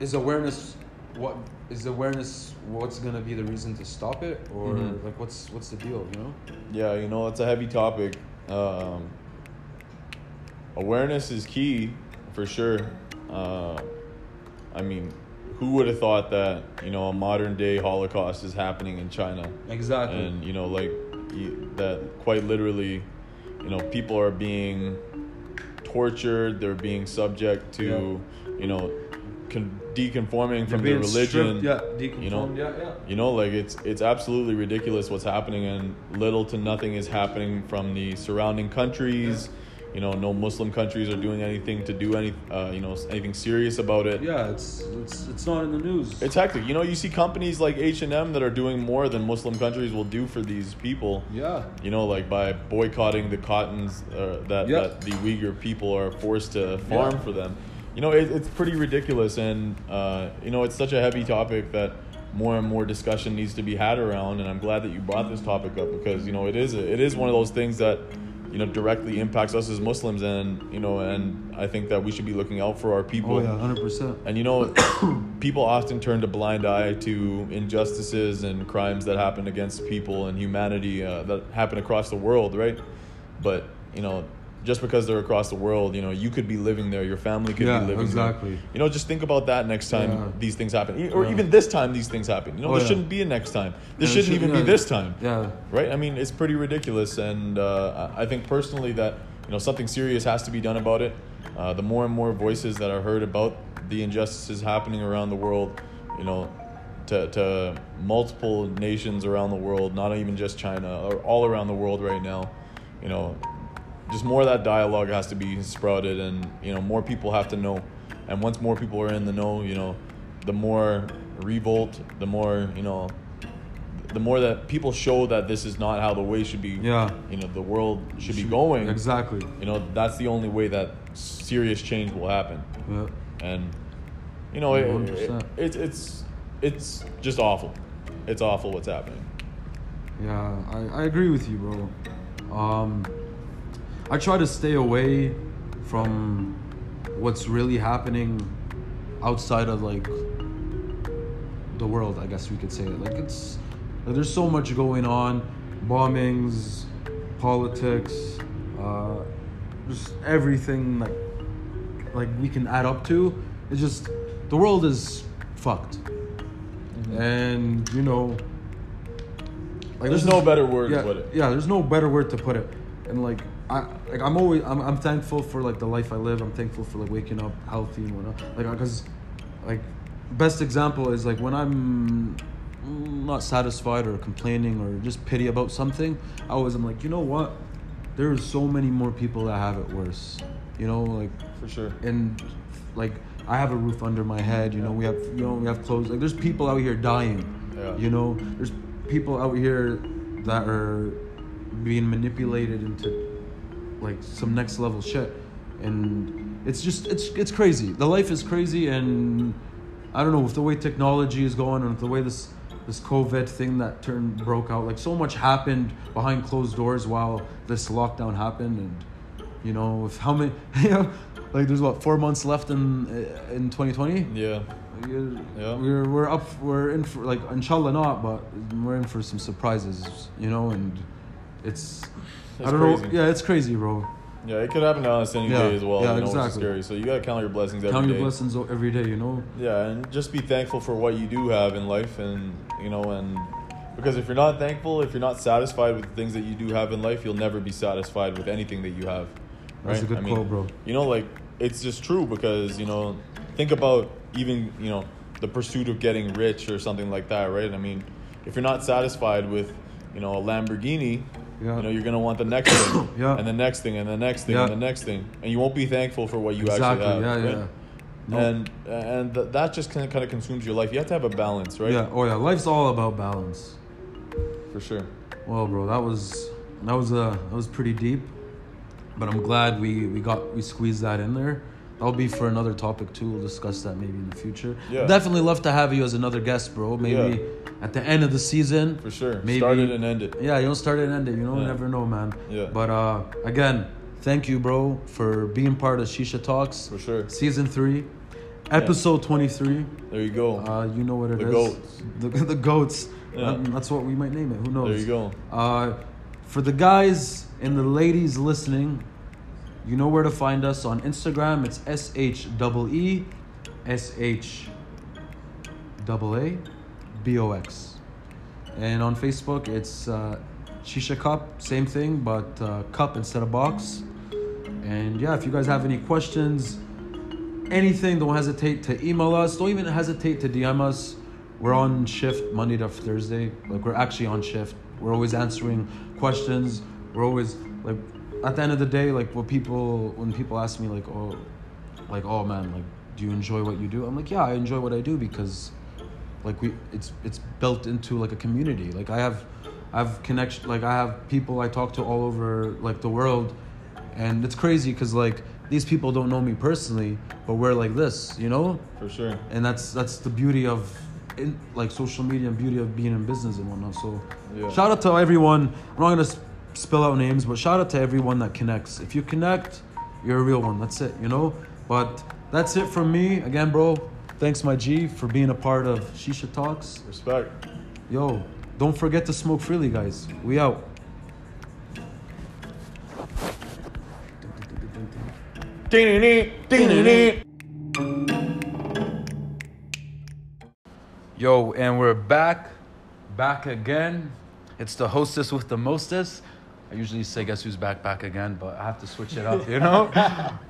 Speaker 1: is awareness what is awareness what's gonna be the reason to stop it or
Speaker 2: Mhm.
Speaker 1: like what's what's the deal you know
Speaker 2: Yeah, you know, it's a heavy topic. Um, awareness is key for sure. Uh, Um, I mean, who would have thought that you know a modern day Holocaust is happening in China?
Speaker 1: Exactly.
Speaker 2: And you know, like you, that, quite literally, you know, people are being tortured. They're being subject to, you know, con- deconforming from their
Speaker 1: being
Speaker 2: religion.
Speaker 1: stripped, yeah,
Speaker 2: You know,
Speaker 1: deconformed, yeah, yeah.
Speaker 2: You know, like it's it's absolutely ridiculous what's happening, and little to nothing is happening from the surrounding countries. You know, no Muslim countries are doing anything to do any, uh, you know, anything serious about it.
Speaker 1: yeah, it's it's it's not in the news.
Speaker 2: It's hectic. You know, you see companies like H and M that are doing more than Muslim countries will do for these people.
Speaker 1: yeah.
Speaker 2: You know, like by boycotting the cottons uh, that,
Speaker 1: Yeah.
Speaker 2: that the Uyghur people are forced to farm
Speaker 1: Yeah.
Speaker 2: for them. You know, it, it's pretty ridiculous, and uh, you know, it's such a heavy topic that more and more discussion needs to be had around. And I'm glad that you brought this topic up because you know it is it is one of those things that you know directly impacts us as Muslims, and you know, and I think that we should be looking out for our people.
Speaker 1: Oh yeah, hundred percent.
Speaker 2: And you know, people often turn a blind eye to injustices and crimes that happen against people and humanity uh, that happen across the world, right? But you know, just because they're across the world, you know, you could be living there, your family could
Speaker 1: Yeah,
Speaker 2: be living
Speaker 1: exactly.
Speaker 2: there. You know, just think about that next time
Speaker 1: Yeah.
Speaker 2: these things happen, E- or
Speaker 1: Yeah.
Speaker 2: even this time these things happen. You know,
Speaker 1: Oh,
Speaker 2: there
Speaker 1: yeah.
Speaker 2: shouldn't be a next time. This
Speaker 1: Yeah, it
Speaker 2: shouldn't
Speaker 1: should-
Speaker 2: even
Speaker 1: yeah.
Speaker 2: be this time
Speaker 1: Yeah.
Speaker 2: right? I mean, it's pretty ridiculous, and uh, I I think personally that you know something serious has to be done about it. Uh, the more and more voices that are heard about the injustices happening around the world, you know, to, to multiple nations around the world, not even just China, or all around the world right now, you know, just more of that dialogue has to be sprouted, and you know, more people have to know. And once more people are in the know, you know, the more revolt, the more you know, the more that people show that this is not how the way should be
Speaker 1: Yeah.
Speaker 2: you know the world should be going
Speaker 1: Exactly.
Speaker 2: you know that's the only way that serious change will happen
Speaker 1: Yeah.
Speaker 2: and you know it, it,
Speaker 1: 100%.
Speaker 2: it's it's it's just awful it's awful what's happening
Speaker 1: Yeah, I, I agree with you, bro. Um, I try to stay away from what's really happening outside of like the world. I guess we could say it. Like it's like, there's so much going on, bombings, politics, uh, just everything like like we can add up to. It's just the world is fucked, Mm-hmm. and you know like
Speaker 2: There's
Speaker 1: this
Speaker 2: no
Speaker 1: is-
Speaker 2: better word to
Speaker 1: yeah,
Speaker 2: put it.
Speaker 1: Yeah, there's no better word to put it. And like I like I'm always I'm, I'm thankful for like the life I live. I'm thankful for like waking up healthy and whatnot. Like because like best example is like when I'm not satisfied or complaining or just pity about something, I always am like, you know what? There's so many more people that have it worse. You know, like
Speaker 2: for sure
Speaker 1: and like I have a roof under my head. You know, we have you know we have clothes. Like there's people out here dying.
Speaker 2: Yeah.
Speaker 1: You know, there's people out here that are being manipulated into like some next level shit, and it's just it's it's crazy. The life is crazy, and I don't know with the way technology is going and with the way this this COVID thing that turned broke out. Like so much happened behind closed doors while this lockdown happened, and you know with how many you know, like there's what four months left in in 2020.
Speaker 2: yeah
Speaker 1: We're,
Speaker 2: Yeah.
Speaker 1: we're we're up we're in for like inshallah not but we're in for some surprises you know and it's I
Speaker 2: That's
Speaker 1: don't know
Speaker 2: crazy.
Speaker 1: yeah it's crazy bro
Speaker 2: yeah it could happen to us any
Speaker 1: Yeah,
Speaker 2: day as well
Speaker 1: yeah,
Speaker 2: you know, which is
Speaker 1: exactly.
Speaker 2: scary so you gotta count your blessings every
Speaker 1: count your
Speaker 2: day.
Speaker 1: blessings o- every day you know
Speaker 2: Yeah, and just be thankful for what you do have in life, and you know, and because if you're not thankful, if you're not satisfied with the things that you do have in life, you'll never be satisfied with anything that you have. Right?
Speaker 1: That's a good quote, bro.
Speaker 2: You know, like it's just true because you know, think about even you know the pursuit of getting rich or something like that, right? I mean, if you're not satisfied with you know a Lamborghini.
Speaker 1: Yeah.
Speaker 2: You know, you're gonna want the next thing,
Speaker 1: Yeah.
Speaker 2: and the next thing, and the next thing,
Speaker 1: Yeah.
Speaker 2: and the next thing, and you won't be thankful for what you
Speaker 1: exactly
Speaker 2: actually
Speaker 1: yeah
Speaker 2: have.
Speaker 1: yeah
Speaker 2: right?
Speaker 1: No.
Speaker 2: and and th- that just kind of kind of consumes your life. You have to have a balance, right?
Speaker 1: yeah oh yeah life's all about balance
Speaker 2: for sure.
Speaker 1: well bro that was that was uh that was pretty deep but I'm glad we we got we squeezed that in there that'll be for another topic too we'll discuss that maybe in the future
Speaker 2: Yeah.
Speaker 1: definitely love to have you as another guest bro maybe at the end of the season
Speaker 2: For sure.
Speaker 1: Maybe-
Speaker 2: Start it and end it.
Speaker 1: Yeah, you don't start and end it. You don't
Speaker 2: Yeah.
Speaker 1: never know, man.
Speaker 2: Yeah.
Speaker 1: But uh, again, thank you, bro, for being part of Shisha Talks.
Speaker 2: For sure.
Speaker 1: Season three, episode twenty-three.
Speaker 2: There you go.
Speaker 1: Uh, you know what it
Speaker 2: The
Speaker 1: is.
Speaker 2: goats.
Speaker 1: The, the goats.
Speaker 2: Yeah.
Speaker 1: Um, that's what we might name it. Who knows?
Speaker 2: there you go.
Speaker 1: Uh, for the guys and the ladies listening, you know where to find us on Instagram. It's S E, H E E S H double A B O X. And on Facebook, it's uh, Shisha Cup, same thing, but uh, cup instead of box. And yeah, if you guys have any questions, anything, don't hesitate to email us. Don't even hesitate to DM us. We're on shift Monday to Thursday. Like we're actually on shift. We're always answering questions. We're always like at the end of the day, like what people when people ask me like, oh, like oh man, like do you enjoy what you do? I'm like yeah, I enjoy what I do because like we it's it's built into like a community. Like I have I have connection like I have people I talk to all over like the world and it's crazy because like these people don't know me personally but we're like this you know
Speaker 2: for sure.
Speaker 1: and that's that's the beauty of in, like social media and beauty of being in business and whatnot so
Speaker 2: Yeah.
Speaker 1: shout out to everyone i'm not gonna s- spill out names but shout out to everyone that connects if you connect you're a real one that's it you know but that's it from me again bro thanks my g for being a part of shisha talks
Speaker 2: Respect.
Speaker 1: yo don't forget to smoke freely guys we out Yo, and we're back, back again. It's the hostess with the mostest. I usually say guess who's back, back again, but I have to switch it up, you know?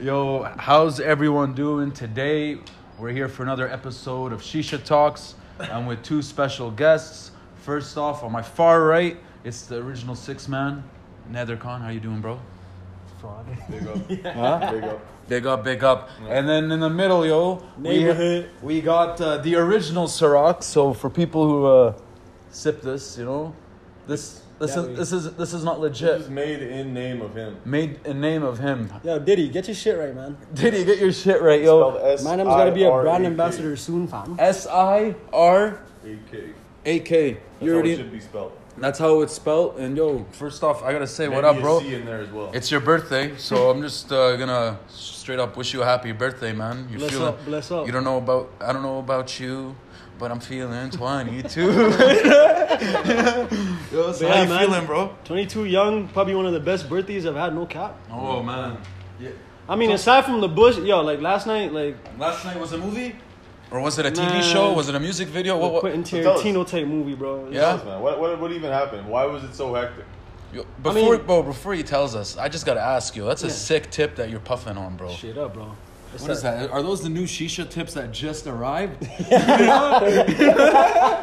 Speaker 1: Yo, how's everyone doing today? We're here for another episode of Shisha Talks. I'm with two special guests. First off, on my far right, it's the original six man, Nether Khan. How you doing, bro?
Speaker 2: Big up. Huh? Big up.
Speaker 1: Big up, big up. And then in the middle, yo,
Speaker 4: Neighborhood.
Speaker 1: We, we got uh, the original Ciroc. So for people who uh, sip this, you know, this this
Speaker 4: That
Speaker 1: is
Speaker 4: way.
Speaker 1: this is this is not
Speaker 2: This
Speaker 1: legit.
Speaker 2: is made in name of him.
Speaker 1: Made in name of him.
Speaker 4: Yo, Diddy, get your shit right, man.
Speaker 1: Diddy, get your shit right, yo.
Speaker 4: My name's gotta be a brand ambassador soon, fam.
Speaker 1: S I R
Speaker 2: AK.
Speaker 1: A K. You
Speaker 2: That's how it
Speaker 1: already.
Speaker 2: should be spelled.
Speaker 1: That's how it's spelled. And yo, first off, I gotta say what up,
Speaker 2: Maybe a
Speaker 1: bro.
Speaker 2: C in there as well.
Speaker 1: It's your birthday, so I'm just uh, gonna straight up wish you a happy birthday, man. You
Speaker 4: Bless
Speaker 1: feeling?
Speaker 4: up, bless up.
Speaker 1: You don't know about I don't know about you, but I'm feeling 22. Yo, so
Speaker 4: But
Speaker 1: how
Speaker 4: yeah,
Speaker 1: you
Speaker 4: man.
Speaker 1: feeling, bro?
Speaker 4: 22 young, probably one of the best birthdays I've had, no cap.
Speaker 1: Oh man,
Speaker 4: I mean, aside from the bush, yo, like last night, like
Speaker 1: last night was a movie, or was it a TV
Speaker 4: Man.
Speaker 1: show? Was it a music video? What?
Speaker 4: the
Speaker 1: what?
Speaker 4: Quentin
Speaker 2: So tell us.
Speaker 4: Tarantino type movie, bro. It's-
Speaker 1: Yeah.
Speaker 2: Man, what, what, what even happened? Why was it so hectic?
Speaker 1: Yo, Before,
Speaker 4: mean-
Speaker 1: bro, before he tells us, I just gotta ask you. That's a
Speaker 4: Yeah.
Speaker 1: sick tip that you're puffing on, bro.
Speaker 4: Shit up, bro. It's
Speaker 1: What is that? Are those the new shisha tips that just arrived?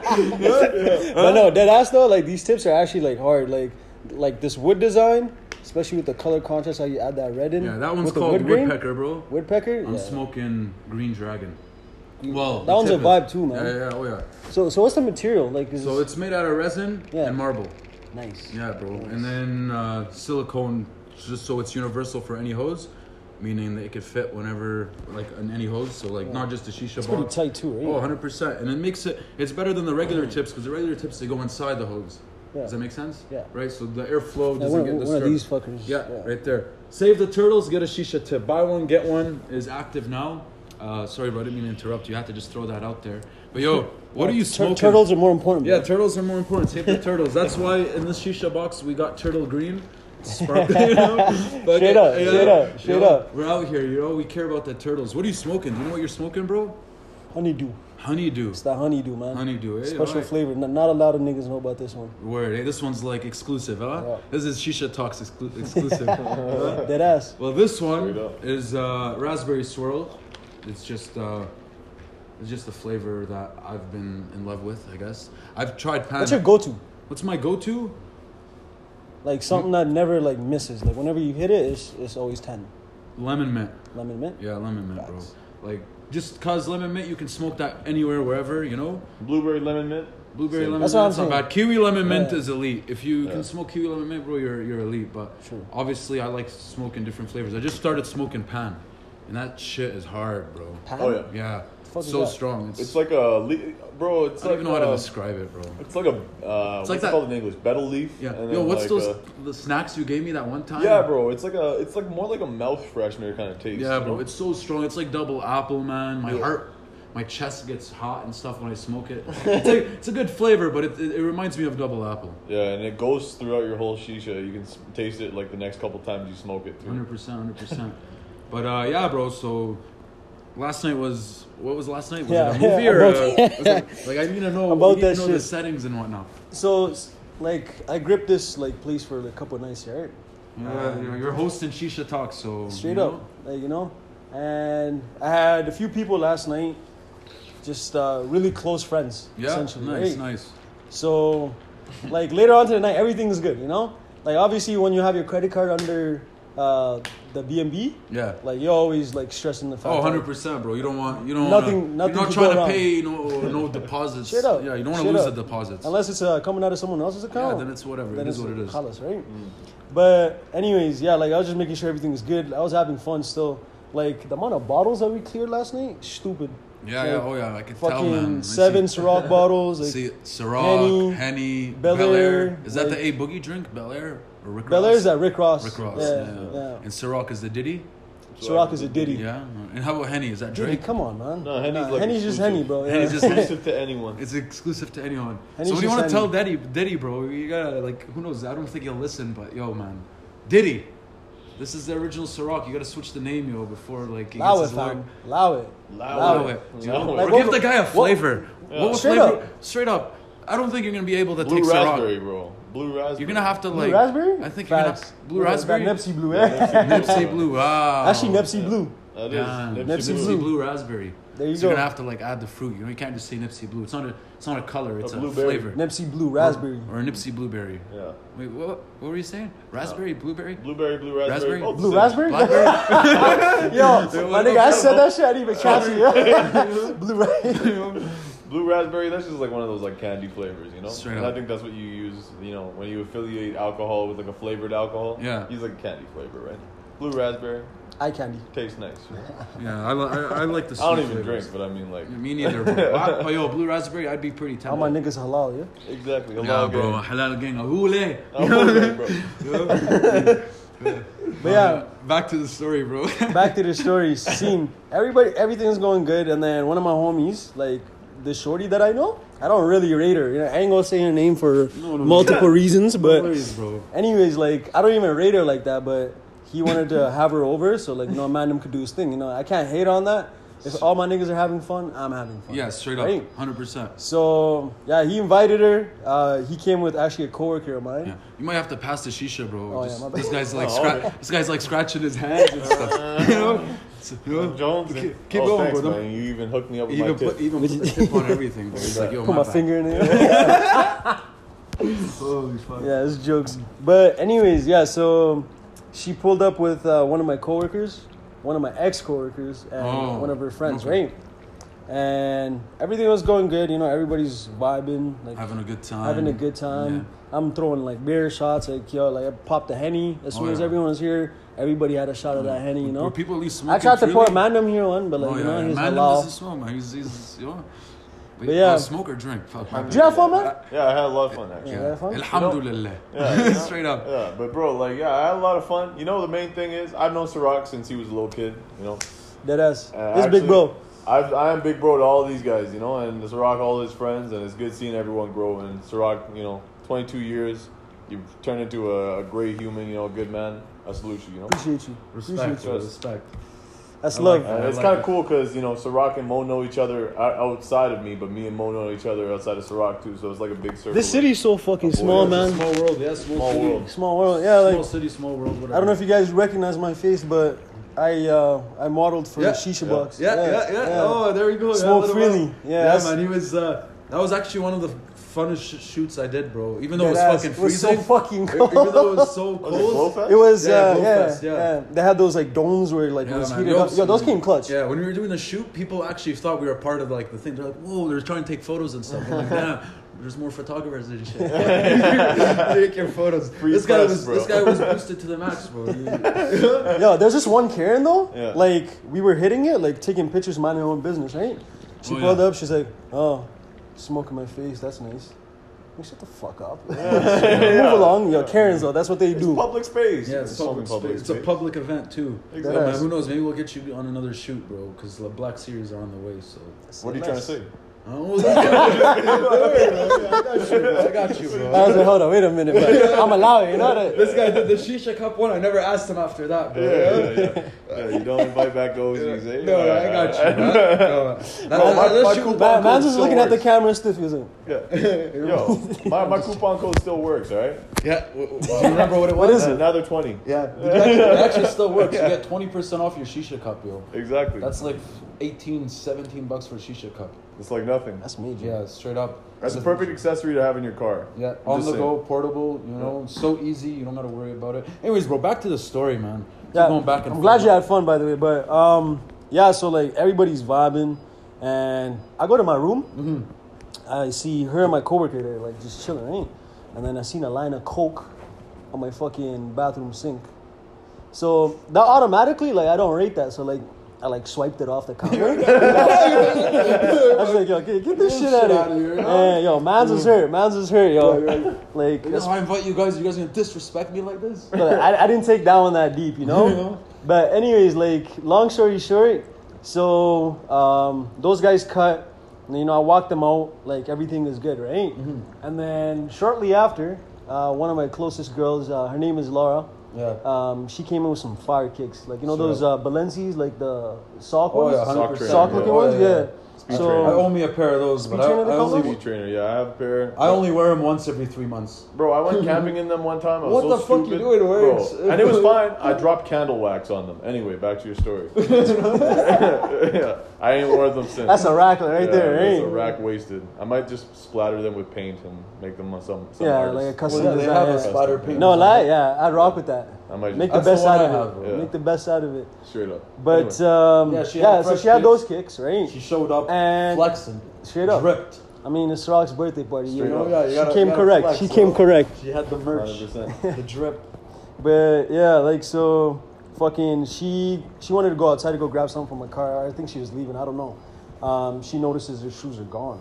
Speaker 4: But no, dead ass though, like these tips are actually like hard. Like like this wood design, especially with the color contrast, how you add that red in.
Speaker 1: Yeah, that one's
Speaker 4: with the
Speaker 1: called
Speaker 4: wood grain.
Speaker 1: Woodpecker, bro.
Speaker 4: Woodpecker?
Speaker 1: I'm
Speaker 4: Yeah.
Speaker 1: smoking Green Dragon. Well,
Speaker 4: That one's a
Speaker 1: tip is-
Speaker 4: vibe too, man.
Speaker 1: Yeah, yeah, oh yeah.
Speaker 4: So so what's the material? Like is
Speaker 1: So it's made out of resin
Speaker 4: Yeah.
Speaker 1: and marble.
Speaker 4: nice.
Speaker 1: Yeah, bro. And then uh, silicone, just so it's universal for any hose, meaning that it could fit whenever, like on any hose. So like not just a shisha
Speaker 4: Pretty
Speaker 1: box.
Speaker 4: tight too, right?
Speaker 1: Oh, 100 percent. And it makes it. It's better than the regular tips because the regular tips they go inside the hose.
Speaker 4: Yeah.
Speaker 1: Does that make sense?
Speaker 4: Yeah.
Speaker 1: Right. So the airflow
Speaker 4: Yeah,
Speaker 1: doesn't
Speaker 4: one,
Speaker 1: get
Speaker 4: one
Speaker 1: disturbed.
Speaker 4: of these fuckers.
Speaker 1: Yeah, right there. Save the turtles, get a shisha tip. Buy one, get one is active now. Uh, sorry, bro, I didn't mean to interrupt you. I had to just throw that out there. But yo, what are you
Speaker 4: Tur-
Speaker 1: smoking?
Speaker 4: turtles are more important.
Speaker 1: Yeah,
Speaker 4: bro.
Speaker 1: turtles are more important. Save the turtles. That's why in this shisha box we got turtle green. Sparkling, you know? Fuck
Speaker 4: Straight
Speaker 1: it,
Speaker 4: up,
Speaker 1: you
Speaker 4: straight
Speaker 1: know?
Speaker 4: up, straight
Speaker 1: Yo,
Speaker 4: up.
Speaker 1: We're out here, you know. We care about the turtles. What are you smoking? Do you know what you're smoking, bro?
Speaker 4: honeydew.
Speaker 1: Honeydew.
Speaker 4: It's that honeydew, man.
Speaker 1: Honeydew. eh?
Speaker 4: Special
Speaker 1: Alright.
Speaker 4: flavor. Not, not a lot of niggas know about this one.
Speaker 1: Word. Hey, this one's like exclusive, huh?
Speaker 4: Yeah.
Speaker 1: This is shisha talks exclu- exclusive.
Speaker 4: Dead ass.
Speaker 1: Well, this one
Speaker 2: Straight up.
Speaker 1: is uh, raspberry swirl. It's just uh, it's just a flavor that I've been in love with. I guess I've tried pan.
Speaker 4: What's your go-to?
Speaker 1: What's my go-to?
Speaker 4: Like something that never like misses. Like whenever you hit it, it's it's always ten.
Speaker 1: Lemon mint.
Speaker 4: Lemon mint.
Speaker 1: Yeah, lemon mint, bro.
Speaker 4: Facts.
Speaker 1: Like just cause lemon mint, you can smoke that anywhere, wherever you know.
Speaker 2: Blueberry lemon mint?
Speaker 1: Blueberry
Speaker 2: Same.
Speaker 1: lemon
Speaker 4: That's what
Speaker 1: mint's
Speaker 4: I'm
Speaker 1: not
Speaker 4: saying.
Speaker 1: bad. Kiwi lemon mint
Speaker 4: Yeah.
Speaker 1: is elite. If you
Speaker 2: Yeah.
Speaker 1: can smoke kiwi lemon mint, bro, you're you're elite. But
Speaker 4: True.
Speaker 1: obviously, I like smoking different flavors. I just started smoking pan, and that shit is hard, bro.
Speaker 4: Pan?
Speaker 2: Oh, yeah.
Speaker 1: Yeah,
Speaker 4: fuck is
Speaker 1: so
Speaker 4: that?
Speaker 1: strong. It's,
Speaker 2: It's like a. Le- bro, it's
Speaker 1: I don't
Speaker 2: like.
Speaker 1: even know how to
Speaker 2: uh,
Speaker 1: describe it, bro.
Speaker 2: It's like a. Uh,
Speaker 1: It's like
Speaker 2: it's like what's
Speaker 1: that-
Speaker 2: it called in English? Betel leaf?
Speaker 1: Yeah.
Speaker 2: And
Speaker 1: Yo,
Speaker 2: then
Speaker 1: what's
Speaker 2: like
Speaker 4: uh,
Speaker 1: those
Speaker 2: a-
Speaker 1: the snacks you gave me that one time?
Speaker 2: yeah, bro. It's like a. It's like more like a mouth freshener kind of taste.
Speaker 1: Yeah,
Speaker 2: you know?
Speaker 1: bro. It's so strong. It's like double apple, man. My
Speaker 2: Yeah.
Speaker 1: heart, my chest gets hot and stuff when I smoke it. It's, like, it's a good flavor, but it, it, it reminds me of double apple.
Speaker 2: Yeah, and it goes throughout your whole shisha. You can s- taste it like the next couple times you smoke it. Too.
Speaker 1: Hundred percent, hundred percent. But uh, yeah, bro. So Last night was what was last night? Was
Speaker 4: Yeah,
Speaker 1: it a movie
Speaker 4: yeah,
Speaker 1: or
Speaker 4: about-
Speaker 1: a, was it- like I need to know
Speaker 4: About
Speaker 1: we need
Speaker 4: that
Speaker 1: to know the
Speaker 4: shit.
Speaker 1: settings and whatnot.
Speaker 4: So, s- like, I gripped this like place for like, a couple of nights, right?
Speaker 1: Uh, you know, you're hosting Shisha Talk, so
Speaker 4: Straight
Speaker 1: you
Speaker 4: up, like you know. And I had a few people last night, just uh, really close friends,
Speaker 1: know. Yeah,
Speaker 4: essentially.
Speaker 1: nice,
Speaker 4: right?
Speaker 1: nice.
Speaker 4: So, like later on tonight, everything's good, you know. Like obviously, when you have your credit card under uh, the BNB,
Speaker 1: Yeah.
Speaker 4: like you're always like stressing the fact.
Speaker 1: Oh,
Speaker 4: that-
Speaker 1: 100 percent, bro. You don't want you don't
Speaker 4: Nothing-
Speaker 1: Wanna,
Speaker 4: nothing
Speaker 1: you're not
Speaker 4: could
Speaker 1: trying
Speaker 4: go
Speaker 1: to
Speaker 4: wrong.
Speaker 1: pay no no deposits.
Speaker 4: Straight up.
Speaker 1: Yeah, you don't want to
Speaker 4: Straight
Speaker 1: lose
Speaker 4: up.
Speaker 1: the deposits.
Speaker 4: Unless it's uh, coming out of someone else's account.
Speaker 1: then it's whatever.
Speaker 4: Then
Speaker 1: It is
Speaker 4: it's
Speaker 1: what it is. Mm.
Speaker 4: Halas, right? But anyways, yeah, like I was just making sure everything was good. I was having fun still. Like the amount of bottles that we cleared last night, stupid.
Speaker 1: yeah, yeah, oh yeah, I can tell,
Speaker 4: Fucking
Speaker 1: man. I
Speaker 4: seven
Speaker 1: see,
Speaker 4: Ciroc bottles. Like,
Speaker 1: see Ciroc,
Speaker 4: Henny,
Speaker 1: Henny,
Speaker 4: Bel
Speaker 1: Bel Air.
Speaker 4: Air,
Speaker 1: Is that
Speaker 4: like-
Speaker 1: the A Boogie drink? Bel Air or Rick
Speaker 4: Bel
Speaker 1: Ross?
Speaker 4: Air's at Rick Ross.
Speaker 1: Rick Ross.
Speaker 4: Yeah,
Speaker 1: Yeah,
Speaker 4: yeah.
Speaker 1: And Ciroc is the Diddy.
Speaker 4: Ciroc is a Diddy.
Speaker 1: Yeah, and how about Henny? Is that
Speaker 4: Diddy,
Speaker 1: Drake?
Speaker 4: come on, man.
Speaker 2: No, Henny's
Speaker 4: Nah,
Speaker 2: like
Speaker 4: Henny's just
Speaker 2: exclusive.
Speaker 4: Henny, bro. Yeah.
Speaker 1: Henny's just Henny.
Speaker 2: Exclusive to anyone.
Speaker 1: It's exclusive to anyone.
Speaker 4: And
Speaker 1: so
Speaker 4: it's
Speaker 1: what do you
Speaker 4: just
Speaker 1: want to tell
Speaker 4: Henny.
Speaker 1: Diddy, Diddy, bro? You gotta like, who knows? I don't think he'll listen, but yo, man, Diddy, this is the original Ciroc. You gotta switch the name, yo, before like he
Speaker 4: Allow it,
Speaker 1: gets his lawyer.
Speaker 4: fam. Allow it.
Speaker 2: Allow
Speaker 1: Allow it.
Speaker 2: it.
Speaker 1: You know?
Speaker 2: Allow it.
Speaker 1: Or
Speaker 4: Like,
Speaker 1: give
Speaker 4: what-
Speaker 1: the guy a
Speaker 4: what-
Speaker 1: flavor. What,
Speaker 2: Yeah.
Speaker 1: was
Speaker 4: Straight
Speaker 1: flavor?
Speaker 4: up.
Speaker 1: Straight up. I don't think you're gonna be able to take
Speaker 2: Blue raspberry,
Speaker 1: Ciroc.
Speaker 2: bro. Blue raspberry.
Speaker 1: You're gonna have to
Speaker 4: Blue
Speaker 1: like.
Speaker 4: raspberry?
Speaker 1: I think you're gonna
Speaker 4: Facts.
Speaker 1: blue raspberry.
Speaker 4: That Nepsi blue, yeah.
Speaker 1: Nipsey blue. Wow.
Speaker 4: Actually, Nepsi blue.
Speaker 2: That is
Speaker 1: Yeah,
Speaker 2: Nipsey
Speaker 4: Nipsey
Speaker 1: Nipsey
Speaker 2: Blue.
Speaker 1: blue. raspberry.
Speaker 4: There you
Speaker 1: so you're
Speaker 4: go.
Speaker 1: gonna have to like add the fruit. You know, you can't just say Nipsey blue. It's not a it's not a color. It's a,
Speaker 2: blueberry.
Speaker 1: flavor.
Speaker 4: Nepsi blue raspberry.
Speaker 1: Or a Nipsey blueberry.
Speaker 2: Yeah.
Speaker 1: Wait, what? What were you saying? Raspberry, blueberry,
Speaker 2: Blueberry, blue raspberry.
Speaker 1: Raspberry?
Speaker 2: Oh,
Speaker 4: Blue
Speaker 2: same.
Speaker 4: raspberry?
Speaker 1: blackberry.
Speaker 4: Yo, my nigga, I said that shit. I didn't even catch it. yeah. Blue raspberry.
Speaker 2: Blue raspberry. That's just like one of those like candy flavors, you know.
Speaker 1: Straight
Speaker 2: and
Speaker 1: up.
Speaker 2: I think that's what you use, you know, when you affiliate alcohol with like a flavored alcohol.
Speaker 1: Yeah.
Speaker 2: Use like a candy flavor, right? Blue raspberry
Speaker 4: Eye candy.
Speaker 2: tastes nice. you know?
Speaker 1: yeah, I, li- I, I like the. Sweet
Speaker 2: I don't even
Speaker 1: flavors.
Speaker 2: drink, but I mean like
Speaker 1: Me neither. Bro. I, but yo, blue raspberry, I'd be pretty
Speaker 4: All my
Speaker 1: tempted.
Speaker 4: niggas halal, yeah?
Speaker 2: exactly. A
Speaker 1: Yeah,
Speaker 2: lot
Speaker 1: bro, a halal gang, a hule.
Speaker 2: bro.
Speaker 4: But yeah,
Speaker 1: Back to the story, bro.
Speaker 4: back to the stories. Scene. Everybody, everything's going good, and then one of my homies, like the shorty that I know, I don't really rate her. You know, I ain't gonna say her name for
Speaker 1: No, no, no.
Speaker 4: multiple reasons, but
Speaker 1: worries, bro.
Speaker 4: anyways, like I don't even rate her like that. But he wanted to have her over, so like, you know, Mandem could do his thing. You know, I can't hate on that. If all my niggas are having fun, I'm having fun.
Speaker 1: yeah, straight up,
Speaker 4: Right?
Speaker 1: hundred percent.
Speaker 4: So yeah, he invited her. Uh, he came with actually a coworker of mine.
Speaker 1: Yeah. You might have to pass the shisha, bro.
Speaker 4: Oh,
Speaker 1: Just-
Speaker 4: yeah, my bad.
Speaker 1: this guy's like
Speaker 2: Oh,
Speaker 1: scra-
Speaker 2: okay.
Speaker 1: this guy's like scratching his hands and stuff. you know, So, you know?
Speaker 2: Jones,
Speaker 1: Keep- keep
Speaker 2: oh,
Speaker 1: going,
Speaker 2: thanks,
Speaker 1: bro.
Speaker 2: man. You even hooked me up with
Speaker 1: even
Speaker 2: my tip.
Speaker 1: put even put the tip on everything. Bro. It's like yo,
Speaker 4: Put my
Speaker 1: bad.
Speaker 4: finger in it.
Speaker 1: Holy fuck.
Speaker 4: Yeah, it's jokes. But anyways, yeah. So she pulled up with uh, one of my coworkers, one of my ex coworkers, and
Speaker 1: Oh,
Speaker 4: one of her friends,
Speaker 1: okay.
Speaker 4: right? And everything was going good. You know, everybody's vibing, like
Speaker 1: Having a good time.
Speaker 4: having a good time. I'm throwing like beer shots, like yo, like I popped a henny as
Speaker 1: Oh,
Speaker 4: soon as
Speaker 1: yeah. Mm.
Speaker 4: everyone was here. Everybody had a shot of that henny, you
Speaker 1: Were
Speaker 4: know.
Speaker 1: people at least smoking.
Speaker 4: I tried to
Speaker 1: freely?
Speaker 4: pour Mandem here one, but like
Speaker 1: Oh
Speaker 4: you
Speaker 1: yeah,
Speaker 4: know,
Speaker 1: yeah.
Speaker 4: he's
Speaker 1: man doesn't
Speaker 4: halal.
Speaker 1: smoke, man. He's he's yo. But
Speaker 4: yeah.
Speaker 1: smoke or drink. Fuck. my
Speaker 4: Do you
Speaker 1: bad.
Speaker 4: have fun, man?
Speaker 2: Yeah, I had a lot of fun actually.
Speaker 4: Yeah, have fun?
Speaker 1: Alhamdulillah.
Speaker 2: Yeah, you know?
Speaker 1: straight up.
Speaker 2: Yeah, but bro, like, yeah, I had a lot of fun. You know, the main thing is I've known Ciroc since he was a little kid. You know,
Speaker 4: Dead ass.
Speaker 2: Uh,
Speaker 4: this
Speaker 2: actually,
Speaker 4: big bro.
Speaker 2: I've, I am big bro to all these guys, you know, and Ciroc, all his friends, and it's good seeing everyone grow. And Ciroc, you know, 22 years, you've turned into a, a great human, you know, a good man. I salute you, you know.
Speaker 4: Appreciate you. Appreciate you.
Speaker 2: bro,
Speaker 1: respect.
Speaker 4: That's
Speaker 1: I
Speaker 4: love.
Speaker 1: like
Speaker 2: And
Speaker 1: I
Speaker 2: it's
Speaker 1: like
Speaker 2: kind
Speaker 1: that.
Speaker 2: of cool because you know Ciroc and Mo know each other o- outside of me, but me and Mo know each other outside of Ciroc too. So it's like a big circle.
Speaker 4: This city's so fucking
Speaker 2: boy, it's
Speaker 4: small,
Speaker 2: a
Speaker 4: man.
Speaker 1: Small world, yes, small,
Speaker 2: Small
Speaker 1: city.
Speaker 2: world.
Speaker 4: Small world. Yeah, like
Speaker 1: small city, small world. Whatever.
Speaker 4: I don't know if you guys recognize my face, but I uh, I modeled for
Speaker 1: Yeah.
Speaker 4: the shisha
Speaker 2: Yeah.
Speaker 4: box.
Speaker 1: Yeah, yeah, yeah. Oh, there you go.
Speaker 4: Smoke
Speaker 1: yeah,
Speaker 4: freely. Yeah,
Speaker 1: Yeah,
Speaker 4: that's-
Speaker 1: man. He was. Uh, that was actually one of the funnest sh- shoots I did, bro. Even though it was
Speaker 4: Deadass.
Speaker 1: fucking
Speaker 4: It was so
Speaker 1: freezing.
Speaker 4: fucking
Speaker 1: e- Even though it
Speaker 4: cold.
Speaker 1: was so cold.
Speaker 2: Was it Blowfest?
Speaker 4: It was
Speaker 1: Yeah,
Speaker 4: uh,
Speaker 1: Blow
Speaker 4: yeah,
Speaker 1: Fest, yeah.
Speaker 4: yeah, They had those like domes where like
Speaker 1: Yeah,
Speaker 4: it was
Speaker 1: man.
Speaker 4: heated
Speaker 1: Yo,
Speaker 4: up. Yo, those came clutch.
Speaker 1: Yeah, when we were doing the shoot, people actually thought we were part of like the thing. They're like, "Whoa!" They're trying to take photos and stuff. I'm like, "Nah, there's more photographers and shit. take your photos."
Speaker 2: Free
Speaker 1: this guy
Speaker 2: press,
Speaker 1: was
Speaker 2: bro.
Speaker 1: this guy was boosted to the max, bro. He-
Speaker 4: Yo, there's this one Karen though.
Speaker 2: Yeah.
Speaker 4: Like we were hitting it, like taking pictures, minding her own business, right? She
Speaker 1: Oh,
Speaker 4: pulled
Speaker 1: yeah.
Speaker 4: up. She's like, "Oh, smoke in my face. That's nice." Like, Shut the fuck up. Move along, yo. Karens though, that's what they do.
Speaker 2: public space.
Speaker 1: yeah, it's,
Speaker 2: fucking
Speaker 1: public space. It's a public event too.
Speaker 2: Exactly.
Speaker 1: Yeah, man, who knows? Maybe we'll get you on another shoot, bro. Because the Black Series are on the way, so.
Speaker 2: What are you trying to say?
Speaker 1: Oh, I got you,
Speaker 4: I
Speaker 1: bro.
Speaker 4: was like, hold on, wait a minute, but I'm allowed, you know that.
Speaker 1: This guy did the Shisha Cup one. I never asked him after that, bro.
Speaker 2: Yeah, yeah, yeah. Yeah, you don't invite back OGs, eh?
Speaker 1: No, I got you. man. No, that,
Speaker 2: Bro, my-
Speaker 1: that,
Speaker 2: my
Speaker 1: that shit was
Speaker 2: coupon-
Speaker 1: bad.
Speaker 2: That
Speaker 4: Man's
Speaker 2: is
Speaker 4: just
Speaker 2: so
Speaker 4: looking at the
Speaker 2: worse.
Speaker 4: camera stiff. He was like,
Speaker 2: Yeah. Yo, my, my coupon code still works, all right?
Speaker 1: Yeah, w- w- do you remember what it was?
Speaker 4: What is it?
Speaker 2: Another 20.
Speaker 1: Yeah, it actually, it actually still works. You get 20% off your shisha cup, yo.
Speaker 2: Exactly.
Speaker 1: That's like 18, 17 bucks for a shisha cup.
Speaker 2: it's like nothing.
Speaker 4: that's me, Jay.
Speaker 1: Yeah, straight up.
Speaker 2: That's a
Speaker 1: The-
Speaker 2: perfect accessory to have in your car.
Speaker 1: Yeah,
Speaker 2: I'm
Speaker 1: on
Speaker 2: just
Speaker 1: the
Speaker 2: saying.
Speaker 1: go, portable, you know, so easy, you don't gotta worry about it. Anyways, bro, back to the story, man. Keep
Speaker 4: Yeah,
Speaker 1: going back and
Speaker 4: I'm glad
Speaker 1: forth.
Speaker 4: you had fun, by the way. But um, yeah, so like everybody's vibing, and I go to my room.
Speaker 1: Mm-hmm.
Speaker 4: I see her and my coworker there, like just chilling, right? And then I seen a line of coke on my fucking bathroom sink. So that automatically, like, I don't rate that. So like, I like swiped it off the counter. I was like, yo, get, get this shit, out of here. Yeah, yo, man's
Speaker 1: Mm-hmm.
Speaker 4: is hurt. Man's is hurt, yo. like,
Speaker 1: You know, I invite you guys, you guys gonna disrespect me like this?
Speaker 4: but I, I didn't take that one that deep, you know? but anyways, like long story short, so um, those guys cut, and, you know, I walked them out, like everything was good, right? And then shortly after, uh, one of my closest girls, uh, her name is Laura.
Speaker 1: Yeah.
Speaker 4: Um, she came in with some fire kicks, like you know
Speaker 1: Straight
Speaker 4: those uh, Balenci's, like the sock
Speaker 1: Oh,
Speaker 4: ones,
Speaker 1: yeah,
Speaker 2: Sock
Speaker 1: 100%.
Speaker 4: sock
Speaker 2: trainer,
Speaker 4: looking
Speaker 2: yeah.
Speaker 4: ones,
Speaker 1: Oh,
Speaker 4: yeah.
Speaker 2: Speed
Speaker 4: So
Speaker 1: I owe me a pair of those, but I,
Speaker 4: trainer they
Speaker 1: I
Speaker 4: call
Speaker 1: only,
Speaker 4: them?
Speaker 2: Speed trainer, yeah, I have a pair.
Speaker 1: I only wear them once every three months.
Speaker 2: Bro, I went camping in them one time. I was
Speaker 1: What
Speaker 2: so
Speaker 1: the fuck you
Speaker 2: stupid.
Speaker 1: doing,
Speaker 2: Bro,
Speaker 1: Wags?
Speaker 2: And it was fine. I dropped candle wax on them. Anyway, back to your story. yeah, I ain't worn them since.
Speaker 4: That's a rack right
Speaker 2: Yeah,
Speaker 4: there, eh?
Speaker 2: It's
Speaker 4: right?
Speaker 2: a rack wasted. I might just splatter them with paint and make them some. some
Speaker 4: Yeah,
Speaker 2: artist.
Speaker 4: like a custom
Speaker 1: Well, they
Speaker 4: design.
Speaker 1: have
Speaker 4: yeah.
Speaker 1: a spider paint.
Speaker 4: No lie, yeah, I rock with that.
Speaker 2: I might just-
Speaker 4: Make the
Speaker 1: That's the
Speaker 4: best
Speaker 1: one
Speaker 4: out
Speaker 1: I
Speaker 4: of
Speaker 1: have,
Speaker 4: it.
Speaker 2: yeah.
Speaker 4: Make the best out of it.
Speaker 2: straight up.
Speaker 4: But
Speaker 2: Anyway,
Speaker 4: um, yeah,
Speaker 1: Yeah, she had
Speaker 4: so
Speaker 1: fresh
Speaker 4: she had
Speaker 1: kicks.
Speaker 4: those kicks, right?
Speaker 1: She showed up
Speaker 4: And-
Speaker 1: flexing.
Speaker 4: Straight up.
Speaker 1: Dripped.
Speaker 4: I mean, it's Rock's birthday party. You
Speaker 2: Straight
Speaker 4: know?
Speaker 2: up.
Speaker 1: Oh, Yeah, you gotta-
Speaker 4: she came
Speaker 1: you gotta
Speaker 4: correct.
Speaker 1: flex,
Speaker 4: she came
Speaker 1: bro.
Speaker 4: correct.
Speaker 1: She had the merch.
Speaker 2: 100%.
Speaker 1: The drip.
Speaker 4: But yeah, like so, fucking. She she wanted to go outside to go grab something from my car. I think she was leaving. I don't know. Um, she notices her shoes are gone.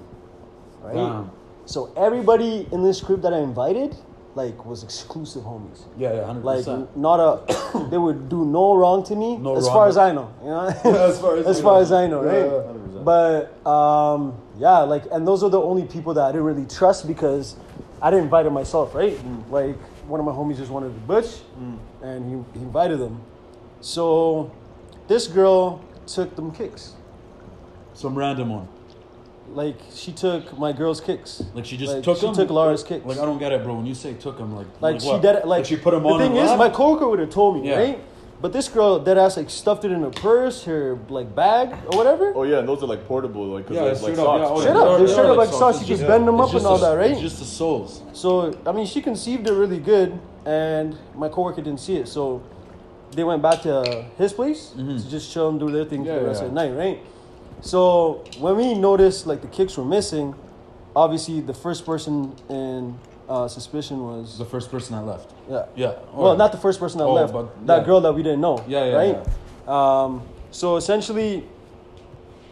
Speaker 4: Right.
Speaker 1: Damn.
Speaker 4: So everybody in this crib that I invited, like, was exclusive homies.
Speaker 1: Yeah, yeah, 100%.
Speaker 4: Like not a, they would do no wrong to me
Speaker 1: No
Speaker 4: as
Speaker 1: wrong.
Speaker 4: far as I know, you know.
Speaker 1: As far as you
Speaker 4: far
Speaker 1: know.
Speaker 4: as I know,
Speaker 1: Yeah, yeah,
Speaker 4: right? But um, yeah, like, and those are the only people that I didn't really trust because I didn't invite them myself, right?
Speaker 1: Mm.
Speaker 4: Like one of my homies just wanted to butch, and he, he invited them. So this girl took them kicks.
Speaker 1: Some random one.
Speaker 4: Like she took my girl's kicks.
Speaker 1: Like she just took
Speaker 4: she
Speaker 1: them?
Speaker 4: took Laura's kicks.
Speaker 1: Like, I don't get it, bro. When you say took them, like,
Speaker 4: Like, she
Speaker 1: what?
Speaker 4: did it. Like,
Speaker 1: she put them
Speaker 4: the
Speaker 1: on.
Speaker 4: The thing
Speaker 1: and
Speaker 4: is,
Speaker 1: left?
Speaker 4: my coworker would have told me,
Speaker 1: Yeah.
Speaker 4: right? But this girl dead ass like stuffed it in her purse, her like bag or whatever.
Speaker 2: oh yeah, and those are like portable, like because
Speaker 1: Yeah,
Speaker 2: there's like
Speaker 1: straight up, yeah,
Speaker 2: socks.
Speaker 1: oh,
Speaker 4: Straight
Speaker 1: yeah.
Speaker 4: up,
Speaker 1: They're-
Speaker 4: they
Speaker 1: they're
Speaker 4: straight
Speaker 1: like
Speaker 4: up like sauce. You
Speaker 1: sausages,
Speaker 4: just
Speaker 1: yeah.
Speaker 4: bend them up
Speaker 1: It's
Speaker 4: and
Speaker 1: just
Speaker 4: all
Speaker 1: the-
Speaker 4: that, right?
Speaker 1: It's just the soles.
Speaker 4: So I mean, she conceived it really good, and my coworker didn't see it. So they went back to his place to just chill and do their thing for
Speaker 1: Mm-hmm. Yeah,
Speaker 4: the rest
Speaker 1: yeah.
Speaker 4: of the night, right? So when we noticed like the kicks were missing, obviously the first person in uh, suspicion was
Speaker 1: The first person I left.
Speaker 4: yeah.
Speaker 1: Yeah.
Speaker 4: Well,
Speaker 1: alright.
Speaker 4: not the first person that
Speaker 1: Oh,
Speaker 4: left,
Speaker 1: but-
Speaker 4: that
Speaker 1: yeah.
Speaker 4: girl that we didn't know.
Speaker 1: Yeah, yeah,
Speaker 4: Right. Um, so essentially,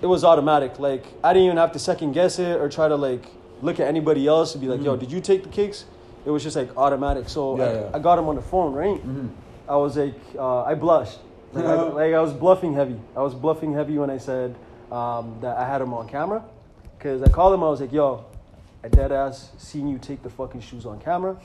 Speaker 4: it was automatic. Like I didn't even have to second guess it or try to like look at anybody else and be like, "Yo, did you take the kicks?" It was just like automatic. So
Speaker 1: Mm-hmm. Yeah,
Speaker 4: I,
Speaker 1: yeah. Mm-hmm.
Speaker 4: I got him on the phone, right? I was like, uh, I blushed. Like I, like I was bluffing heavy. I was bluffing heavy when I said um, that I had him on camera, because I called him. I was like, "Yo." I dead ass seen you take the fucking shoes on camera.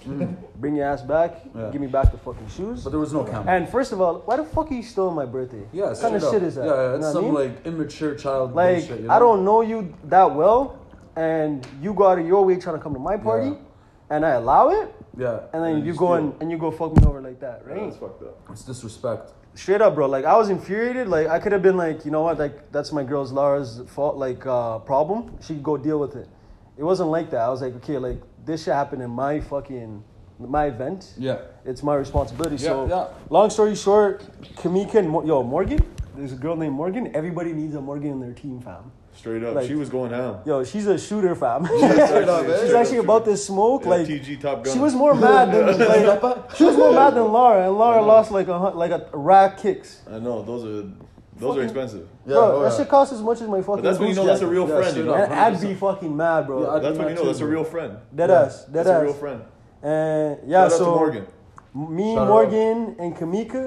Speaker 4: Bring your ass back.
Speaker 1: Mm. Yeah.
Speaker 4: Give me back the fucking shoes.
Speaker 1: But there was no camera.
Speaker 4: And first of all, why the fuck are you stealing my birthday?
Speaker 1: yeah,
Speaker 4: what kind of
Speaker 1: straight
Speaker 4: shit
Speaker 1: up.
Speaker 4: is that?
Speaker 1: Yeah,
Speaker 4: You
Speaker 1: yeah,
Speaker 4: know
Speaker 1: it's
Speaker 4: what I
Speaker 1: some
Speaker 4: mean?
Speaker 1: like immature child.
Speaker 4: Like,
Speaker 1: bullshit, you know?
Speaker 4: I don't know you that well, and you go out of your way trying to come to my party, and I allow it,
Speaker 1: Yeah.
Speaker 4: and then
Speaker 2: And
Speaker 4: you
Speaker 2: you
Speaker 4: go
Speaker 2: steal.
Speaker 4: and, and you go fuck me over like that,
Speaker 2: Yeah,
Speaker 4: right?
Speaker 2: that's fucked up.
Speaker 1: It's disrespect.
Speaker 4: Straight up, bro. Like I was infuriated. Like I could have been like, you know what? Like that's my girl's Laura's fault. Like uh, problem. She could go deal with it. It wasn't like that. I was like, okay, like this shit happened in my fucking my event.
Speaker 1: Yeah.
Speaker 4: it's my responsibility.
Speaker 1: Yeah,
Speaker 4: so,
Speaker 1: yeah.
Speaker 4: long story short, Kamika and Mo- yo Morgan, there's a girl named Morgan. Everybody needs a Morgan in their team, fam.
Speaker 2: Straight up,
Speaker 4: Like-
Speaker 2: she was going ham.
Speaker 4: Yo, she's a shooter, fam.
Speaker 2: Straight up, eh?
Speaker 4: she's actually about to smoke.
Speaker 2: Yeah,
Speaker 4: like
Speaker 2: TG Top Gun.
Speaker 4: she was more mad than like, she was more mad than Laura, and
Speaker 2: Uh-huh.
Speaker 4: Laura lost like a hun- like a rack kicks.
Speaker 2: I know those are those are expensive.
Speaker 1: Yeah,
Speaker 4: bro,
Speaker 1: oh,
Speaker 4: that
Speaker 1: yeah.
Speaker 4: shit costs as much as my fucking.
Speaker 2: But that's when you
Speaker 4: boots
Speaker 2: know that's a
Speaker 4: jacket.
Speaker 2: real
Speaker 1: Yeah,
Speaker 2: friend. You
Speaker 1: straight
Speaker 2: know?
Speaker 1: up.
Speaker 4: And I'd be fucking mad, bro.
Speaker 1: Yeah, I'd-
Speaker 2: That's when you know
Speaker 1: Too,
Speaker 2: that's a
Speaker 1: bro.
Speaker 2: real friend.
Speaker 4: dead ass, dead
Speaker 2: That's a real
Speaker 4: ass.
Speaker 2: friend.
Speaker 4: And yeah,
Speaker 2: Shout out
Speaker 4: so
Speaker 2: to Morgan.
Speaker 4: me,
Speaker 1: Shout her
Speaker 4: Morgan, and Kamika,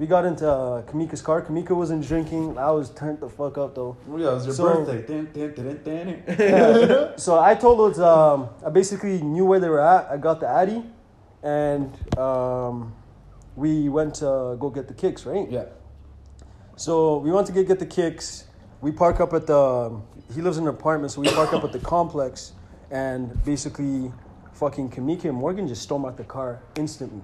Speaker 4: we got into uh, Kamika's car. Kamika wasn't drinking. I was turned the fuck up though.
Speaker 5: Oh,
Speaker 1: Well, yeah, it was your
Speaker 4: So-
Speaker 1: birthday. Dun, dun, dun, dun, dun.
Speaker 4: So I told those. Um, I basically knew where they were at. I got the Addy, and um, we went to go get the kicks. Right.
Speaker 1: yeah.
Speaker 4: So we went to get, get the kicks. We park up at the. um, He lives in an apartment, so we park up at the complex, and basically, fucking Kamika and Morgan just storm out the car instantly.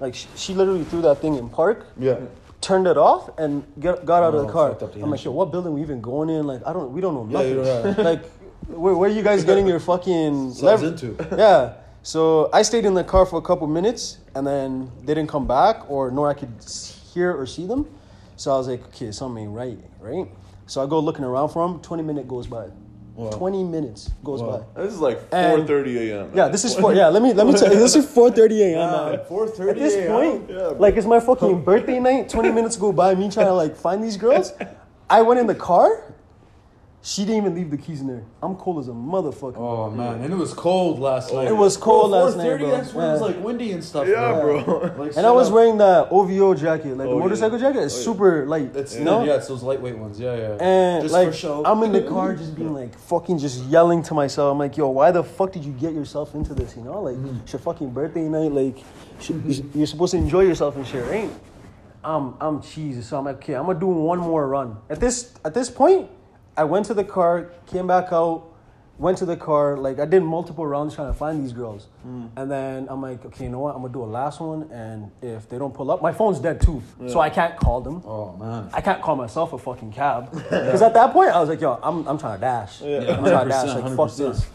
Speaker 4: Like she, she literally threw that thing in park.
Speaker 2: Yeah.
Speaker 4: Turned it off and get, got out of the
Speaker 5: Oh,
Speaker 4: car.
Speaker 5: fucked up the
Speaker 4: I'm like, yo, what building we even going in? Like, I don't, we don't know nothing.
Speaker 5: you don't
Speaker 4: like, where, where are you guys getting your fucking
Speaker 5: Subs
Speaker 4: lever-
Speaker 5: into.
Speaker 4: yeah. So I stayed in the car for a couple minutes, and then they didn't come back, or nor I could s- hear or see them. So I was like, okay, something ain't right, right? So I go looking around for them. Twenty minute goes by. Twenty minutes goes by.
Speaker 2: This is like
Speaker 4: And-
Speaker 2: 4:30 a.m.
Speaker 4: Yeah, this is for yeah. Let me let me tell you. This is four thirty a.m. now.
Speaker 5: 4:30
Speaker 4: At this
Speaker 5: a.m.?
Speaker 4: point, like it's my fucking birthday night. Twenty minutes go by, me trying to like find these girls. I went in the car. She didn't even leave the keys in there. I'm cold as a motherfucker.
Speaker 1: Oh man, and it was cold last night.
Speaker 4: It was cold
Speaker 5: Well,
Speaker 4: last night,
Speaker 5: 4:30,
Speaker 4: bro.
Speaker 5: That's when it was
Speaker 4: Yeah.
Speaker 5: like windy and stuff.
Speaker 2: Yeah, bro.
Speaker 5: Like,
Speaker 4: And I was
Speaker 5: straight
Speaker 4: wearing the OVO jacket, like the
Speaker 2: yeah.
Speaker 4: motorcycle jacket. It's super light.
Speaker 5: up- It's
Speaker 4: you know?
Speaker 5: yeah, it's those lightweight ones. Yeah, yeah.
Speaker 4: And
Speaker 5: Just
Speaker 4: like
Speaker 5: for show.
Speaker 4: I'm in the car, just being like fucking, just yelling to myself. I'm like, yo, why the fuck did you get yourself into this? You know, like
Speaker 5: Mm-hmm.
Speaker 4: it's your fucking birthday night. Like sh- you're supposed to enjoy yourself and shit, right? I'm I'm cheesy, so I'm like, okay, I'm gonna do one more run. At this at this point, I went to the car, came back out, went to the car. Like I did multiple rounds trying to find these girls,
Speaker 5: Mm.
Speaker 4: and then I'm like, okay, you know what? I'm gonna do a last one, and if they don't pull up, my phone's dead too, so I can't call them.
Speaker 1: oh man.
Speaker 4: I can't call myself a fucking cab. Because at that point, I was like, yo, I'm, I'm trying to dash. I'm trying to dash. Like, fuck
Speaker 5: 100%.
Speaker 4: this.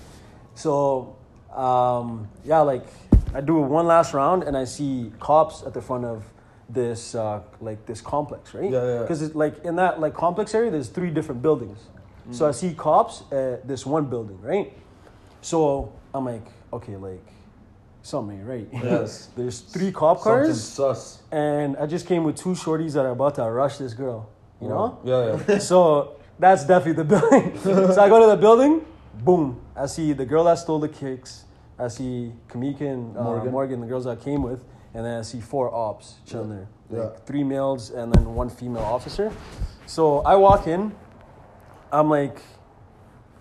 Speaker 4: So, um, yeah, like, I do one last round and I see cops at the front of this, uh, like, this complex, right?
Speaker 5: Yeah, yeah.
Speaker 4: Because, like, in that, like, complex area, there's three different buildings. So I see cops at this one building, right? So I'm like, okay, like, something, right?
Speaker 5: Yes.
Speaker 4: there's three cop
Speaker 5: Something
Speaker 4: cars
Speaker 5: sus.
Speaker 4: and I just came with two shorties that are about to rush this girl, you know?
Speaker 5: Yeah, yeah.
Speaker 4: So that's definitely the building. so I go to the building, boom. I see the girl that stole the kicks. I see Kamika and uh, Morgan. the girls that I came with. And then I see four ops chilling there. Like
Speaker 5: Yeah.
Speaker 4: three males and then one female officer. So I walk in. I'm like,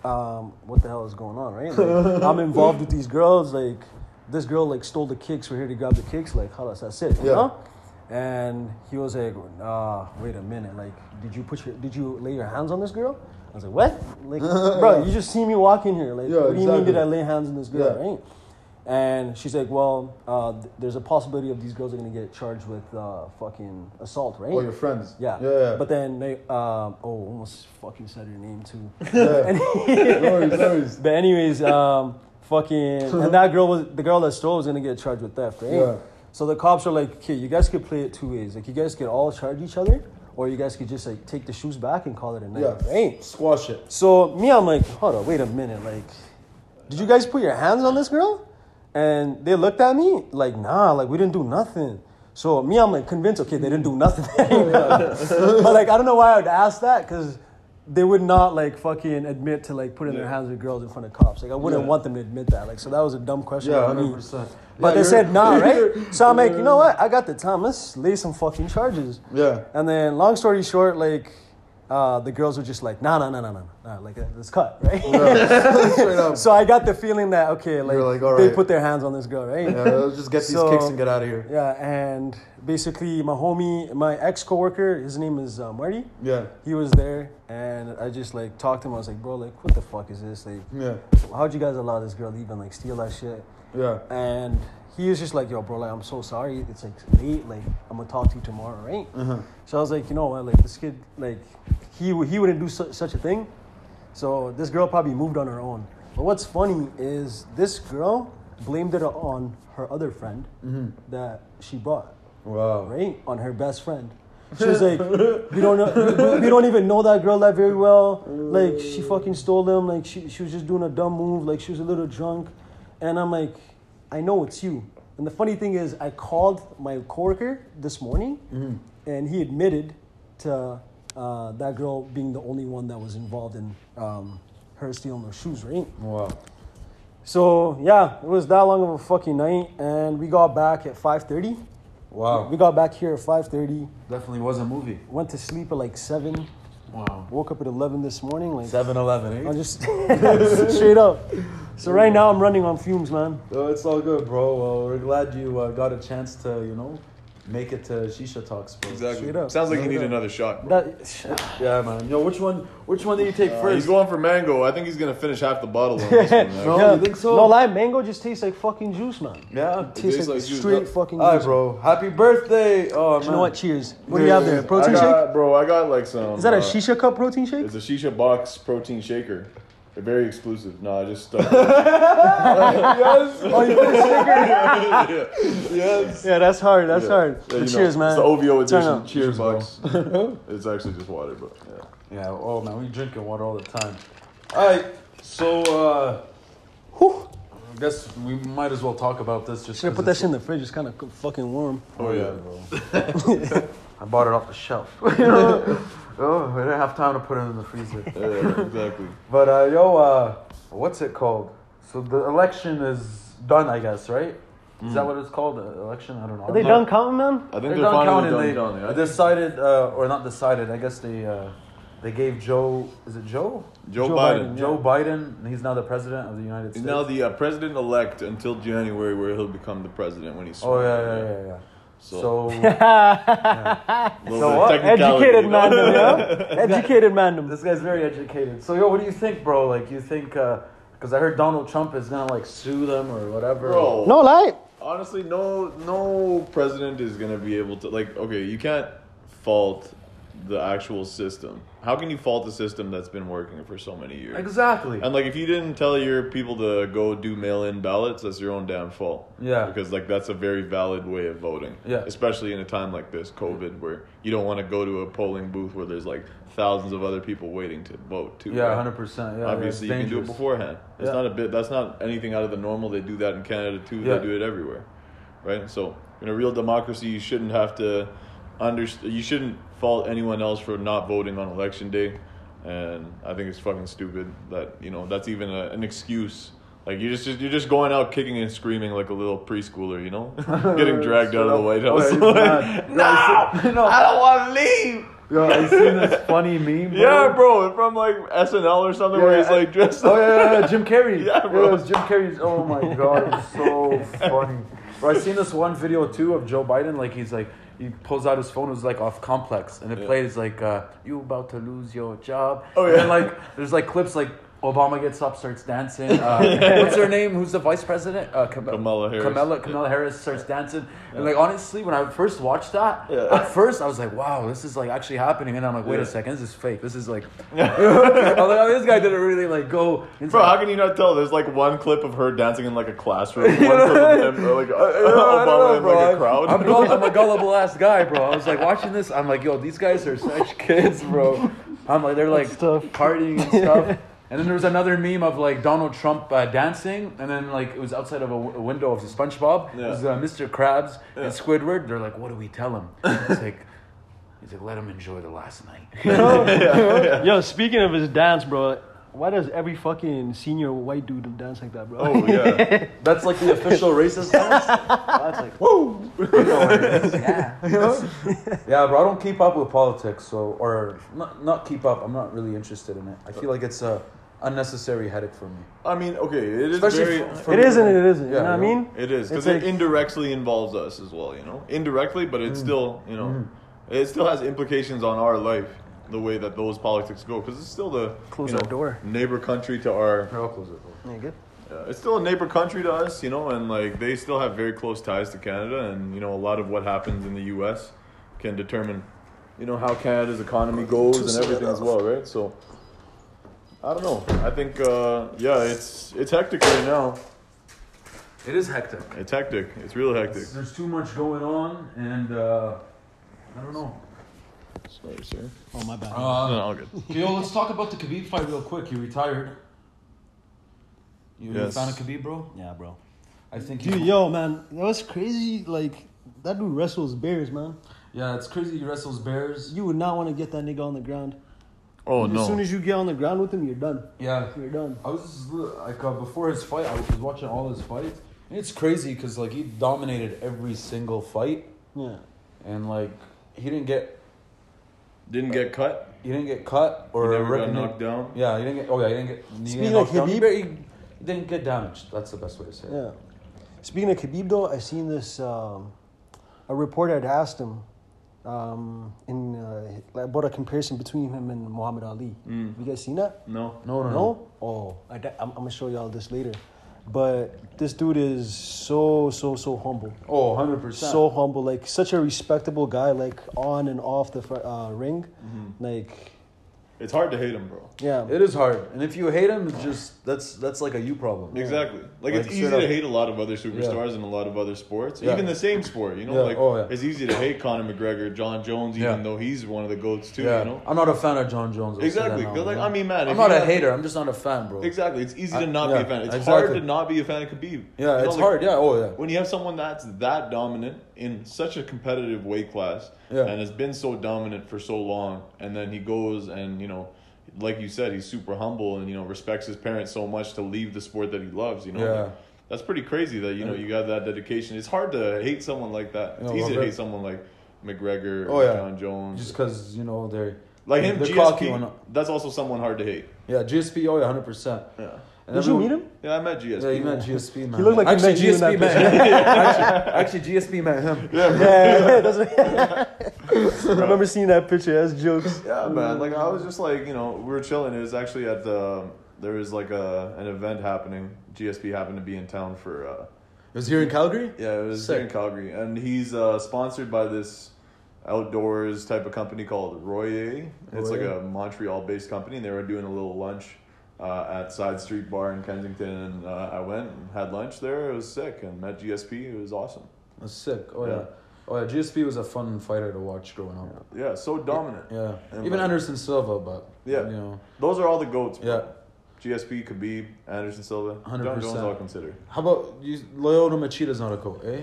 Speaker 4: um, what the hell is going on, right? Like, I'm involved with these girls. Like, this girl like stole the kicks. We're here to grab the kicks. Like, halas, that's it, you
Speaker 5: Yeah.
Speaker 4: know? And he was like, uh, wait a minute. Like, did you put your, did you lay your hands on this girl? I was like, what? Like, bro, you just see me walk in here. Like,
Speaker 5: Yeah,
Speaker 4: what do you mean
Speaker 5: exactly.
Speaker 4: did I lay hands on this girl,
Speaker 5: Yeah.
Speaker 4: right? And she's like, well, uh, th- there's a possibility of these girls are gonna get charged with uh, fucking assault, right?
Speaker 5: Or your friends.
Speaker 4: Yeah.
Speaker 5: Yeah. yeah.
Speaker 4: But then they, um, oh, almost fucking said her name too.
Speaker 5: no worries, no worries.
Speaker 4: But anyways, um, fucking, and that girl was the girl that stole was gonna get charged with theft, right?
Speaker 5: Uh-huh. Yeah.
Speaker 4: So the cops are like, okay, you guys could play it two ways. Like you guys could all charge each other, or you guys could just like take the shoes back and call it a night,
Speaker 5: Yeah.
Speaker 4: right?
Speaker 5: Squash it.
Speaker 4: So me, I'm like, hold on, wait a minute. Like, did you guys put your hands on this girl? And they looked at me like, nah, like we didn't do nothing. So me, I'm like convinced, okay, they didn't do nothing. but like, I don't know why I would ask that because they would not like fucking admit to like putting their hands on girls in front of cops. Like I wouldn't want them to admit that. Like so that was a dumb question.
Speaker 5: Yeah,
Speaker 4: by me.
Speaker 5: 100%.
Speaker 4: But
Speaker 5: Yeah,
Speaker 4: they
Speaker 5: you're-
Speaker 4: said nah, right? So I'm like, you know what? I got the time. Let's lay some fucking charges.
Speaker 5: Yeah.
Speaker 4: And then, long story short, like uh, the girls were just like, nah, nah, nah, nah, nah, nah, like uh, let's cut, right?
Speaker 5: Straight up.
Speaker 4: so I got the feeling that okay, like,
Speaker 5: like, all
Speaker 4: they
Speaker 5: right.
Speaker 4: put their hands on this girl, right?
Speaker 5: Yeah, let's just get these
Speaker 4: So-
Speaker 5: kicks and get out of here.
Speaker 4: Yeah, and basically, my homie, my ex coworker, his name is uh, Marty.
Speaker 5: Yeah.
Speaker 4: He was there, and I just like talked to him. I was like, bro, like, what the fuck is this? Like,
Speaker 5: Yeah.
Speaker 4: how'd you guys allow this girl to even like steal that shit?
Speaker 5: Yeah.
Speaker 4: And he was just like, yo, bro, like, I'm so sorry. It's like late. Like, I'm gonna talk to you tomorrow, right? So I was like, you know what? Like, this kid, like, he wou- he wouldn't do su- such a thing. So this girl probably moved on her own. But what's funny is this girl blamed it on her other friend that she brought,
Speaker 5: Wow.
Speaker 4: right? On her best friend. She was like, we don't know, we, we don't even know that girl that very well. Like, she fucking stole them. Like, she, she was just doing a dumb move. Like, she was a little drunk. And I'm like, I know it's you. And the funny thing is, I called my coworker this morning, and he admitted to uh, that girl being the only one that was involved in um, her stealing her shoes, right?
Speaker 5: Wow.
Speaker 4: So yeah, it was that long of a fucking night, and we got back at five thirty.
Speaker 5: Wow.
Speaker 4: We got back here at five thirty.
Speaker 5: Definitely was a movie.
Speaker 4: Went to sleep at like seven.
Speaker 5: Wow.
Speaker 4: Woke up at eleven this morning. Like
Speaker 5: 7-Eleven,
Speaker 4: I
Speaker 5: eh?
Speaker 4: just straight up. So right now I'm running on fumes, man.
Speaker 5: Uh, Oh, it's all good, bro. Well, we're glad you uh, got a chance to, you know, make it to Shisha Talks, bro.
Speaker 2: Exactly.
Speaker 4: Straight up.
Speaker 2: Sounds like you
Speaker 4: Straight
Speaker 2: need
Speaker 4: up.
Speaker 2: another shot. bro.
Speaker 4: That,
Speaker 5: Yeah, man. Yo, which one? Which one do you take
Speaker 2: Uh, he's
Speaker 5: first?
Speaker 2: going for mango. I think he's gonna finish half the bottle. On this one, man.
Speaker 5: No.
Speaker 4: yeah.
Speaker 5: you think so?
Speaker 4: No lie, mango just tastes like fucking juice, man.
Speaker 5: Yeah.
Speaker 4: Tastes,
Speaker 2: tastes
Speaker 4: like,
Speaker 2: like juice,
Speaker 4: straight
Speaker 2: huh?
Speaker 4: fucking
Speaker 5: All
Speaker 4: juice.
Speaker 5: right, bro. Happy birthday. Oh man.
Speaker 4: You know what? Cheers. What do you have there?
Speaker 2: I
Speaker 4: Protein
Speaker 2: got,
Speaker 4: shake?
Speaker 2: bro. I got like some.
Speaker 4: Is that a
Speaker 2: uh,
Speaker 4: shisha cup protein shake?
Speaker 2: It's a shisha box protein shaker. They're very exclusive. No, I just stuck. yes. yeah. Yes.
Speaker 4: Yeah, that's hard. That's
Speaker 2: Yeah.
Speaker 4: hard.
Speaker 2: Yeah,
Speaker 4: But
Speaker 2: you know,
Speaker 4: cheers, man.
Speaker 2: It's the OVO edition.
Speaker 4: up.
Speaker 2: Cheers, box. it's actually just water, but yeah.
Speaker 5: Yeah. Oh man, we drinking water all the time. All right. So, uh,
Speaker 4: Whew.
Speaker 5: I guess we might as well talk about this. Just
Speaker 4: Should I
Speaker 5: 'cause
Speaker 4: put that
Speaker 5: it's-
Speaker 4: shit in the fridge? It's kind of fucking warm.
Speaker 2: Oh yeah, bro.
Speaker 5: I bought it off the shelf. you know? oh, I didn't have time to put it in the freezer.
Speaker 2: Yeah, exactly.
Speaker 5: But uh, yo, uh, what's it called? So the election is done, I guess, right? Is that what it's called? The election? I don't know.
Speaker 4: Are they done counting,
Speaker 2: I
Speaker 4: man?
Speaker 2: think Mm.
Speaker 5: They're,
Speaker 2: they're,
Speaker 5: done
Speaker 2: finally
Speaker 5: counting.
Speaker 2: done
Speaker 5: they
Speaker 2: counting. I
Speaker 5: they
Speaker 2: think
Speaker 5: decided, uh, or not decided. I guess they uh, they gave Joe. Is it Joe?
Speaker 2: Joe,
Speaker 4: Joe
Speaker 2: Biden.
Speaker 4: Biden,
Speaker 5: Joe Biden. and He's now the president of the United
Speaker 2: He's
Speaker 5: States.
Speaker 2: now the uh, president elect until January, where he'll become the president when he's.
Speaker 5: oh yeah, yeah, yeah, yeah.
Speaker 2: So,
Speaker 5: So,
Speaker 2: a little
Speaker 5: so
Speaker 2: bit of
Speaker 5: what?
Speaker 2: technicality,
Speaker 4: Educated
Speaker 2: you know?
Speaker 4: man, yeah? Educated man.
Speaker 5: this guy's very educated. So yo, what do you think, bro? Like, you think? Because I heard Donald Trump is gonna like sue them or whatever.
Speaker 2: Bro,
Speaker 4: No lie.
Speaker 2: honestly, no, no president is gonna be able to like. Okay, you can't fault the actual system. How can you fault the system that's been working for so many years?
Speaker 5: Exactly.
Speaker 2: And like, if you didn't tell your people to go do mail-in ballots, that's your own downfall.
Speaker 5: Yeah.
Speaker 2: Because like that's a very valid way of voting.
Speaker 5: Yeah.
Speaker 2: Especially in a time like this, COVID, where you don't want to go to a polling booth where there's like thousands of other people waiting to vote too.
Speaker 5: Yeah,
Speaker 2: right?
Speaker 5: hundred percent. Yeah,
Speaker 2: Obviously,
Speaker 5: yeah,
Speaker 2: you
Speaker 5: it's
Speaker 2: can do it
Speaker 5: dangerous.
Speaker 2: beforehand. It's
Speaker 5: Yeah.
Speaker 2: not a bit. That's not anything out of the normal. They do that in Canada too.
Speaker 5: Yeah.
Speaker 2: They do it everywhere, right? So in a real democracy, you shouldn't have to under. You shouldn't fault anyone else for not voting on election day. And I think it's fucking stupid that you know that's even a, an excuse. Like you're just you're just going out kicking and screaming like a little preschooler, you know, getting dragged out of the White House.
Speaker 5: It's Oh, mad.
Speaker 2: no, I don't want to leave.
Speaker 5: Yo, I seen this funny meme. Bro.
Speaker 2: Yeah, bro, from like SNL or something where
Speaker 5: Yeah,
Speaker 2: he's like dressed
Speaker 5: Oh
Speaker 2: up.
Speaker 5: yeah, yeah, yeah, Jim Carrey.
Speaker 2: Yeah,
Speaker 5: Yeah,
Speaker 2: bro.
Speaker 5: It was Jim Carrey's. Oh my god, it was so funny. Bro, I seen this one video too of Joe Biden. Like he's like he pulls out his phone. It was like off complex, and it plays like uh, "You about to lose your job."
Speaker 2: Oh,
Speaker 5: And then,
Speaker 2: yeah.
Speaker 5: like there's like clips like. Obama gets up, starts dancing. Uh, what's her name? Who's the vice president? Uh, Kam-
Speaker 2: Kamala Harris.
Speaker 5: Kamala, Kamala Harris starts dancing, and like honestly, when I first watched that,
Speaker 2: Yeah.
Speaker 5: at first I was like, "Wow, this is like actually happening," and I'm like, "Wait
Speaker 2: Yeah.
Speaker 5: a second, this is fake. This is like, I was like, oh, this guy didn't really like go." It's
Speaker 2: Bro,
Speaker 5: like-
Speaker 2: how can you not tell? There's like one clip of her dancing in like a classroom, one clip of him, like uh,
Speaker 5: I don't
Speaker 2: Obama
Speaker 5: know,
Speaker 2: in
Speaker 5: bro.
Speaker 2: like a
Speaker 5: I'm-
Speaker 2: crowd.
Speaker 5: I'm, gull- I'm a gullible ass guy, bro. I was like watching this. I'm like, yo, these guys are such kids, bro. I'm like, they're like
Speaker 4: tough.
Speaker 5: partying and stuff. And then there was another meme of like Donald Trump uh, dancing, and then like it was outside of a, w- a window of SpongeBob.
Speaker 2: Yeah.
Speaker 5: It was uh, Mr. Krabs and Squidward. They're like, what do we tell him? It's like, he's like, let him enjoy the last night.
Speaker 4: Yo, speaking of his dance, bro, why does every fucking senior white dude dance like that, bro?
Speaker 2: oh yeah,
Speaker 5: That's like the official racist dance. That's like, woo. yeah. yeah, bro. I don't keep up with politics, so or not not keep up. I'm not really interested in it. I feel like it's a unnecessary headache for me.
Speaker 2: I mean, okay, it is
Speaker 5: Especially
Speaker 2: very.
Speaker 5: f- for-
Speaker 4: it isn't. It isn't.
Speaker 5: Yeah,
Speaker 4: you know what I
Speaker 5: you know.
Speaker 4: mean?
Speaker 2: it is because
Speaker 4: It's
Speaker 2: it
Speaker 4: like-
Speaker 2: indirectly involves us as well, you know, indirectly, but
Speaker 5: Mm.
Speaker 2: it's still, you know, it still has implications on our life the way that those politics go because it's still the
Speaker 4: Close
Speaker 2: you know,
Speaker 4: that door.
Speaker 2: neighbor country to our
Speaker 5: I'll close it.
Speaker 4: Yeah, good.
Speaker 2: Uh, it's still a neighbor country to us, you know, and like they still have very close ties to Canada, and you know a lot of what happens in the U.S. can determine, you know, how Canada's economy goes and everything as well, right? So, I don't know. I think, uh, yeah, it's it's hectic right now.
Speaker 5: It is hectic.
Speaker 2: It's hectic. It's real hectic.
Speaker 5: There's too much going on, and uh, I don't know.
Speaker 2: Sorry, sir.
Speaker 4: Oh my bad.
Speaker 2: No, no, all good.
Speaker 5: Yo, let's talk about the Khabib fight real quick. You retired. You
Speaker 2: Yes.
Speaker 5: found a Khabib, bro.
Speaker 4: yeah, bro.
Speaker 5: I think
Speaker 4: Dude,
Speaker 5: you.
Speaker 4: yo, man, that was crazy. Like that dude wrestles bears, man.
Speaker 5: Yeah, it's crazy. He wrestles bears.
Speaker 4: You would not want to get that nigga on the ground.
Speaker 2: Oh
Speaker 4: as soon
Speaker 2: no.
Speaker 4: as you get on the ground with him, you're done.
Speaker 5: Yeah,
Speaker 4: You're done.
Speaker 5: I was just, li- like uh, before his fight, I was watching all his fights, and it's crazy because like he dominated every single fight,
Speaker 4: Yeah.
Speaker 5: and like he didn't get
Speaker 2: Didn't get cut.
Speaker 5: he didn't get cut or
Speaker 2: never got
Speaker 5: ripped-
Speaker 2: knocked down?
Speaker 5: Yeah, he didn't get. Oh yeah, he didn't get. He didn't
Speaker 4: Speaking
Speaker 5: get knocked
Speaker 4: of
Speaker 5: down. He
Speaker 4: Khabib-
Speaker 5: barely- he didn't get damaged. That's the best way to say it.
Speaker 4: Yeah. Speaking of Khabib, though, I seen this. Um, a reporter had asked him um, in uh, like, about a comparison between him and Muhammad Ali.
Speaker 2: Mm.
Speaker 4: You guys seen that?
Speaker 2: No.
Speaker 5: No, no, no.
Speaker 4: No? Oh, I, am gonna show y'all this later. But this dude is so so so humble,
Speaker 1: Oh, 100%.
Speaker 4: so humble, like such a respectable guy, like on and off the fr- uh, ring, like
Speaker 2: It's hard to hate him, bro.
Speaker 4: yeah,
Speaker 1: it is hard. And if you hate him, it's just that's that's like a you problem.
Speaker 2: Exactly. Like,
Speaker 1: Like,
Speaker 2: it's easy
Speaker 1: straight
Speaker 2: to
Speaker 1: up.
Speaker 2: hate a lot of other superstars in a lot of other sports,
Speaker 1: Yeah.
Speaker 2: even the same sport. You know,
Speaker 1: Yeah.
Speaker 2: like
Speaker 1: Oh, yeah.
Speaker 2: it's easy to hate Conor McGregor, John Jones, even
Speaker 1: Yeah.
Speaker 2: though he's one of the goats too.
Speaker 1: Yeah.
Speaker 2: You know,
Speaker 1: I'm not a fan of John Jones. I'll say
Speaker 2: Exactly,
Speaker 1: that now,
Speaker 2: 'cause, like,
Speaker 1: you
Speaker 2: I mean, man, if
Speaker 1: I'm not
Speaker 2: you
Speaker 1: a
Speaker 2: have-
Speaker 1: hater. I'm just not a fan, bro.
Speaker 2: exactly. It's easy to not
Speaker 1: yeah,
Speaker 2: be a fan. It's hard
Speaker 1: exactly.
Speaker 2: to not be a fan of Khabib. You
Speaker 1: Yeah,
Speaker 2: know,
Speaker 1: it's
Speaker 2: like,
Speaker 1: hard. Yeah. Oh, yeah.
Speaker 2: When you have someone that's that dominant in such a competitive weight class
Speaker 1: Yeah.
Speaker 2: and has been so dominant for so long, and then he goes and, you know, like you said, he's super humble and, you know, respects his parents so much to leave the sport that he loves, you know?
Speaker 1: Yeah.
Speaker 2: Like, that's pretty crazy that, you know, you got that dedication. It's hard to hate someone like that. It's
Speaker 1: Yeah,
Speaker 2: easy to
Speaker 1: well,
Speaker 2: hate someone like McGregor,
Speaker 1: Oh, yeah.
Speaker 2: John Jones.
Speaker 1: Just because you know they're
Speaker 2: like him,
Speaker 1: they're cocky or
Speaker 2: GSP,
Speaker 1: not.
Speaker 2: that's also someone hard to hate.
Speaker 1: Yeah, GSP. Oh, yeah, 100%.
Speaker 2: Yeah.
Speaker 1: And
Speaker 4: Did you
Speaker 1: everyone-
Speaker 4: meet him?
Speaker 2: Yeah, I met GSP.
Speaker 1: Yeah, you met GSP, man.
Speaker 4: He looked like he
Speaker 1: actually
Speaker 4: met you in
Speaker 1: GSP
Speaker 4: that
Speaker 1: met him. actually, actually, GSP met him. Yeah,
Speaker 4: Yeah, that's what I remember seeing that picture. That's jokes.
Speaker 2: Yeah, man. Like I was just like, you know, we were chilling. It was actually at the there was like a an event happening. GSP happened to be in town for uh
Speaker 1: was here in Calgary.
Speaker 2: yeah, it was here in
Speaker 1: Sick.
Speaker 2: Calgary, and he's uh sponsored by this outdoors type of company called Royer. It's like
Speaker 1: Royer.
Speaker 2: a Montreal-based company, and they were doing a little lunch. Uh, at Side Street Bar in Kensington, and uh, I went and had lunch there. It was sick, and met GSP. It was awesome.
Speaker 1: That's sick. Oh yeah.
Speaker 2: Yeah.
Speaker 1: Oh yeah. GSP was a fun fighter to watch growing up.
Speaker 2: Yeah, so dominant.
Speaker 1: Yeah.
Speaker 2: And
Speaker 1: Even
Speaker 2: like-
Speaker 1: Anderson Silva, but
Speaker 2: Yeah.
Speaker 1: you know.
Speaker 2: Those are all the goats. Bro.
Speaker 1: Yeah.
Speaker 2: GSP, Khabib, Anderson Silva, John
Speaker 1: 100%.
Speaker 2: Jones. I'll consider.
Speaker 1: How about you? Loyola Machida's not a goat, eh?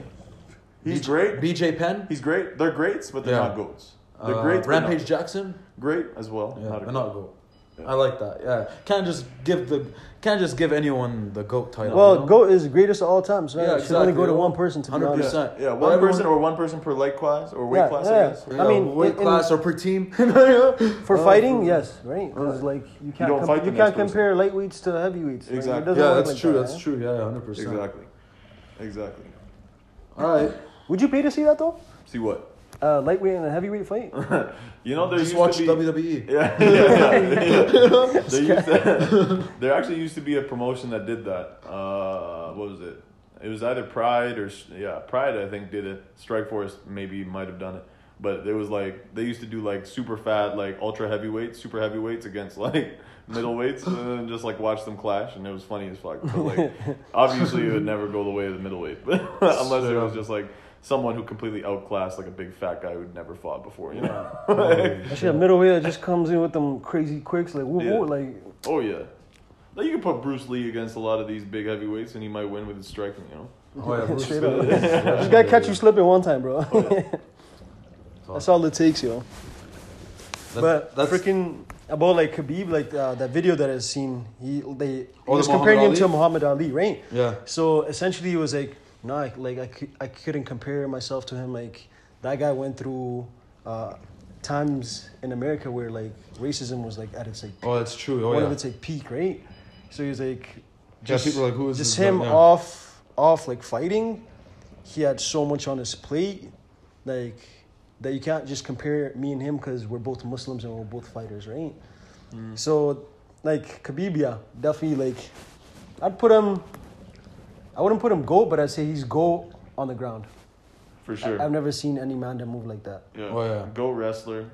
Speaker 2: He's
Speaker 1: BJ
Speaker 2: great.
Speaker 1: BJ Penn.
Speaker 2: He's great. They're greats, but they're
Speaker 1: Yeah.
Speaker 2: not goats. They're
Speaker 1: uh,
Speaker 2: great. but
Speaker 1: Rampage
Speaker 2: not-
Speaker 1: Jackson.
Speaker 2: Great as well.
Speaker 1: Yeah,
Speaker 2: not
Speaker 1: but
Speaker 2: a goat.
Speaker 1: not a goat. I like that. Yeah, can't just give the can't just give anyone the goat title. you
Speaker 4: Well,
Speaker 1: know?
Speaker 4: GOAT is greatest of all time, so
Speaker 1: Yeah,
Speaker 4: it should only
Speaker 1: exactly.
Speaker 4: go to one person to
Speaker 1: 100%.
Speaker 4: be honest.
Speaker 2: Yeah,
Speaker 1: percent.
Speaker 2: yeah,
Speaker 1: But
Speaker 2: one
Speaker 1: everyone-
Speaker 2: person or one person per leg class or weight
Speaker 4: Yeah,
Speaker 2: class. I
Speaker 4: yeah.
Speaker 2: guess.
Speaker 4: I mean,
Speaker 1: weight
Speaker 4: in- in-
Speaker 1: class or per team.
Speaker 4: For
Speaker 1: Oh,
Speaker 4: fighting, yes, right? Because like you can't
Speaker 2: don't
Speaker 4: com-
Speaker 2: fight the
Speaker 4: you
Speaker 2: next
Speaker 4: can't compare lightweights to heavyweights. right? It
Speaker 2: Exactly.
Speaker 4: doesn't
Speaker 1: yeah,
Speaker 4: work
Speaker 1: that's
Speaker 4: like
Speaker 1: true.
Speaker 4: that,
Speaker 1: that's
Speaker 4: right?
Speaker 1: true. Yeah, hundred percent.
Speaker 2: Exactly. Exactly.
Speaker 1: All right.
Speaker 4: Would you pay to see that though?
Speaker 2: See what?
Speaker 4: Uh, lightweight and a heavyweight fight.
Speaker 2: You know, there
Speaker 1: Just
Speaker 2: used
Speaker 1: watch E.
Speaker 2: to be,
Speaker 1: WWE.
Speaker 2: Yeah, yeah, yeah. there, used to, there actually used to be a promotion that did that. Uh, what was it? It was either Pride or yeah, Pride. I think did it. Strike Force maybe might have done it, but it was like they used to do like super fat, like ultra heavyweights, super heavyweights against like middleweights, and then just like watch them clash, and it was funny as fuck. But, like, obviously, it would never go the way of the middleweight, unless it was just like someone who completely outclassed like a big fat guy who'd never fought before. You know?
Speaker 4: Actually, a middleweight that just comes in with them crazy quicks, like whoa,
Speaker 2: Yeah.
Speaker 4: whoa, like
Speaker 2: Oh yeah. Like you can put Bruce Lee against a lot of these big heavyweights and he might win with his striking, you know?
Speaker 1: Oh yeah, Oh, Bruce
Speaker 4: Straight
Speaker 1: Lee.
Speaker 4: up. just gotta catch you slipping one time, bro. that's all it takes, yo. But
Speaker 1: that's-
Speaker 4: freaking about like Khabib, like uh, that video that I seen, he they he
Speaker 1: Oh, the
Speaker 4: was comparing him
Speaker 1: Muhammad
Speaker 4: to
Speaker 1: Ali?
Speaker 4: Muhammad Ali, right?
Speaker 1: Yeah.
Speaker 4: So essentially, he was like, no, I, like I, cou- I couldn't compare myself to him. Like that guy went through uh, times in America where like racism was like at its like
Speaker 1: Oh, that's true. Oh
Speaker 4: one
Speaker 1: yeah.
Speaker 4: of its like peak, right? So he was like,
Speaker 1: people are like, "Who is
Speaker 4: just
Speaker 1: this guy?"
Speaker 4: him
Speaker 1: Yeah.
Speaker 4: off off like fighting. He had so much on his plate, like that you can't just compare me and him because we're both Muslims and we're both fighters, right? So, like Khabib, yeah, definitely like I'd put him. I wouldn't put him go, but I'd say he's go on the ground.
Speaker 2: For sure.
Speaker 4: I've never seen any man that move like that.
Speaker 2: yeah.
Speaker 1: Oh, yeah.
Speaker 2: Go wrestler.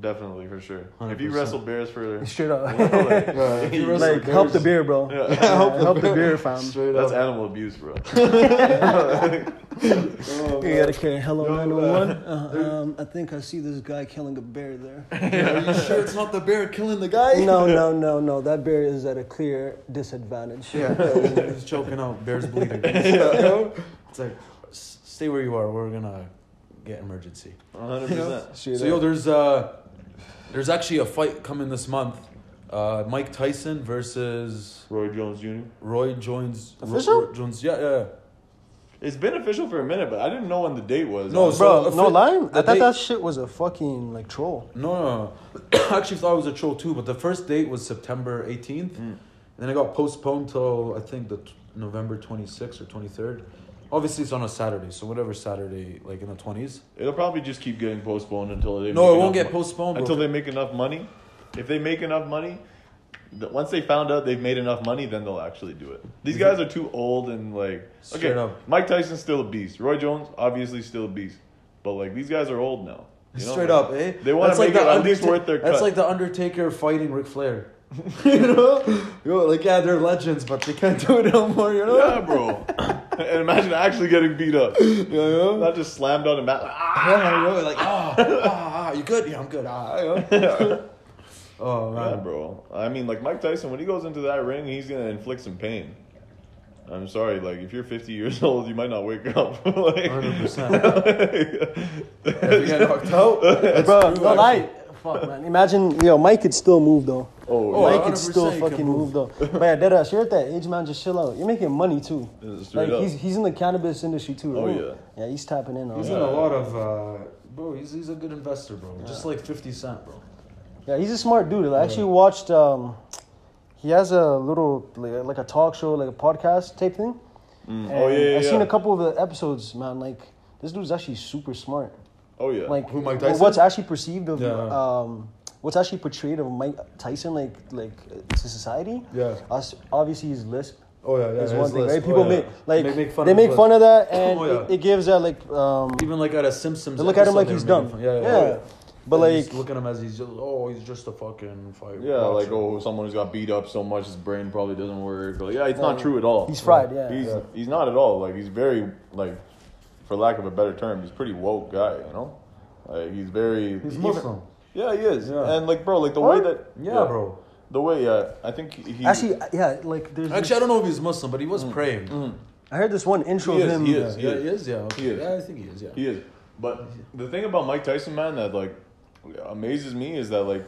Speaker 2: Definitely for sure. If you
Speaker 1: 100%.
Speaker 2: wrestle bears for
Speaker 4: Straight up,
Speaker 1: Yeah, if you wrestle
Speaker 4: like help the
Speaker 1: bears-
Speaker 4: beer, bro.
Speaker 2: Yeah.
Speaker 4: help, the beer, fam.
Speaker 1: Straight
Speaker 2: that's
Speaker 1: up.
Speaker 2: animal abuse, bro.
Speaker 4: You gotta carry hello 911. Uh, um, I think I see this guy killing a bear there.
Speaker 1: Are you sure it's not the bear killing the guy?
Speaker 4: no, no, no, no. That bear is at a clear disadvantage.
Speaker 1: Yeah, he's choking out. Bear's bleeding. It's like, "S- stay where you are. We're gonna get emergency.
Speaker 2: hundred percent.
Speaker 4: Straight
Speaker 1: So yo,
Speaker 4: up.
Speaker 1: there's uh, there's actually a fight coming this month. Uh, Mike Tyson versus
Speaker 2: Roy Jones Jr.
Speaker 1: Roy Jones. Ro-
Speaker 4: Official?
Speaker 1: Ro- Jones. Yeah, yeah. yeah.
Speaker 2: It's been official for a minute, but I didn't know when the date was.
Speaker 1: No,
Speaker 2: honestly.
Speaker 4: Bro,
Speaker 1: So,
Speaker 4: no
Speaker 1: if it-
Speaker 4: lie. I
Speaker 1: the
Speaker 4: thought
Speaker 1: date-
Speaker 4: that shit was a fucking like troll.
Speaker 1: No, no, no. I actually thought it was a troll too. But the first date was September 18th, and then it got postponed till I think the t- November 26th or 23rd.
Speaker 6: Obviously, it's on a Saturday, so whatever Saturday, like in the twenties.
Speaker 2: It'll probably just keep getting postponed until they.
Speaker 6: No,
Speaker 2: make
Speaker 6: it won't
Speaker 2: enough
Speaker 6: get
Speaker 2: mo-
Speaker 6: postponed, bro.
Speaker 2: until they make enough money. If they make enough money, th- once they found out they've made enough money, then they'll actually do it. These guys are too old and like. Okay,
Speaker 6: Straight up.
Speaker 2: Mike Tyson's still a beast. Roy Jones obviously still a beast, but like these guys are old now. you know?
Speaker 6: Straight
Speaker 2: Like,
Speaker 6: up, eh?
Speaker 2: They want
Speaker 6: That's
Speaker 2: to make it
Speaker 6: the
Speaker 2: at least
Speaker 6: Underta-
Speaker 2: worth their
Speaker 6: That's
Speaker 2: cut.
Speaker 6: like the Undertaker fighting Ric Flair. you know, Yo, like yeah, they're legends, but they can't do it no more. You know,
Speaker 2: yeah, bro. and imagine actually getting beat up. Not just slammed on a mat. like, ah!
Speaker 6: Yeah, you know, like ah, ah, ah, you good? Yeah, I'm good. Ah, you know? oh
Speaker 2: Yeah,
Speaker 6: man,
Speaker 2: bro. I mean, like Mike Tyson, when he goes into that ring, he's gonna inflict some pain. I'm sorry, like if you're 50 years old, you might not wake up. like,
Speaker 6: 100%. If you get knocked out. That's
Speaker 4: Bro,
Speaker 6: true,
Speaker 4: no
Speaker 6: actually.
Speaker 4: lie. Fuck, man. Imagine, yo, Mike could still move, though.
Speaker 2: Oh,
Speaker 6: Oh,
Speaker 2: yeah.
Speaker 4: Mike could
Speaker 6: 100%
Speaker 4: still
Speaker 6: he can
Speaker 4: fucking
Speaker 6: move.
Speaker 4: move, though. But yeah, Deadass, you're at that age, man. Just chill out. You're making money, too.
Speaker 2: straight
Speaker 4: Like,
Speaker 2: up.
Speaker 4: he's, he's in the cannabis industry, too.
Speaker 2: Oh,
Speaker 4: right?
Speaker 2: yeah.
Speaker 4: Yeah, he's tapping in on
Speaker 6: He's
Speaker 4: that.
Speaker 6: in a lot of, uh, bro. He's, he's a good investor, bro. Just like Fifty Cent, bro.
Speaker 4: Yeah, he's a smart dude. I actually watched. Um, he has a little like like a talk show, like a podcast type thing.
Speaker 6: Mm.
Speaker 2: Oh, yeah, yeah,
Speaker 4: I seen
Speaker 2: yeah.
Speaker 4: a couple of the episodes, man. Like this dude's actually super smart.
Speaker 2: oh yeah.
Speaker 4: Like
Speaker 6: Who, Mike
Speaker 4: wh-
Speaker 6: Tyson?
Speaker 4: what's actually perceived of
Speaker 6: Yeah.
Speaker 4: um, what's actually portrayed of Mike Tyson, like like uh, to society.
Speaker 6: Yeah.
Speaker 4: Us, obviously his lisp.
Speaker 6: Oh yeah, yeah.
Speaker 4: is
Speaker 6: his
Speaker 4: one thing,
Speaker 6: list.
Speaker 4: right?
Speaker 6: Oh,
Speaker 4: People
Speaker 6: yeah.
Speaker 4: make like
Speaker 6: They make fun
Speaker 4: they
Speaker 6: of his
Speaker 4: make
Speaker 6: list.
Speaker 4: fun of that, and
Speaker 6: Oh, yeah.
Speaker 4: it, it gives that like um,
Speaker 6: Even like at a Simpsons.
Speaker 4: they look at him
Speaker 6: episode,
Speaker 4: like
Speaker 6: they
Speaker 4: he's
Speaker 6: were making
Speaker 4: dumb.
Speaker 6: fun- Yeah, yeah. yeah.
Speaker 4: But
Speaker 6: And
Speaker 4: like
Speaker 6: just look at him as he's just, oh, he's just a fucking fight.
Speaker 2: yeah, like
Speaker 6: boxer.
Speaker 2: oh, someone who's got beat up so much, his brain probably doesn't work. Like, yeah, it's not true at all.
Speaker 4: he's fried. Yeah.
Speaker 2: He's he's not at all. Like he's very like, for lack of a better term, he's a pretty woke guy. You know, like he's very.
Speaker 6: he's Muslim.
Speaker 2: Yeah, he is.
Speaker 6: Yeah.
Speaker 2: And like, bro, like the
Speaker 4: What?
Speaker 2: way that.
Speaker 6: Yeah, bro.
Speaker 2: The way, yeah, I think he.
Speaker 4: Actually, yeah, like there's.
Speaker 6: Actually, I don't know if he's Muslim, but he was praying.
Speaker 4: I heard this one intro
Speaker 2: He
Speaker 4: of
Speaker 2: is,
Speaker 4: him.
Speaker 2: he is.
Speaker 6: Yeah, he is. Yeah, okay.
Speaker 2: He is.
Speaker 6: yeah, I think he is. Yeah.
Speaker 2: He is. But the thing about Mike Tyson, man, that like amazes me is that like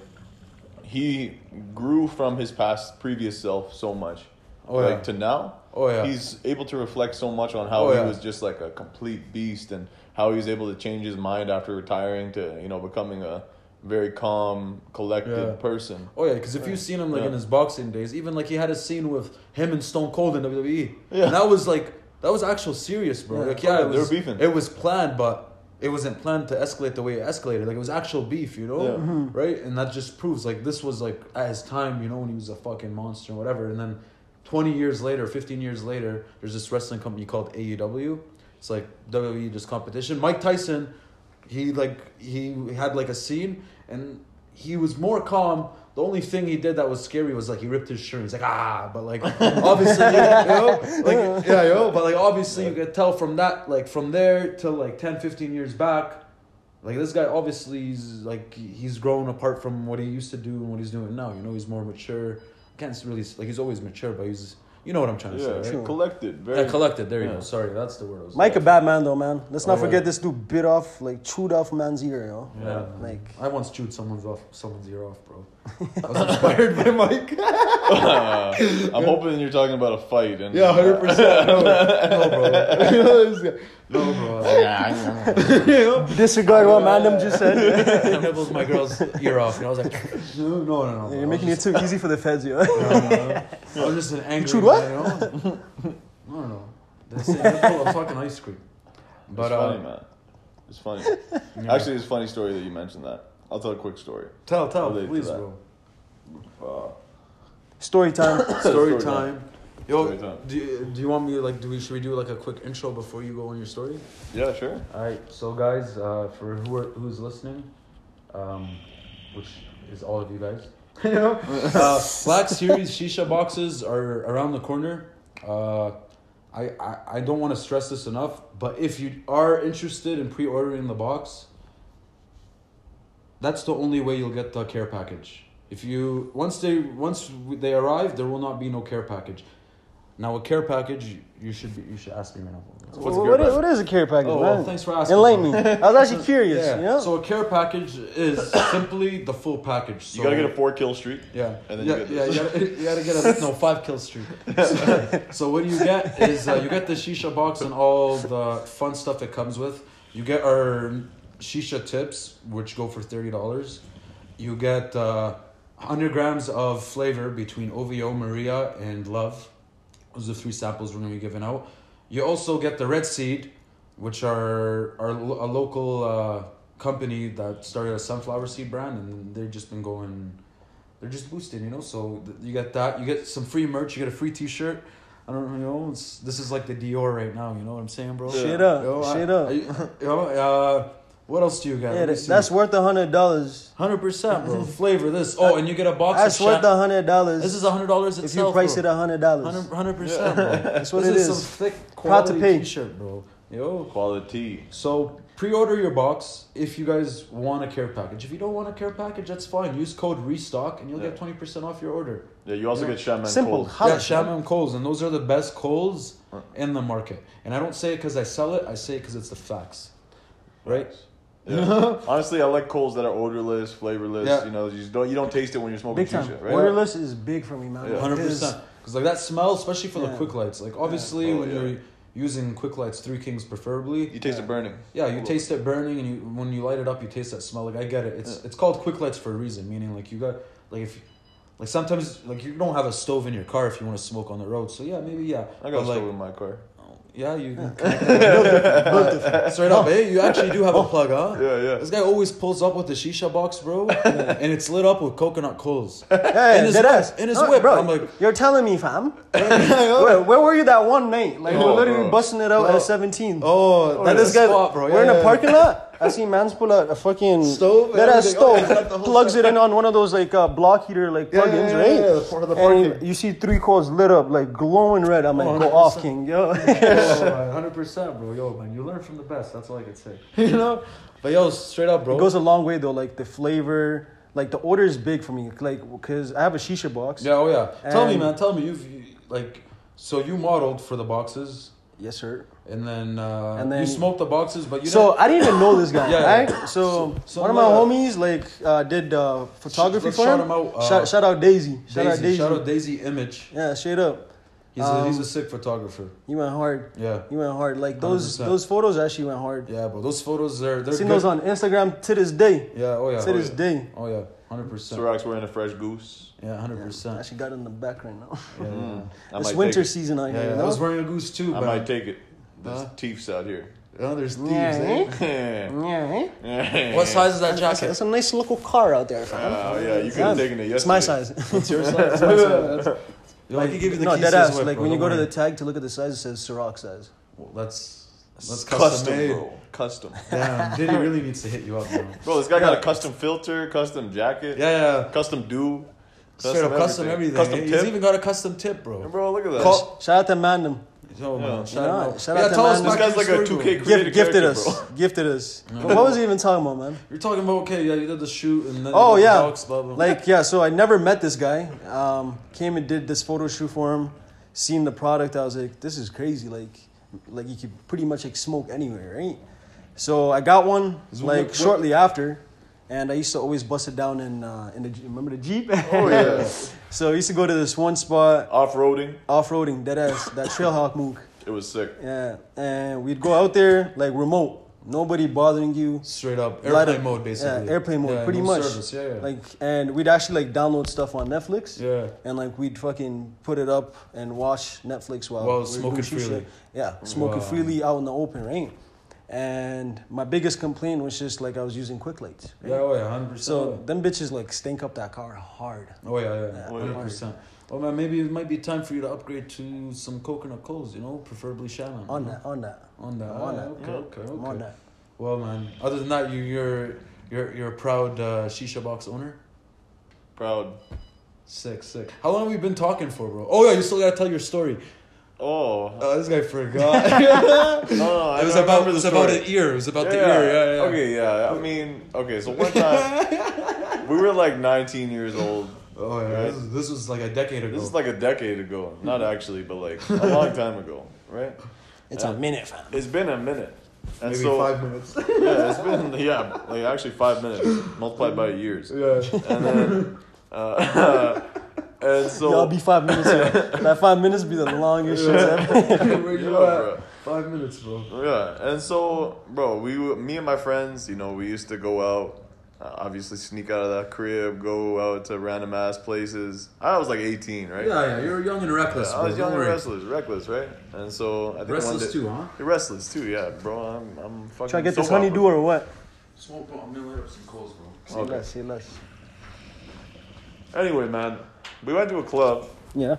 Speaker 2: he grew from his past previous self so much.
Speaker 6: Oh,
Speaker 2: like
Speaker 6: yeah.
Speaker 2: to now.
Speaker 6: Oh, yeah.
Speaker 2: He's able to reflect so much on how
Speaker 6: Oh,
Speaker 2: he
Speaker 6: yeah.
Speaker 2: was just like a complete beast and how he was able to change his mind after retiring to, you know, becoming a very calm, collected
Speaker 6: Yeah.
Speaker 2: person.
Speaker 6: Oh yeah, because if you've seen him like
Speaker 2: Yeah.
Speaker 6: in his boxing days, even like he had a scene with him and Stone Cold in WWE, and that was like that was actual serious, bro. Like yeah,
Speaker 2: yeah,
Speaker 1: Oh,
Speaker 6: it
Speaker 2: they
Speaker 6: was,
Speaker 2: were beefing.
Speaker 6: It was planned, but it wasn't planned to escalate the way it escalated. Like it was actual beef, you know,
Speaker 2: Yeah.
Speaker 6: right? And that just proves like this was like at his time, you know, when he was a fucking monster and whatever. And then twenty years later, fifteen years later, there's this wrestling company called AEW. It's like WWE just competition. Mike Tyson he like he had like a scene and he was more calm the only thing he did that was scary was like he ripped his shirt. He's like ah, but like obviously, you know, like yeah, yo, but like obviously you could tell from that, like from there till like 10, 15 years back, like this guy obviously is like he's grown apart from what he used to do and what he's doing now. You know, he's more mature. Can't really like he's always mature, but he's you know what I'm trying to
Speaker 2: Yeah,
Speaker 6: say. Right?
Speaker 2: collected. Very
Speaker 6: Yeah, collected. There you
Speaker 2: Yeah.
Speaker 6: go. Sorry, that's the word. I was
Speaker 4: Mike a bad man though, man. Let's not
Speaker 6: Oh, yeah.
Speaker 4: forget this dude bit off, like chewed off man's ear, yo.
Speaker 6: Yeah.
Speaker 4: Like
Speaker 6: I once chewed someone's off someone's ear off, bro. I was inspired by Mike.
Speaker 2: Uh, I'm hoping you're talking about a fight. And
Speaker 6: Yeah, hundred percent. No, no, bro. no, bro.
Speaker 4: disregard what man them just said.
Speaker 6: I nibbled my girl's ear off, and I was like, no, no, no, no. bro.
Speaker 4: You're making it too easy for the feds, yo.
Speaker 6: No, no, no. I was just an angry.
Speaker 4: chewed what?
Speaker 6: man, You know? No, no, no. That's it. Nipple of fucking ice cream. But
Speaker 2: it's funny,
Speaker 6: uh,
Speaker 2: man. It's funny. Actually, it's a funny story that you mentioned that. I'll tell a quick story.
Speaker 6: tell, tell,
Speaker 2: Relate to
Speaker 6: please,
Speaker 2: that. Uh,
Speaker 6: bro.
Speaker 4: Story time.
Speaker 6: Story
Speaker 2: Story time.
Speaker 6: time. Yo,
Speaker 2: Story time.
Speaker 6: do you, do you want me to, like? Do we should we do like a quick intro before you go on your story?
Speaker 2: yeah, sure.
Speaker 7: All right, so guys, uh, for who are, who's listening, um, which is all of you guys, you know,
Speaker 6: uh, Black Series shisha boxes are around the corner. Uh, I, I I don't want to stress this enough, but if you are interested in pre-ordering the box, that's the only way you'll get the care package. If you once they once they arrive, there will not be no care package. Now a care package, you should be, you should ask me right now.
Speaker 2: What's a
Speaker 4: what,
Speaker 2: good
Speaker 4: is, what is a care package,
Speaker 6: Oh,
Speaker 4: man?
Speaker 6: well, thanks for asking.
Speaker 4: Enlighten me. I was actually curious. You know?
Speaker 6: So a care package is simply the full package. So
Speaker 2: You gotta get a four kill streak.
Speaker 6: Yeah.
Speaker 2: And then
Speaker 6: yeah,
Speaker 2: you get
Speaker 6: yeah,
Speaker 2: this.
Speaker 6: you gotta, you gotta get a no five kill streak. So, so what you get is uh, you get the shisha box and all the fun stuff it comes with. You get our shisha tips, which go for thirty dollars. You get uh, hundred grams of flavor between OVO, Maria, and Love. Those are the three samples we're gonna be giving out.
Speaker 1: You also get the Red Seed, which are, are lo- a local uh, company that started a sunflower seed brand, and they've just been going, they're just boosting, you know. So th- you get that, you get some free merch, you get a free T-shirt. I don't know, you know, it's, this is like the Dior right now. You know what I'm saying, bro?
Speaker 4: Shit up,
Speaker 1: Yo, I-
Speaker 4: shit up.
Speaker 1: I- you know, uh, what else do you got?
Speaker 4: Yeah, that- that's worth a hundred dollars.
Speaker 1: hundred percent, bro. Flavor this. Oh, and you get a box.
Speaker 4: That's
Speaker 1: of
Speaker 4: worth
Speaker 1: Sha-
Speaker 4: a hundred
Speaker 1: This
Speaker 4: dollars.
Speaker 1: is a hundred dollars
Speaker 4: If
Speaker 1: itself.
Speaker 4: you price
Speaker 1: bro.
Speaker 4: it a hundred dollars,
Speaker 1: Hundred percent, bro. That's
Speaker 4: what
Speaker 1: this
Speaker 4: it
Speaker 1: is.
Speaker 4: is.
Speaker 1: Some thick
Speaker 4: Proud to
Speaker 1: quality
Speaker 4: pay.
Speaker 1: T-shirt, bro. Yo.
Speaker 2: Quality.
Speaker 1: So pre-order your box if you guys want a care package. If you don't want a care package, that's fine. Use code restock and you'll get twenty percent off your order.
Speaker 2: Yeah, you also get Shaman
Speaker 4: simple.
Speaker 2: Cold.
Speaker 1: yeah,
Speaker 4: Holla,
Speaker 1: Shaman Coles, and those are the best coals in the market. And I don't say it because I sell it. I say it because it's the facts, right?
Speaker 2: Yeah. Honestly, I like coals that are odorless, flavorless.
Speaker 1: Yeah.
Speaker 2: You know, you just don't you don't taste it when you're smoking
Speaker 4: big
Speaker 2: shisha,
Speaker 4: time.
Speaker 2: right?
Speaker 4: Orderless is big for me, man.
Speaker 2: Yeah.
Speaker 1: hundred
Speaker 4: Because
Speaker 1: percent. Because like that smell, especially for the
Speaker 4: Yeah.
Speaker 1: quick lights. Like obviously
Speaker 2: Oh,
Speaker 1: when
Speaker 2: yeah.
Speaker 1: you're using quick lights, Three Kings preferably.
Speaker 2: You taste it burning.
Speaker 1: yeah, you taste it burning, and you when you light it up, you taste that smell. Like I get it. It's it's called quick lights for a reason. Meaning like you got like if like sometimes like you don't have a stove in your car if you want to smoke on the road. So yeah, maybe yeah.
Speaker 2: I got a
Speaker 1: But, like,
Speaker 2: stove in my car.
Speaker 1: yeah, you can connect straight up. Hey, you actually do have a plug, huh?
Speaker 2: Yeah, yeah.
Speaker 1: This guy always pulls up with the shisha box, bro, and it's lit up with coconut coals.
Speaker 4: Yeah,
Speaker 1: In his
Speaker 4: dead
Speaker 1: whip,
Speaker 4: ass.
Speaker 1: in his
Speaker 4: No,
Speaker 1: whip.
Speaker 4: Bro,
Speaker 1: I'm like-
Speaker 4: you're telling me, fam. where, where were you that one night? Like
Speaker 2: Oh,
Speaker 4: we're literally
Speaker 2: bro.
Speaker 4: busting it out at 17.
Speaker 1: Oh, that
Speaker 4: Like,
Speaker 1: is
Speaker 4: guy-
Speaker 1: spot, bro.
Speaker 4: We're in
Speaker 1: Yeah,
Speaker 4: a
Speaker 1: yeah, yeah.
Speaker 4: parking lot. I see man's pull out a fucking
Speaker 1: Stove and
Speaker 4: That ass
Speaker 1: everything. Oh,
Speaker 4: stove
Speaker 1: yeah, got the whole
Speaker 4: plugs it in on one of those like uh, block heater like
Speaker 1: Yeah, yeah,
Speaker 4: plugins,
Speaker 1: yeah,
Speaker 4: right?
Speaker 1: yeah, the part of the
Speaker 4: and
Speaker 1: parking. Oh,
Speaker 4: you see three coils lit up like glowing red. I'm like, go off, king, yo.
Speaker 6: Oh,
Speaker 1: hundred percent, bro. Yo, man, you learn from the best. That's all I could say. you know, but yo, straight up, bro.
Speaker 4: It goes a long way though. Like the flavor, like the order is big for me. Like because I have a shisha box.
Speaker 1: yeah, oh yeah. tell me,
Speaker 4: And-
Speaker 1: man. Tell me, you've you, like, so you modeled for the boxes,
Speaker 4: Yes, sir.
Speaker 1: and then uh,
Speaker 4: And then-
Speaker 1: you smoked the boxes, but you
Speaker 4: so
Speaker 1: didn't-
Speaker 4: I didn't even know this guy,
Speaker 1: Yeah,
Speaker 4: right?
Speaker 1: yeah.
Speaker 4: So,
Speaker 1: So-
Speaker 4: one of
Speaker 1: so,
Speaker 4: my
Speaker 1: uh,
Speaker 4: homies like uh, did uh, photography
Speaker 1: let's
Speaker 4: for
Speaker 1: shout
Speaker 4: him.
Speaker 1: him out, uh,
Speaker 4: shout, shout out Daisy. Shout out
Speaker 1: Daisy,
Speaker 4: Daisy.
Speaker 1: shout out Daisy Image.
Speaker 4: yeah, straight up.
Speaker 1: He's a,
Speaker 4: Um,
Speaker 1: he's a sick photographer.
Speaker 4: He went hard.
Speaker 1: Yeah,
Speaker 4: He went hard. Like those
Speaker 1: 100%.
Speaker 4: those photos actually went hard.
Speaker 1: yeah, bro. Those photos are they're
Speaker 4: Seen
Speaker 1: good.
Speaker 4: those on Instagram to this day.
Speaker 1: Yeah, oh yeah,
Speaker 4: to
Speaker 1: oh
Speaker 4: this
Speaker 1: yeah,
Speaker 4: day.
Speaker 1: oh yeah, hundred percent.
Speaker 2: Sirac's wearing a fresh goose.
Speaker 1: Yeah, hundred
Speaker 4: I
Speaker 1: percent.
Speaker 4: actually got it in the back right now.
Speaker 2: I
Speaker 4: it's
Speaker 2: might
Speaker 4: winter
Speaker 2: Take
Speaker 4: season out
Speaker 1: Yeah,
Speaker 4: here.
Speaker 1: yeah.
Speaker 4: you
Speaker 1: I
Speaker 4: know?
Speaker 1: was wearing a goose too,
Speaker 2: it. I
Speaker 1: but
Speaker 2: might take it. There's
Speaker 1: Huh?
Speaker 2: teeth's out here.
Speaker 1: oh, there's thieves.
Speaker 4: Yeah,
Speaker 1: Eh?
Speaker 2: Yeah.
Speaker 4: Yeah, eh?
Speaker 1: What size is that
Speaker 4: That's,
Speaker 1: jacket?
Speaker 4: that's a nice little car out there. fam.
Speaker 2: Oh yeah, you could have taken it yesterday.
Speaker 4: it's my size.
Speaker 1: It's your size. It's my size. Yo, I can give you the
Speaker 4: no,
Speaker 1: keys
Speaker 4: dead
Speaker 1: to his
Speaker 4: ass.
Speaker 1: whip,
Speaker 4: like
Speaker 1: bro,
Speaker 4: when you go
Speaker 1: don't
Speaker 4: to the
Speaker 1: worry.
Speaker 4: tag to look at the size, it says Ciroc size.
Speaker 1: Well, that's that's
Speaker 2: It's
Speaker 1: custom,
Speaker 2: custom,
Speaker 1: made.
Speaker 2: bro. Custom.
Speaker 1: Damn, Diddy really needs to hit you up, bro.
Speaker 2: Bro, this guy got a custom filter, custom jacket,
Speaker 1: Yeah, yeah.
Speaker 2: custom do,
Speaker 1: Straight up custom everything.
Speaker 2: custom
Speaker 1: eh?
Speaker 2: tip.
Speaker 1: He's even got a custom tip, bro.
Speaker 2: Bro, look at that.
Speaker 1: Call-
Speaker 4: Shout out to Mandem.
Speaker 1: Yo, man,
Speaker 2: Yeah.
Speaker 1: shout out.
Speaker 4: Yeah, shout
Speaker 1: yeah,
Speaker 4: out to
Speaker 1: tell us
Speaker 4: Mandem.
Speaker 1: about
Speaker 2: This guy's
Speaker 1: your
Speaker 2: like
Speaker 1: story,
Speaker 2: a 2K
Speaker 1: bro.
Speaker 2: creative
Speaker 4: Gift, gifted
Speaker 2: character,
Speaker 4: us.
Speaker 2: bro.
Speaker 4: Gifted us. What was he even talking about, man?
Speaker 1: You're talking about okay, yeah, you did the shoot and then
Speaker 4: Oh
Speaker 1: you did the
Speaker 4: yeah,
Speaker 1: docs, blah, blah, blah.
Speaker 4: like yeah. So I never met this guy. Um, came and did this photo shoot for him. Seen the product, I was like, this is crazy. Like, like you could pretty much like smoke anywhere, right? So I got one
Speaker 1: So what-
Speaker 4: like
Speaker 1: what-
Speaker 4: shortly after, and I used to always bust it down in uh, in the Jeep- remember the Jeep. Oh
Speaker 2: yeah.
Speaker 4: so I used to go to this one spot
Speaker 2: Off roading,
Speaker 4: off roading, dead ass that Trailhawk mook.
Speaker 2: it was sick.
Speaker 4: Yeah, and we'd go out there like remote, nobody bothering you.
Speaker 1: straight up
Speaker 4: Light
Speaker 1: airplane
Speaker 4: up.
Speaker 1: mode, basically.
Speaker 4: Yeah, airplane mode,
Speaker 1: Yeah,
Speaker 4: pretty
Speaker 1: no
Speaker 4: much.
Speaker 1: service, Yeah, yeah.
Speaker 4: Like, and we'd actually like download stuff on Netflix.
Speaker 1: Yeah.
Speaker 4: And like we'd fucking put it up and watch Netflix while
Speaker 1: While
Speaker 4: we're
Speaker 1: smoking
Speaker 4: doing shisha.
Speaker 1: freely.
Speaker 4: Yeah, smoking
Speaker 1: Wow.
Speaker 4: freely out in the open, right? And my biggest complaint was just like I was using quick lights. right?
Speaker 1: yeah, oh yeah, hundred percent.
Speaker 4: So them bitches like stink up that car hard.
Speaker 1: Oh yeah, yeah,
Speaker 4: Yeah,
Speaker 1: hundred
Speaker 4: don't
Speaker 1: percent. Oh man, maybe it might be time for you to upgrade to some coconut coals. You know, preferably Shannon.
Speaker 4: On that, on that,
Speaker 1: On that.
Speaker 4: On
Speaker 1: ah,
Speaker 4: that.
Speaker 1: Okay, okay,
Speaker 4: I'm
Speaker 1: okay.
Speaker 4: on that.
Speaker 1: Well, man. Other than that, you, you're you're you're a proud uh, shisha box owner.
Speaker 2: Proud.
Speaker 1: Sick, sick. How long have we been talking for, bro? Oh yeah, you still gotta tell your story.
Speaker 2: Oh.
Speaker 1: Oh, this guy forgot.
Speaker 2: No, no, I
Speaker 1: it was
Speaker 2: I
Speaker 1: about
Speaker 2: remember
Speaker 1: it
Speaker 2: the
Speaker 1: was about
Speaker 2: story.
Speaker 1: an ear. It was about the
Speaker 2: Yeah.
Speaker 1: ear. Yeah, yeah.
Speaker 2: Okay, yeah. I mean, okay. So one time, we were like 19 years old.
Speaker 1: Oh yeah. This, is, this was like a decade ago.
Speaker 2: This is like a decade ago. Not
Speaker 1: Mm-hmm.
Speaker 2: actually, but like a long time ago, right?
Speaker 4: It's a minute, fam.
Speaker 2: It's been a minute. And
Speaker 1: maybe
Speaker 2: so,
Speaker 1: five minutes.
Speaker 2: Yeah, it's been yeah, like actually five minutes multiplied by years,
Speaker 1: yeah.
Speaker 2: and then, uh, and so
Speaker 4: Y'all be five minutes. Here. that five minutes be the longest shit ever.
Speaker 1: Where you at?
Speaker 2: Yeah, bro.
Speaker 1: Five minutes, bro.
Speaker 2: Yeah, and so, bro, we, were- me and my friends, you know, we used to go out uh, obviously sneak out of that crib, go out to random ass places. I was like 18, right?
Speaker 1: Yeah, yeah, you're young and reckless.
Speaker 2: I
Speaker 1: bro,
Speaker 2: was young
Speaker 1: don't
Speaker 2: and
Speaker 1: worry.
Speaker 2: restless, reckless, right? And so I think one
Speaker 1: Restless
Speaker 2: day,
Speaker 1: too, huh?
Speaker 2: You're restless too, yeah, bro. I'm, I'm fucking.
Speaker 4: Try to get
Speaker 2: soap
Speaker 4: this
Speaker 2: opera.
Speaker 4: honeydew or what?
Speaker 1: Smoke, bro. I'm gonna light up some coals, bro.
Speaker 4: Say
Speaker 2: Okay.
Speaker 4: less, say less.
Speaker 2: Anyway, man, we went to a club.
Speaker 4: Yeah.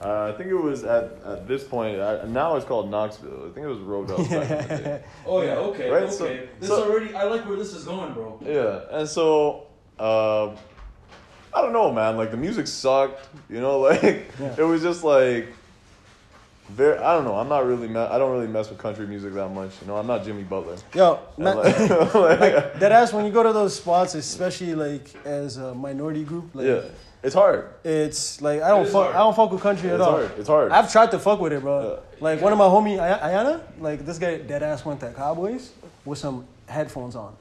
Speaker 2: Uh, I think it was at, at this point. I, now it's called Knoxville. I think it was Rodell. back in the day.
Speaker 1: Oh yeah, okay,
Speaker 2: Right,
Speaker 1: okay.
Speaker 2: so-
Speaker 1: this
Speaker 2: so-
Speaker 1: already. I like where this is going, bro.
Speaker 2: Yeah, and so uh, I don't know, man. Like the music sucked, you know. Like
Speaker 4: Yeah.
Speaker 2: it was just like very. I don't know. I'm not really. Me- I don't really mess with country music that much. You know, I'm not Jimmy Butler.
Speaker 4: Yo, ma-
Speaker 2: And, like- like,
Speaker 4: that ass when you go to those spots, especially like as a minority group, like
Speaker 2: yeah, it's hard.
Speaker 4: it's like I don't fuck I don't fuck with country at
Speaker 2: It's
Speaker 4: all.
Speaker 2: hard. It's hard.
Speaker 4: I've tried to fuck with it, bro. Like one of my homie Ay- Ayana, like this guy dead ass went to Cowboys with some headphones on.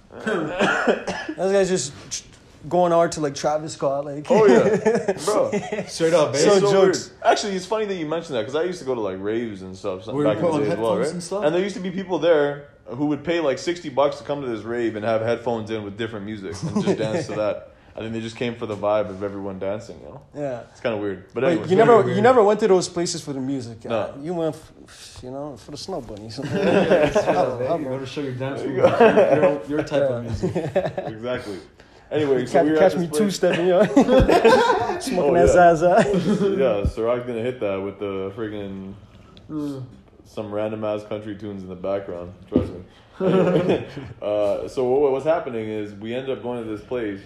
Speaker 4: this guy's just tr- going hard to like Travis Scott, like
Speaker 2: Oh yeah, bro.
Speaker 1: Straight up,
Speaker 2: It's
Speaker 1: babe.
Speaker 2: so
Speaker 4: So jokes.
Speaker 2: weird. Actually, it's funny that you mentioned that because I used to go to like raves and stuff
Speaker 1: you
Speaker 2: back in
Speaker 1: put
Speaker 2: the
Speaker 1: on
Speaker 2: day as well,
Speaker 1: headphones
Speaker 2: right?
Speaker 1: and stuff?
Speaker 2: there used to be people there who would pay like sixty bucks to come to this rave and have headphones in with different music and just dance to that. I think they just came for the vibe of everyone dancing. You know,
Speaker 4: yeah.
Speaker 2: it's kind of weird. But anyway,
Speaker 4: But you never, you never went to those places for the music.
Speaker 2: No.
Speaker 4: Uh, you went, f- you know, for the snow bunnies.
Speaker 1: You gotta show your dance moves, your, your type of music.
Speaker 2: exactly. Anyway, so
Speaker 4: catch,
Speaker 2: we were
Speaker 4: catch
Speaker 2: at this
Speaker 4: me
Speaker 2: place-
Speaker 4: two stepping, yo. Smoking
Speaker 2: Oh, yeah.
Speaker 4: that Zaza.
Speaker 2: yeah, Sirac's gonna hit that with the friggin' some random ass country tunes in the background. Trust me. uh, so what was happening is we ended up going to this place,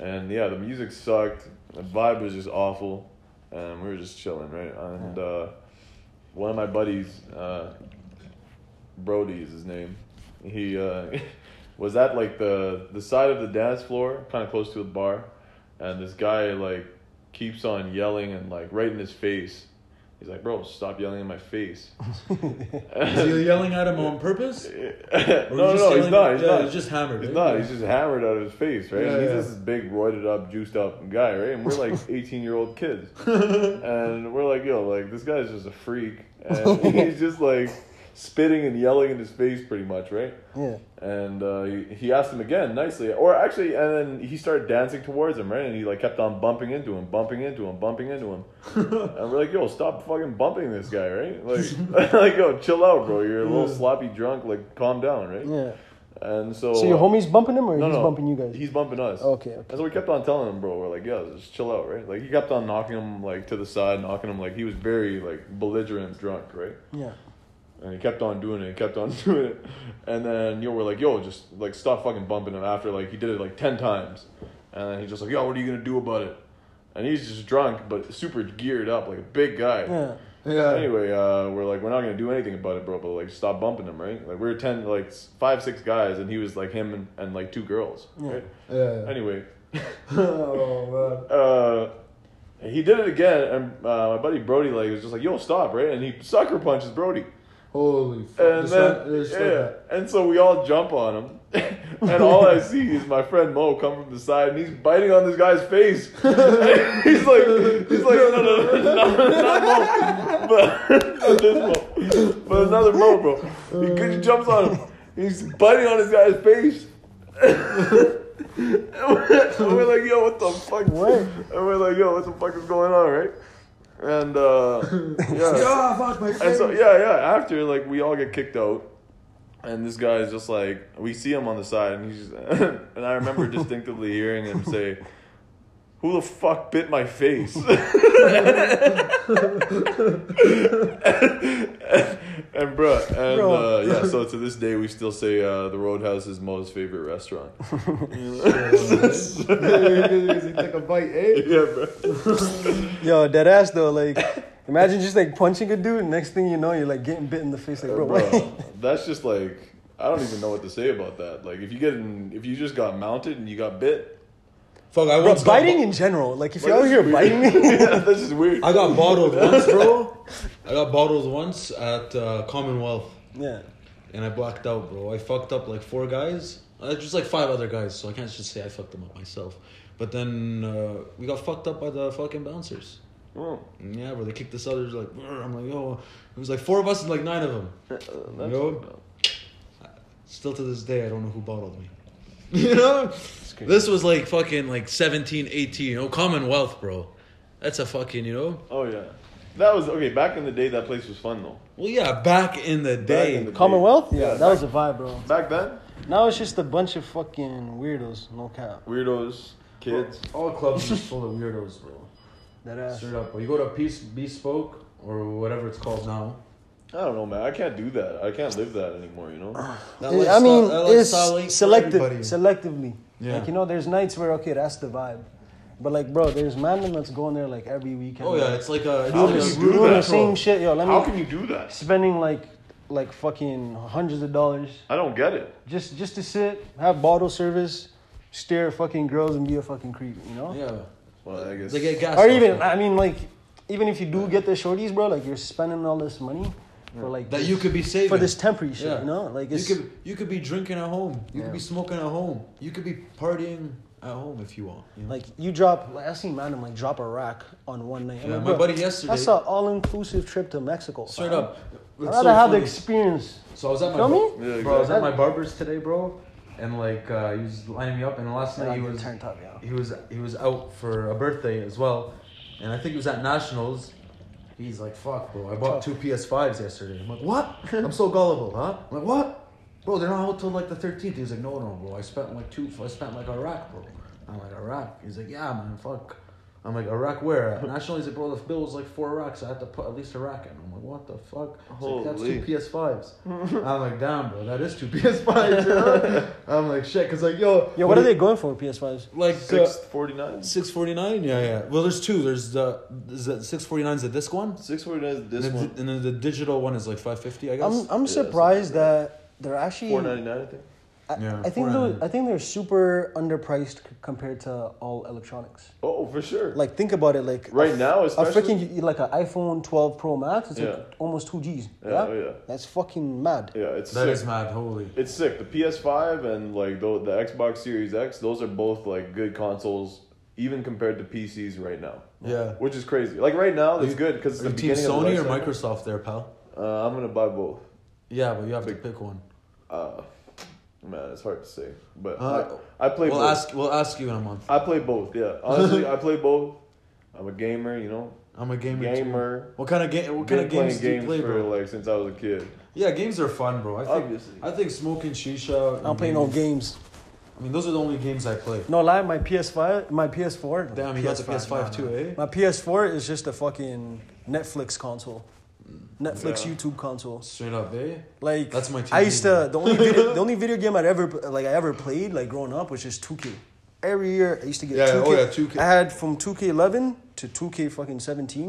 Speaker 2: and yeah, the music sucked. The vibe was just awful, and we were just chilling, right? And uh, one of my buddies, uh, Brody is his name. He uh, was at like the the side of the dance floor, kind of close to the bar, and this guy like keeps on yelling and like right in his face. He's like, "Bro, stop yelling in my face."
Speaker 1: So you're yelling at him on purpose? Or
Speaker 2: no,
Speaker 1: you're
Speaker 2: no,
Speaker 1: just
Speaker 2: no, he's
Speaker 1: yelling-
Speaker 2: not. He's
Speaker 1: yeah,
Speaker 2: not.
Speaker 1: you're just hammered.
Speaker 2: He's
Speaker 1: right?
Speaker 2: not. He's just hammered out of his face, right?
Speaker 1: Yeah,
Speaker 2: And he's
Speaker 1: yeah.
Speaker 2: just this big, roided up, juiced up guy, right? And we're like 18 year old kids. and we're like, yo, like, this guy's just a freak. And he's just like spitting and yelling in his face, pretty much, right?
Speaker 4: yeah.
Speaker 2: And uh, he, he asked him again nicely, or actually, and then he started dancing towards him, right? And he like kept on bumping into him, bumping into him, bumping into him. and we're like, "Yo, stop fucking bumping this guy, right? Like, like, yo, chill out, bro. You're a little sloppy drunk. Like, calm down, right?"
Speaker 4: Yeah.
Speaker 2: And so,
Speaker 4: So your
Speaker 2: uh,
Speaker 4: homie's bumping him, or
Speaker 2: no,
Speaker 4: he's
Speaker 2: no,
Speaker 4: bumping you guys? Oh,
Speaker 2: He's bumping us.
Speaker 4: Okay, okay.
Speaker 2: And so we kept on telling him, bro. We're like, "Yo, just chill out, right?" Like he kept on knocking him like to the side, knocking him like he was very like belligerent drunk, right?
Speaker 4: yeah.
Speaker 2: And he kept on doing it, kept on doing it. And then, yo, we're like, yo, just like stop fucking bumping him after like he did it like 10 times. And then he's just like, yo, what are you gonna do about it? And he's just drunk, but super geared up, like a big guy.
Speaker 4: Yeah.
Speaker 2: Anyway, uh, we're like, we're not gonna do anything about it, bro, but like stop bumping him, right? Like we were 10, like s- five, six guys, and he was like him and, and like two girls, right?
Speaker 5: Yeah.
Speaker 2: Anyway,
Speaker 5: oh
Speaker 2: uh, he did it again, and uh, my buddy Brody like was just like, "Yo, stop!" Right, and he sucker punches Brody,
Speaker 5: man, holy fuck!
Speaker 2: and
Speaker 5: Just
Speaker 2: then,
Speaker 5: like- just like
Speaker 2: yeah,
Speaker 5: that.
Speaker 2: and so we all jump on him, and all I see is my friend Mo come from the side, and he's biting on this guy's face. And he's like, he's like, no, no, no, not, not Mo, but not this Mo, but another Mo, bro.
Speaker 5: Uh.
Speaker 2: He, he jumps on him, he's biting on this guy's face. and we're and we're like, yo, what the fuck?
Speaker 4: What?
Speaker 2: And we're like, yo, what the fuck is going on, right? And uh, yeah.
Speaker 5: Ah, fuck my
Speaker 2: And
Speaker 5: face.
Speaker 2: so yeah, yeah. After like we all get kicked out, and this guy is just like we see him on the side, and he's and I remember distinctively hearing him say, "Who the fuck bit my face?" and bruh, and
Speaker 4: Bro.
Speaker 2: Uh, yeah. So to this day, we still say uh, the Roadhouse is Mo's favorite restaurant.
Speaker 5: he took a bite, eh?
Speaker 2: yeah, bro.
Speaker 4: Yo, dead ass though. Like, imagine just like punching a dude. and Next thing you know, you're like getting bit in the face. Like, bro, what?
Speaker 2: Bro, that's just like I don't even know what to say about that. Like if you get in, if you just got mounted and you got bit.
Speaker 1: Fuck, I
Speaker 4: bro
Speaker 1: once got
Speaker 4: biting in general. Like, if you're out here biting,
Speaker 2: yeah, that's just weird.
Speaker 1: I got bottled once, bro. I got bottled once at uh, Commonwealth,
Speaker 4: yeah.
Speaker 1: and I blacked out, bro. I fucked up like four guys, uh, just like five other guys. So I can't just say I fucked them up myself. But then uh, we got fucked up by the fucking bouncers.
Speaker 2: Oh,
Speaker 1: Yeah, bro. They kicked us out. They're just like, "Brr." I'm like, yo. It was like four of us and like nine of them.
Speaker 2: that's
Speaker 1: Yo. Still to this day, I don't know who bottled me.
Speaker 6: You know? This was like fucking like 17, 18, you know, Commonwealth, bro. That's a fucking, you know?
Speaker 2: Oh yeah, that was okay. Back in the day, that place was fun though.
Speaker 6: Well, yeah, back in the
Speaker 2: Back
Speaker 6: day.
Speaker 2: in the day.
Speaker 4: Commonwealth?
Speaker 2: Yeah,
Speaker 4: that was a vibe, bro.
Speaker 2: Back then,
Speaker 4: Now it's just a bunch of fucking weirdos, no cap.
Speaker 2: weirdos, kids.
Speaker 1: All clubs are full of weirdos, bro.
Speaker 4: That ass.
Speaker 1: Straight up. You go to Peace Bespoke or whatever it's called now.
Speaker 2: I don't know, man. I can't do that. I can't live that anymore. You know.
Speaker 6: That
Speaker 4: Yeah, I
Speaker 6: lifestyle-
Speaker 4: mean,
Speaker 6: that
Speaker 4: it's
Speaker 6: lifestyle ain't for
Speaker 4: selective,
Speaker 6: everybody.
Speaker 4: selectively.
Speaker 1: Yeah.
Speaker 4: Like you know, there's nights where okay, that's the vibe, but like, bro, there's man that's going there like every weekend.
Speaker 6: Oh yeah, it's like a.
Speaker 2: How can
Speaker 4: doing, the,
Speaker 2: you
Speaker 6: It's
Speaker 2: do
Speaker 4: doing the
Speaker 2: that,
Speaker 4: same
Speaker 2: bro?
Speaker 4: shit, yo. Let
Speaker 2: How
Speaker 4: me
Speaker 2: can you do that?
Speaker 4: spending like like fucking hundreds of dollars
Speaker 2: I don't get it.
Speaker 4: just just to sit, have bottle service, stare at fucking girls, and be a fucking creep, you know?
Speaker 6: yeah,
Speaker 2: Well, I guess.
Speaker 6: they get gas.
Speaker 4: Or
Speaker 6: off
Speaker 4: even,
Speaker 6: it.
Speaker 4: I mean, like, even if you do get the shorties, bro, like you're spending all this money for like
Speaker 6: that
Speaker 4: this-
Speaker 6: you could be saving
Speaker 4: for this temporary shit,
Speaker 6: Yeah.
Speaker 4: you know? Like
Speaker 6: You
Speaker 4: it's
Speaker 6: could you could be drinking at home. You could be smoking at home. You could be partying at home if you want. you know?
Speaker 4: Like you drop, like I seen Madam like drop a rack on one night. I'm
Speaker 6: Yeah,
Speaker 4: like,
Speaker 6: my
Speaker 4: bro,
Speaker 6: buddy yesterday-
Speaker 4: That's an all-inclusive trip to Mexico.
Speaker 6: Straight
Speaker 4: fam.
Speaker 6: up.
Speaker 4: I'd
Speaker 6: It's
Speaker 4: rather
Speaker 6: so
Speaker 4: have the
Speaker 6: funny.
Speaker 4: experience.
Speaker 1: So I was at my
Speaker 4: Feel me?
Speaker 1: bro,
Speaker 2: Yeah,
Speaker 1: I was at
Speaker 4: exactly.
Speaker 1: my barber's today, bro, and like uh, he was lining me up. And last night
Speaker 4: Like,
Speaker 1: he
Speaker 4: you
Speaker 1: was
Speaker 4: turn top, yeah.
Speaker 1: he was he was out for a birthday as well, and I think he was at nationals. He's like, "Fuck, bro! I bought two PS5s yesterday." I'm like, "What? I'm so gullible, huh?" I'm like, "What, bro? They're not out till like the 13th." He was like, "No, no, bro. I spent like two. I spent like Iraq, bro." I'm like, "Iraq?" He's like, "Yeah, man. Fuck." I'm like, "Iraq where?" At nationals, he's like, "Bro, the bill was like four racks. I had to put at least a rack in." I'm like, "What the fuck?" He's like, "That's two
Speaker 2: Holy.
Speaker 1: PS5s." I'm like, "Damn, bro. That is two PS5s." You know? I'm like, "Shit," because like, yo,
Speaker 4: Yo, what are they going for? PS5s.
Speaker 6: Like
Speaker 2: Six forty nine.
Speaker 6: six forty nine. Yeah, yeah. Well, there's two. There's the six forty nine is the disc one.
Speaker 2: Six forty nine is this
Speaker 6: and,
Speaker 2: one.
Speaker 6: the, and then the digital one is like five fifty. I guess.
Speaker 4: I'm I'm
Speaker 2: yeah, something
Speaker 4: surprised that they're actually.
Speaker 2: Four ninety nine, I think.
Speaker 4: I,
Speaker 6: Yeah,
Speaker 4: I think
Speaker 6: $4.99.
Speaker 4: they're, I think they're super underpriced c- compared to all electronics.
Speaker 2: Oh, for sure.
Speaker 4: Like think about it, like
Speaker 2: Right now,
Speaker 4: a
Speaker 2: especially.
Speaker 4: freaking like an iPhone 12 Pro Max, it's
Speaker 2: Yeah.
Speaker 4: like almost two Gs. Yeah,
Speaker 2: oh, yeah.
Speaker 4: that's fucking mad.
Speaker 2: yeah, it's
Speaker 1: That
Speaker 2: sick.
Speaker 1: is mad. Holy.
Speaker 2: It's sick. The PS5 and like the, the Xbox Series X, those are both like good consoles, even compared to PCs right now.
Speaker 6: Yeah.
Speaker 2: Which is crazy. Like right now, it's
Speaker 6: you-
Speaker 2: good because it's the
Speaker 6: Are you team
Speaker 2: beginning of the
Speaker 6: Sony or
Speaker 2: life cycle.
Speaker 6: Microsoft there, pal?
Speaker 2: Uh, I'm gonna buy both.
Speaker 6: Yeah, but you have to pick one.
Speaker 2: Uh, man, it's hard to say, but
Speaker 6: Uh,
Speaker 2: I, I play
Speaker 6: We'll
Speaker 2: both.
Speaker 6: ask. We'll ask you in a month.
Speaker 2: I play both. Yeah, honestly, I play both. I'm a gamer, you know.
Speaker 6: I'm a gamer. too.
Speaker 2: Gamer.
Speaker 6: What kind of game? What kind of
Speaker 2: Been playing
Speaker 6: games do you play,
Speaker 2: for
Speaker 6: bro?
Speaker 2: like since I was a kid.
Speaker 6: Yeah, games are fun, bro. I think.
Speaker 2: Obviously.
Speaker 6: I think smoking shisha.
Speaker 4: I don't play no games.
Speaker 6: I mean, those are the only games I play.
Speaker 4: No lie, my PS5, my PS4.
Speaker 6: Damn, you got the PS5 too, eh?
Speaker 4: My PS4 is just a fucking Netflix console. Netflix
Speaker 2: Yeah.
Speaker 4: YouTube console.
Speaker 6: Straight up, eh?
Speaker 4: Like
Speaker 6: That's my
Speaker 4: I used
Speaker 6: TV.
Speaker 4: to the only video, the only video game I'd ever like I ever played like growing up was just 2K. Every year I used to get
Speaker 6: Yeah,
Speaker 4: 2K.
Speaker 6: oh yeah, 2K.
Speaker 4: I had from 2K11 to 2K fucking 17.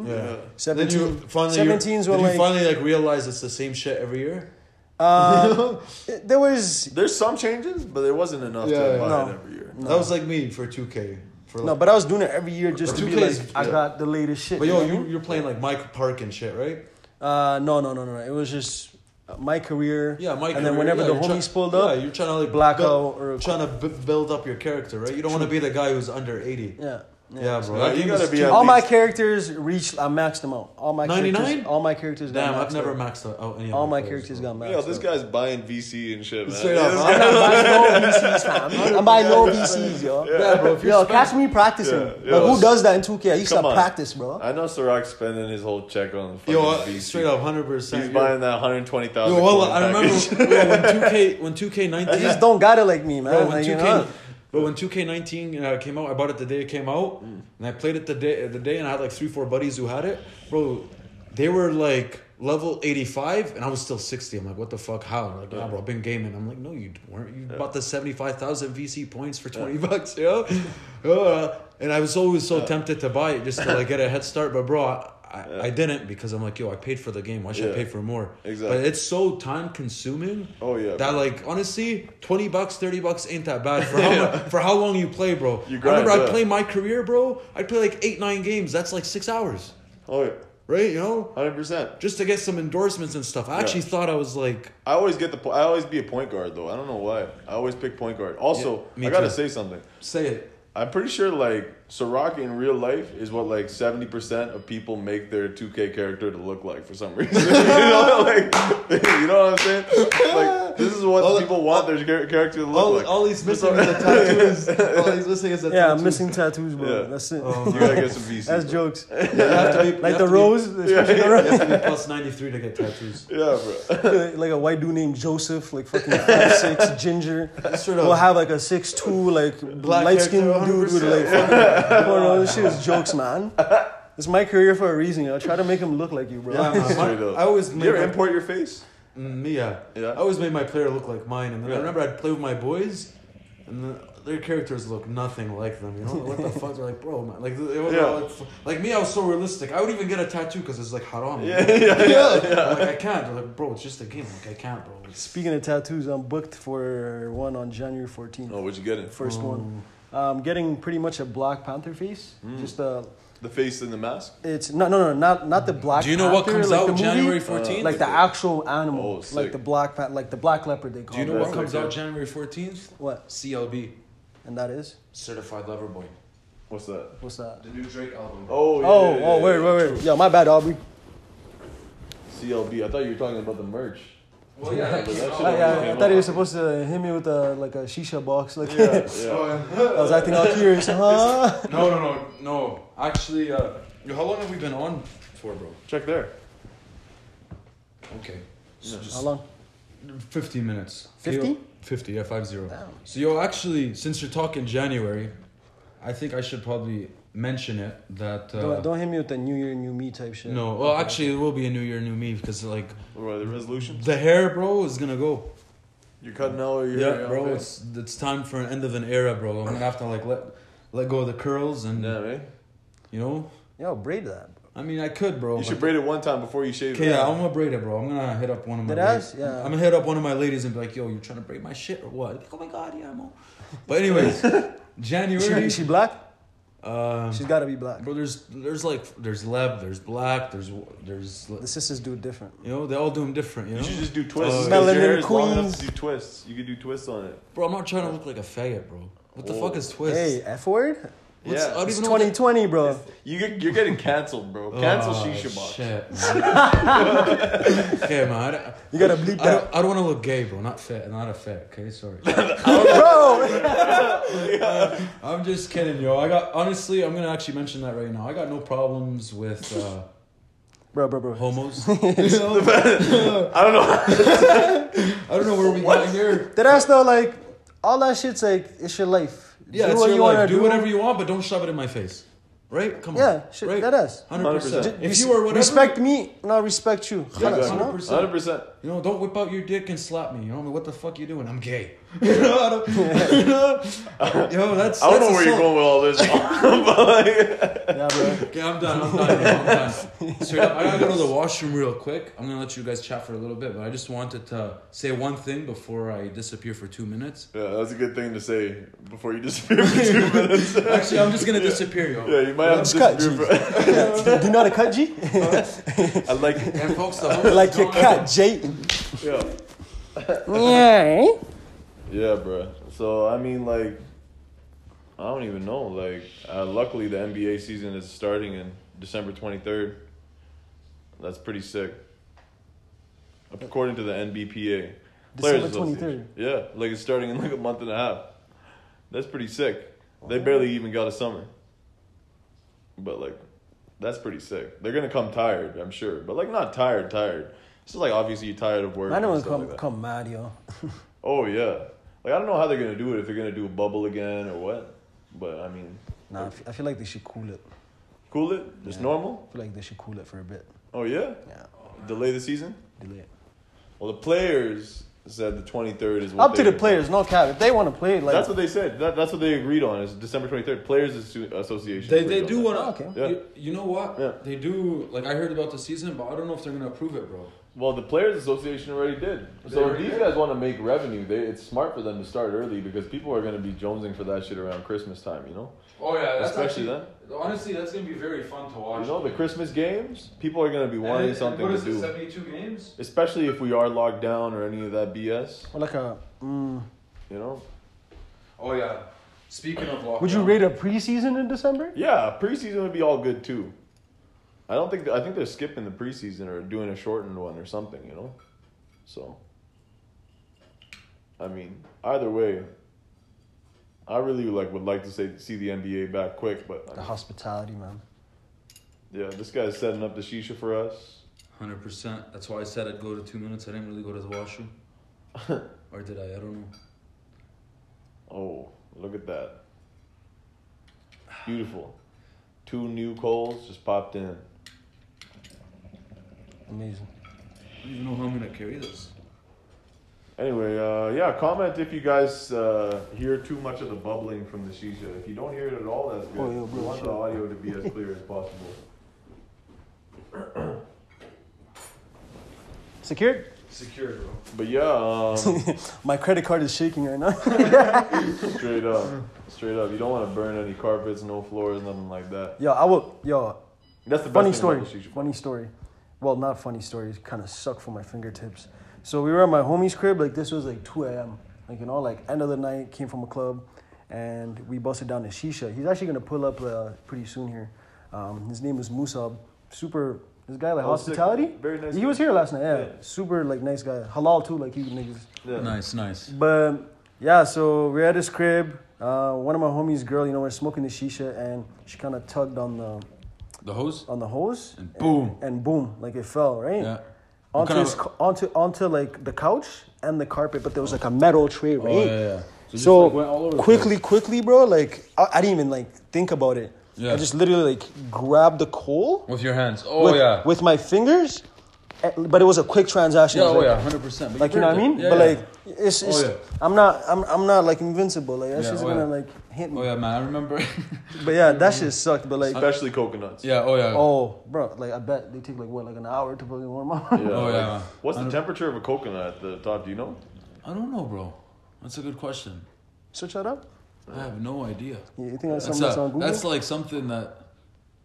Speaker 6: Yeah. Then
Speaker 4: 17
Speaker 6: you finally.
Speaker 4: 17s
Speaker 6: you,
Speaker 4: were
Speaker 6: did
Speaker 4: like
Speaker 6: you finally like realize it's the same shit every year?
Speaker 4: uh, there was
Speaker 2: There's some changes, but there wasn't enough
Speaker 6: Yeah,
Speaker 2: to
Speaker 6: yeah.
Speaker 2: buy
Speaker 4: No.
Speaker 2: it every year.
Speaker 6: That was like me for 2K. For like,
Speaker 4: no, but I was doing it every year just to be
Speaker 6: 2K
Speaker 4: like
Speaker 6: is-
Speaker 4: I
Speaker 6: yeah.
Speaker 4: got the latest shit.
Speaker 6: But
Speaker 4: know
Speaker 6: yo,
Speaker 4: what I mean?
Speaker 6: you, you're playing like Mike Park and shit, right?
Speaker 4: Uh, no, no, no, no. no. It was just my career.
Speaker 6: Yeah, Mike.
Speaker 4: And then whenever the homies pulled up,
Speaker 6: yeah, you're trying to like
Speaker 4: blackout
Speaker 6: build,
Speaker 4: or
Speaker 6: trying to b- build up your character, right? You don't want to be the guy who's under 80. Yeah,
Speaker 2: Yeah,
Speaker 6: bro.
Speaker 4: yeah.
Speaker 6: that
Speaker 2: you
Speaker 6: game
Speaker 2: gotta
Speaker 6: is
Speaker 2: be
Speaker 6: too-
Speaker 2: at
Speaker 4: all my
Speaker 2: least-
Speaker 4: characters reached. I maxed them out. All my
Speaker 6: 99?
Speaker 4: characters. All my characters. got
Speaker 6: Damn, I've
Speaker 4: maxed
Speaker 6: never
Speaker 4: out.
Speaker 6: maxed out oh, any of
Speaker 4: All my
Speaker 6: players,
Speaker 4: characters
Speaker 6: bro.
Speaker 4: got maxed.
Speaker 2: Yo, this
Speaker 4: out.
Speaker 2: guy's buying VC and shit, man.
Speaker 6: Straight
Speaker 2: Yeah,
Speaker 6: up,
Speaker 2: this
Speaker 6: huh?
Speaker 2: guy-
Speaker 4: I'm buying no VCs, fam. I'm buying no VCs, yo.
Speaker 6: Yeah, bro. If you're
Speaker 4: Yo,
Speaker 6: spending-
Speaker 4: catch me practicing.
Speaker 2: Yeah,
Speaker 4: Like,
Speaker 2: yo,
Speaker 4: who does that in 2K? I used to
Speaker 2: Come on.
Speaker 4: practice, bro.
Speaker 2: I know Sorak's spending his whole check on the fucking
Speaker 6: Yo, uh,
Speaker 2: VC.
Speaker 6: straight up, hundred percent.
Speaker 2: He's buying that 120,000.
Speaker 6: Yo, well,
Speaker 2: corn
Speaker 6: I remember
Speaker 2: package.
Speaker 6: yo, when two K when two K
Speaker 4: You just
Speaker 6: nineteen.
Speaker 4: don't got it like me, man.
Speaker 6: Bro, when
Speaker 4: like, you
Speaker 6: two
Speaker 4: know?
Speaker 6: K, but when two K nineteen uh, came out, I bought it the day it came out,
Speaker 4: Mm.
Speaker 6: and I played it the day the day, and I had like three four buddies who had it, bro. They were like level eighty five, and I was still sixty. I'm like, what the fuck? How? Like, nah, bro, I've been gaming. I'm like, no, you weren't. You bought the seventy five thousand VC points for twenty bucks, you know? Uh, and I was always so tempted to buy it just to like get a head start, but bro. I, I, I didn't because I'm like, yo, I paid for the game. Why should I
Speaker 2: Yeah.
Speaker 6: pay for more?
Speaker 2: Exactly.
Speaker 6: But it's so time consuming.
Speaker 2: Oh, yeah,
Speaker 6: That
Speaker 2: bro.
Speaker 6: like honestly, twenty bucks, thirty bucks ain't that bad for how mu- for how long you play, bro.
Speaker 2: You
Speaker 6: I
Speaker 2: grind,
Speaker 6: remember I
Speaker 2: yeah.
Speaker 6: play my career, bro. I play like eight, nine games. That's like six hours,
Speaker 2: Oh, yeah.
Speaker 6: right? You know,
Speaker 2: 100%.
Speaker 6: just to get some endorsements and stuff. I actually thought I was like,
Speaker 2: I always get the. po- I always be a point guard though. I don't know why. I always pick point guard. Also,
Speaker 6: me
Speaker 2: I gotta
Speaker 6: too.
Speaker 2: say something.
Speaker 6: say it.
Speaker 2: I'm pretty sure like Soraka in real life is what like 70 percent of people make their 2K character to look like for some reason. you know, like you know what I'm saying? Like This is what
Speaker 8: All-
Speaker 2: people want their char- character to look
Speaker 8: all,
Speaker 2: like.
Speaker 8: all he's missing is the tattoos. All he's missing is the
Speaker 4: Yeah,
Speaker 8: tattoos.
Speaker 4: missing tattoos, bro.
Speaker 2: Yeah.
Speaker 4: That's it.
Speaker 6: Oh,
Speaker 2: you gotta get some VC.
Speaker 4: That's jokes.
Speaker 8: You have to be, you
Speaker 4: Like
Speaker 8: have to
Speaker 4: the
Speaker 8: be-
Speaker 4: rose, especially the
Speaker 8: you
Speaker 4: rose.
Speaker 8: have to be plus ninety three to get tattoos.
Speaker 2: yeah, bro.
Speaker 4: like a white dude named Joseph, like fucking five six ginger.
Speaker 8: Straight
Speaker 4: We'll
Speaker 8: up.
Speaker 4: have like a six two, like
Speaker 8: Black
Speaker 4: light skinned
Speaker 8: character,
Speaker 4: dude with
Speaker 8: 100%.
Speaker 4: like fucking. Bro, no, this shit is jokes, man. It's my career for a reason. I try to make him look like you, bro.
Speaker 8: Yeah, man, my-
Speaker 2: Straight up.
Speaker 8: I always
Speaker 2: You
Speaker 8: made
Speaker 2: ever
Speaker 8: my,
Speaker 2: import your face?
Speaker 8: mm, yeah.
Speaker 2: Yeah.
Speaker 8: I always made my player look like mine, and then I
Speaker 2: Yeah.
Speaker 8: remember I'd play with my boys, and the, their characters look nothing like them. You know what the fuck? They're like, bro, man, like it was,
Speaker 2: Yeah.
Speaker 8: like, like me, I was so realistic. I would even get a tattoo because it's like haram.
Speaker 2: Yeah, yeah, yeah.
Speaker 8: I'm like I can't. They're like, bro, it's just a game. I'm like I can't, bro. It's-
Speaker 4: Speaking of tattoos, I'm booked for one on January 14th.
Speaker 2: Oh, what'd you get? In?
Speaker 4: First one.
Speaker 8: Oh.
Speaker 4: I'm getting pretty much a Black Panther face.
Speaker 8: Mm.
Speaker 4: Just a.
Speaker 2: The face and the mask.
Speaker 4: It's no, no, no, not not the Black.
Speaker 6: Do you know what
Speaker 4: Panther,
Speaker 6: comes
Speaker 4: like the
Speaker 6: out
Speaker 4: movie,
Speaker 6: January 14th?
Speaker 4: Like the actual animal,
Speaker 2: Oh,
Speaker 4: like
Speaker 2: sick.
Speaker 4: the black, pa- like the black leopard they call.
Speaker 6: Do you know
Speaker 4: it.
Speaker 6: what
Speaker 2: That's
Speaker 6: comes
Speaker 2: okay.
Speaker 6: out January 14th?
Speaker 4: what?
Speaker 6: CLB,
Speaker 4: And that is
Speaker 6: Certified Lover Boy.
Speaker 2: What's that?
Speaker 4: what's that?
Speaker 6: The new Drake album.
Speaker 2: Oh, yeah,
Speaker 4: Oh,
Speaker 2: yeah,
Speaker 4: oh,
Speaker 2: yeah,
Speaker 4: wait,
Speaker 2: yeah.
Speaker 4: wait, wait. Yeah, my bad, Aubrey.
Speaker 2: CLB. I thought you were talking about the merch.
Speaker 6: Well, yeah, that
Speaker 2: But
Speaker 6: came
Speaker 2: that
Speaker 6: out.
Speaker 2: shit
Speaker 4: I,
Speaker 2: already
Speaker 4: Oh, I, I
Speaker 2: came
Speaker 4: thought he
Speaker 2: out.
Speaker 4: was supposed to hit me with a like a shisha box. Like
Speaker 2: Yeah,
Speaker 4: I was acting all curious, huh?
Speaker 6: No, no, no, no. Actually, uh, yo, how long have we been on for, bro?
Speaker 2: Check there.
Speaker 6: Okay.
Speaker 4: How long?
Speaker 6: 15 minutes.
Speaker 4: 50?
Speaker 6: Yo- 50, yeah, 50. So, yo, actually, since you're talking January, I think I should probably mention it that. Uh,
Speaker 4: don't, don't hit me with the new year, new me type shit.
Speaker 6: No, well, actually, it will be a new year, new me because, like,
Speaker 2: What are the resolutions?
Speaker 6: the hair, bro, is gonna go.
Speaker 2: You're cutting out your
Speaker 6: Yeah, bro,
Speaker 2: okay.
Speaker 6: it's it's time for an end of an era, bro. I'm gonna have to like let let go of the curls and
Speaker 2: Yeah, right?
Speaker 6: you know.
Speaker 4: Yo, braid that.
Speaker 6: I mean, I could, bro.
Speaker 2: You should
Speaker 6: but-
Speaker 2: braid it one time before you shave
Speaker 6: Okay,
Speaker 2: it.
Speaker 6: yeah, I'm gonna braid it, bro. I'm gonna hit up one of my.
Speaker 4: Dead
Speaker 6: ladies.
Speaker 4: ass? Yeah.
Speaker 6: I'm gonna hit up one of my ladies and be like, "Yo, you trying to braid my shit or what?" Like, oh my god, yeah, I'm. All... But anyways, January.
Speaker 4: She, she black?
Speaker 6: Um,
Speaker 4: She's got to be black.
Speaker 6: bro, there's there's like there's leb, there's black, there's there's
Speaker 4: The sisters do it different.
Speaker 6: you know they all do them different. You know,
Speaker 2: You should just do twists. 'cause
Speaker 6: Uh,
Speaker 2: your
Speaker 4: Melanin
Speaker 2: hair is long enough
Speaker 4: queens.
Speaker 2: to do twists. You could do twists on it.
Speaker 6: bro, I'm not trying to look like a faggot, bro. What the fuck is twist?
Speaker 4: Hey, F word?
Speaker 6: What's, I
Speaker 2: yeah.
Speaker 6: don't
Speaker 4: It's
Speaker 6: even know what that-
Speaker 4: 2020, bro.
Speaker 2: You get, you're getting canceled, bro. Cancel
Speaker 6: Oh,
Speaker 2: Shisha Box.
Speaker 6: Shit, man. okay, man. I don't,
Speaker 4: You gotta bleep
Speaker 6: I
Speaker 4: that.
Speaker 6: don't, I don't want to look gay, bro. Not fat. Not a fat. Okay, sorry.
Speaker 4: Bro!
Speaker 6: I'm just kidding, yo. I got honestly. I'm gonna actually mention that right now. I got no problems with uh,
Speaker 4: Bro, bro, bro.
Speaker 6: homos. You know?
Speaker 2: I don't know.
Speaker 6: I don't know where we got here.
Speaker 4: That ass though, like, all that shit's like, it's your life.
Speaker 6: Yeah,
Speaker 4: do
Speaker 6: it's
Speaker 4: what
Speaker 6: your
Speaker 4: you
Speaker 6: life.
Speaker 4: wanna
Speaker 6: Do, whatever you want, but don't shove it in my face. Right? Come on.
Speaker 4: Yeah, shit,
Speaker 6: right?
Speaker 4: that ass.
Speaker 6: Hundred percent.
Speaker 2: 100%.
Speaker 6: If you are whatever,
Speaker 4: Respect me, and I'll respect you.
Speaker 2: Yeah,
Speaker 4: Khalas,
Speaker 2: exactly.
Speaker 4: you know?
Speaker 6: 100%.
Speaker 2: 100%.
Speaker 6: You know, don't whip out your dick and slap me. You know, what the fuck you doing? I'm gay. You know, I don't- yo, that's.
Speaker 2: I don't
Speaker 6: that's
Speaker 2: know where you're
Speaker 6: assault.
Speaker 2: going with all this.
Speaker 4: Yeah, bro.
Speaker 6: Okay, I'm done. I'm done. yo, I'm done. Straight up, I gotta go to the washroom real quick. I'm gonna let you guys chat for a little bit, but I just wanted to say one thing before I disappear for two minutes.
Speaker 2: yeah, that's a good thing to say before you disappear for two minutes.
Speaker 6: Actually, I'm just gonna disappear, yo.
Speaker 2: Yeah, you might have
Speaker 4: Just
Speaker 2: to
Speaker 4: cut,
Speaker 2: disappear
Speaker 4: G.
Speaker 2: for.
Speaker 4: Yeah. Do you know how to cut G?
Speaker 2: I like it.
Speaker 6: And folks, the host
Speaker 4: like your cut, J.
Speaker 2: Yeah.
Speaker 4: Yeah. eh?
Speaker 2: Yeah, bro. So I mean, like, I don't even know. Like, uh, luckily the NBA season is starting in December twenty third. That's pretty sick. According to the NBPA,
Speaker 4: December
Speaker 2: Association.
Speaker 4: 23rd.
Speaker 2: Yeah, like it's starting in like a month and a half. That's pretty sick. They barely even got a summer. But like, that's pretty sick. They're gonna come tired, I'm sure. But like, not tired, tired. It's just like obviously you're tired of work.
Speaker 4: Man,
Speaker 2: and
Speaker 4: don't
Speaker 2: stuff
Speaker 4: come,
Speaker 2: like that.
Speaker 4: come mad, yo.
Speaker 2: Oh yeah. Like I don't know how they're gonna do it if they're gonna do a bubble again or what. But I mean,
Speaker 4: Nah, I fe- I feel like they should cool it.
Speaker 2: cool it. Just normal.
Speaker 4: I feel like they should cool it for a bit.
Speaker 2: Oh yeah.
Speaker 4: Yeah.
Speaker 2: Delay the season.
Speaker 4: Delay it.
Speaker 2: Well, the players said the twenty third is what
Speaker 4: Up to
Speaker 2: they-
Speaker 4: the players, no cap. If they want to play, like, oh,
Speaker 2: That's what they said. That, that's what they agreed on. Is December twenty third. Players Asso- Association.
Speaker 6: They,
Speaker 2: agreed
Speaker 6: they
Speaker 2: on
Speaker 6: do
Speaker 2: that.
Speaker 6: want
Speaker 4: Oh,
Speaker 6: to.
Speaker 4: okay.
Speaker 2: Yeah.
Speaker 6: You, you know what?
Speaker 2: Yeah.
Speaker 6: They do. Like I heard about the season, but I don't know if they're gonna approve it, bro.
Speaker 2: Well, the players association already did.
Speaker 6: They
Speaker 2: So if
Speaker 6: already
Speaker 2: these
Speaker 6: did?
Speaker 2: guys want to make revenue, they it's smart for them to start early because people are gonna be jonesing for that shit around Christmas time. You know.
Speaker 6: Oh yeah,
Speaker 2: that's Especially actually-
Speaker 6: Honestly, that's gonna be very fun to watch.
Speaker 2: You know the Christmas games. People are gonna be wanting something to do.
Speaker 6: Seventy-two games.
Speaker 2: especially if we are locked down or any of that BS.
Speaker 4: or like a. Mm,
Speaker 2: You know?
Speaker 6: Oh yeah. Speaking of lockdown,
Speaker 4: would you rate a preseason in December?
Speaker 2: Yeah, preseason would be all good too. I don't think I think they're skipping the preseason or doing a shortened one or something. You know, so I mean, either way, I really like would like to say see the NBA back quick, but I
Speaker 4: The
Speaker 2: mean,
Speaker 4: hospitality, man.
Speaker 2: yeah, this guy's setting up the shisha for us.
Speaker 5: Hundred percent. That's why I said I'd go to two minutes. I didn't really go to the washroom, or did I? I don't know.
Speaker 2: Oh, look at that! Beautiful. Two new coals just popped in.
Speaker 4: Amazing.
Speaker 5: I don't even know how I'm gonna carry this.
Speaker 2: Anyway, uh, yeah, comment if you guys uh, hear too much of the bubbling from the shisha. If you don't hear it at all, that's good.
Speaker 4: Oh, yeah,
Speaker 2: we
Speaker 4: bro,
Speaker 2: want the
Speaker 4: shit.
Speaker 2: audio to be as clear as possible.
Speaker 4: Secured?
Speaker 5: Secure, bro.
Speaker 2: But yeah, um,
Speaker 4: My credit card is shaking right now.
Speaker 2: straight up, straight up. You don't want to burn any carpets, no floors, nothing like that.
Speaker 4: yo, I will. Yo,
Speaker 2: That's the
Speaker 4: funny
Speaker 2: best
Speaker 4: story.
Speaker 2: thing about the shisha.
Speaker 4: Funny story. Well, not funny story. It kind of sucked for my fingertips. So we were at my homie's crib. Like this was like 2 a.m. Like you know, like end of the night. Came from a club, and we busted down to shisha. He's actually gonna pull up uh, pretty soon here. Um, his name is Musab. Super. This guy like
Speaker 2: Oh, sick.
Speaker 4: hospitality.
Speaker 2: Very nice
Speaker 4: He
Speaker 2: guy.
Speaker 4: was here last night. Yeah.
Speaker 2: Yeah.
Speaker 4: Super like nice guy. Halal too. Like he niggas.
Speaker 2: Yeah.
Speaker 5: Nice, nice.
Speaker 4: But yeah, so we're at his crib. Uh, one of my homies' girl, you know, we're smoking the shisha, and she kind of tugged on the
Speaker 1: The hose?
Speaker 4: on the hose, and
Speaker 1: boom.
Speaker 4: and, boom, like it fell right.
Speaker 1: Yeah.
Speaker 4: Onto,
Speaker 1: kind
Speaker 4: his,
Speaker 1: of-
Speaker 4: cu- onto onto like the couch and the carpet, but there was like a metal tray, right?
Speaker 1: Oh, yeah, yeah.
Speaker 4: So,
Speaker 1: just, like, went all over the
Speaker 4: quickly, quickly, bro. Like I, I didn't even like think about it.
Speaker 1: Yeah.
Speaker 4: I just literally like grabbed the coal
Speaker 1: With your hands. Oh,
Speaker 4: with,
Speaker 1: yeah.
Speaker 4: with my fingers, eh, but it was a quick transaction.
Speaker 1: yeah,
Speaker 4: It was
Speaker 1: oh,
Speaker 4: like-
Speaker 1: yeah, 100%. But
Speaker 4: like you know what
Speaker 1: gripped
Speaker 4: I
Speaker 1: it.
Speaker 4: mean?
Speaker 1: Yeah,
Speaker 4: but
Speaker 1: yeah. Oh,
Speaker 4: like it's, it's
Speaker 1: yeah.
Speaker 4: I'm not I'm I'm not like invincible. Like that
Speaker 1: Yeah,
Speaker 4: shit's
Speaker 1: oh,
Speaker 4: gonna
Speaker 1: yeah.
Speaker 4: like hit me.
Speaker 1: Oh, yeah, man, I remember.
Speaker 4: But yeah, that shit sucked. But like
Speaker 2: Especially coconuts.
Speaker 1: yeah, oh, yeah.
Speaker 4: oh bro, like I bet they take like what like an hour to fucking warm up.
Speaker 1: Oh, yeah.
Speaker 2: What's the temperature of a coconut at the top? Do you know?
Speaker 1: I don't know, bro. That's a good question.
Speaker 4: Search that up.
Speaker 1: I have no idea.
Speaker 4: Yeah, you think that's
Speaker 1: That's,
Speaker 4: something that's on
Speaker 1: a,
Speaker 4: Google?
Speaker 1: that's like something that.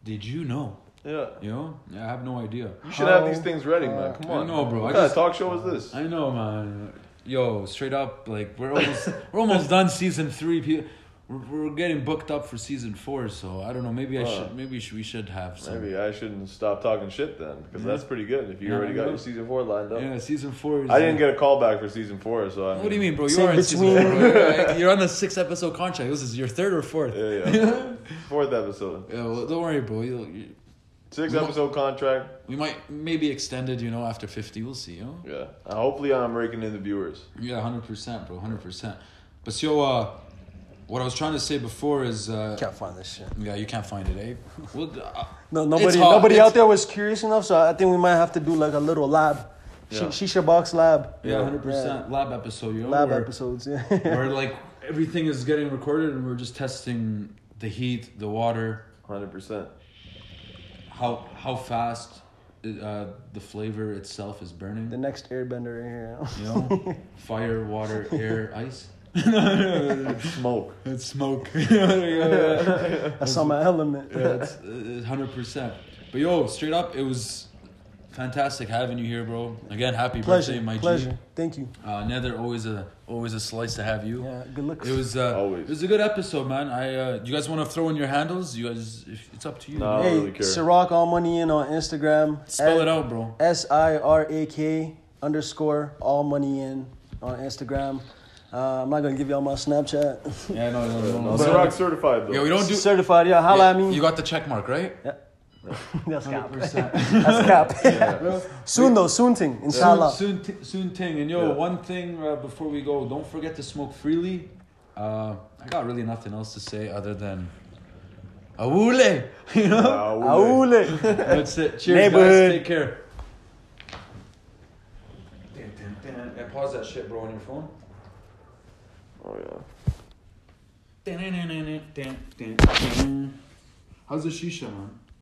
Speaker 1: Did you know?
Speaker 2: Yeah.
Speaker 1: You know? Yeah, I have no idea.
Speaker 2: You should have these things ready, man.
Speaker 4: uh,
Speaker 2: Come
Speaker 1: I
Speaker 2: on.
Speaker 1: know, bro. I
Speaker 2: What kind of
Speaker 1: just-
Speaker 2: talk show is this?
Speaker 1: I know, man. Yo, straight up, like we're almost we're almost done season three. Pe- We're, we're getting booked up for season four, so I don't know. Maybe I should. Maybe sh- we should have some.
Speaker 2: Maybe I shouldn't stop talking shit then, because that's pretty good. If you already got your season four lined up,
Speaker 1: Yeah, season four. Is
Speaker 2: I didn't get a call back for season four, so I mean,
Speaker 1: What do you mean, bro? You
Speaker 4: Say
Speaker 1: are in season
Speaker 4: between-
Speaker 1: four. You're, like- you're on the sixth episode contract. This is your third or fourth. Yeah.
Speaker 2: Yeah, yeah. Fourth episode,
Speaker 1: well, don't worry, bro. You'll, you,
Speaker 2: six episode contract.
Speaker 1: we might maybe extend it. You know, after fifty, we'll see. You know?
Speaker 2: Yeah. Uh, hopefully, I'm raking in the viewers.
Speaker 1: Yeah, hundred percent, bro. Hundred percent. But so, uh, what I was trying to say before is, uh,
Speaker 4: can't find this shit.
Speaker 1: yeah, you can't find it, eh? Well, uh,
Speaker 4: No, nobody
Speaker 1: hot.
Speaker 4: nobody
Speaker 1: It's-
Speaker 4: out there was curious enough, so I think we might have to do like a little lab, Sh-
Speaker 2: Yeah.
Speaker 4: shisha box lab.
Speaker 1: yeah, hundred percent. Lab episode, you know,
Speaker 4: Lab
Speaker 1: where-
Speaker 4: episodes. Yeah.
Speaker 1: where like everything is getting recorded and we're just testing the heat, the water,
Speaker 2: Hundred percent.
Speaker 1: how how fast uh, the flavor itself is
Speaker 4: the
Speaker 1: burning.
Speaker 4: next Airbender right here.
Speaker 1: You know, fire, water, air, ice.
Speaker 2: Smoke.
Speaker 1: It's smoke.
Speaker 4: I saw my element.
Speaker 1: uh, Hundred percent. But yo, straight up, it was fantastic having you here, bro. Again, happy
Speaker 4: Pleasure,
Speaker 1: birthday, my
Speaker 4: pleasure.
Speaker 1: G.
Speaker 4: Thank you.
Speaker 1: Uh, Nether, always a always a slice to have you.
Speaker 4: Yeah, good looks.
Speaker 1: It was uh,
Speaker 2: Always.
Speaker 1: it was a good episode, man. I uh, you guys want to throw in your handles? You guys, if, it's up to you.
Speaker 2: No. I don't
Speaker 4: Hey,
Speaker 2: really care.
Speaker 4: Ciroc all money in on Instagram.
Speaker 1: Spell it out, bro.
Speaker 4: S I R A K underscore all money in on Instagram. Uh, I'm not gonna give y'all my Snapchat.
Speaker 1: Yeah, no, no, no. no.
Speaker 2: Ciroc certified though.
Speaker 1: Yeah, we don't do.
Speaker 4: Certified, yeah. Holla at me.
Speaker 1: You got the check mark, right?
Speaker 4: That's cap.
Speaker 1: Percent.
Speaker 4: That's cap. Soon though, soon ting.
Speaker 1: soon,
Speaker 4: Inshallah.
Speaker 1: soon, t- soon thing. And yo, one thing uh, before we go, don't forget to smoke freely. Uh, I got really nothing else to say other than. Awule! You know?
Speaker 2: Ah, we-
Speaker 4: Aule.
Speaker 1: That's it. Cheers, guys.
Speaker 4: Neighborhood.
Speaker 1: Take care.
Speaker 5: And pause that shit, bro, on your phone.
Speaker 2: Oh yeah.
Speaker 5: How's the shisha, man?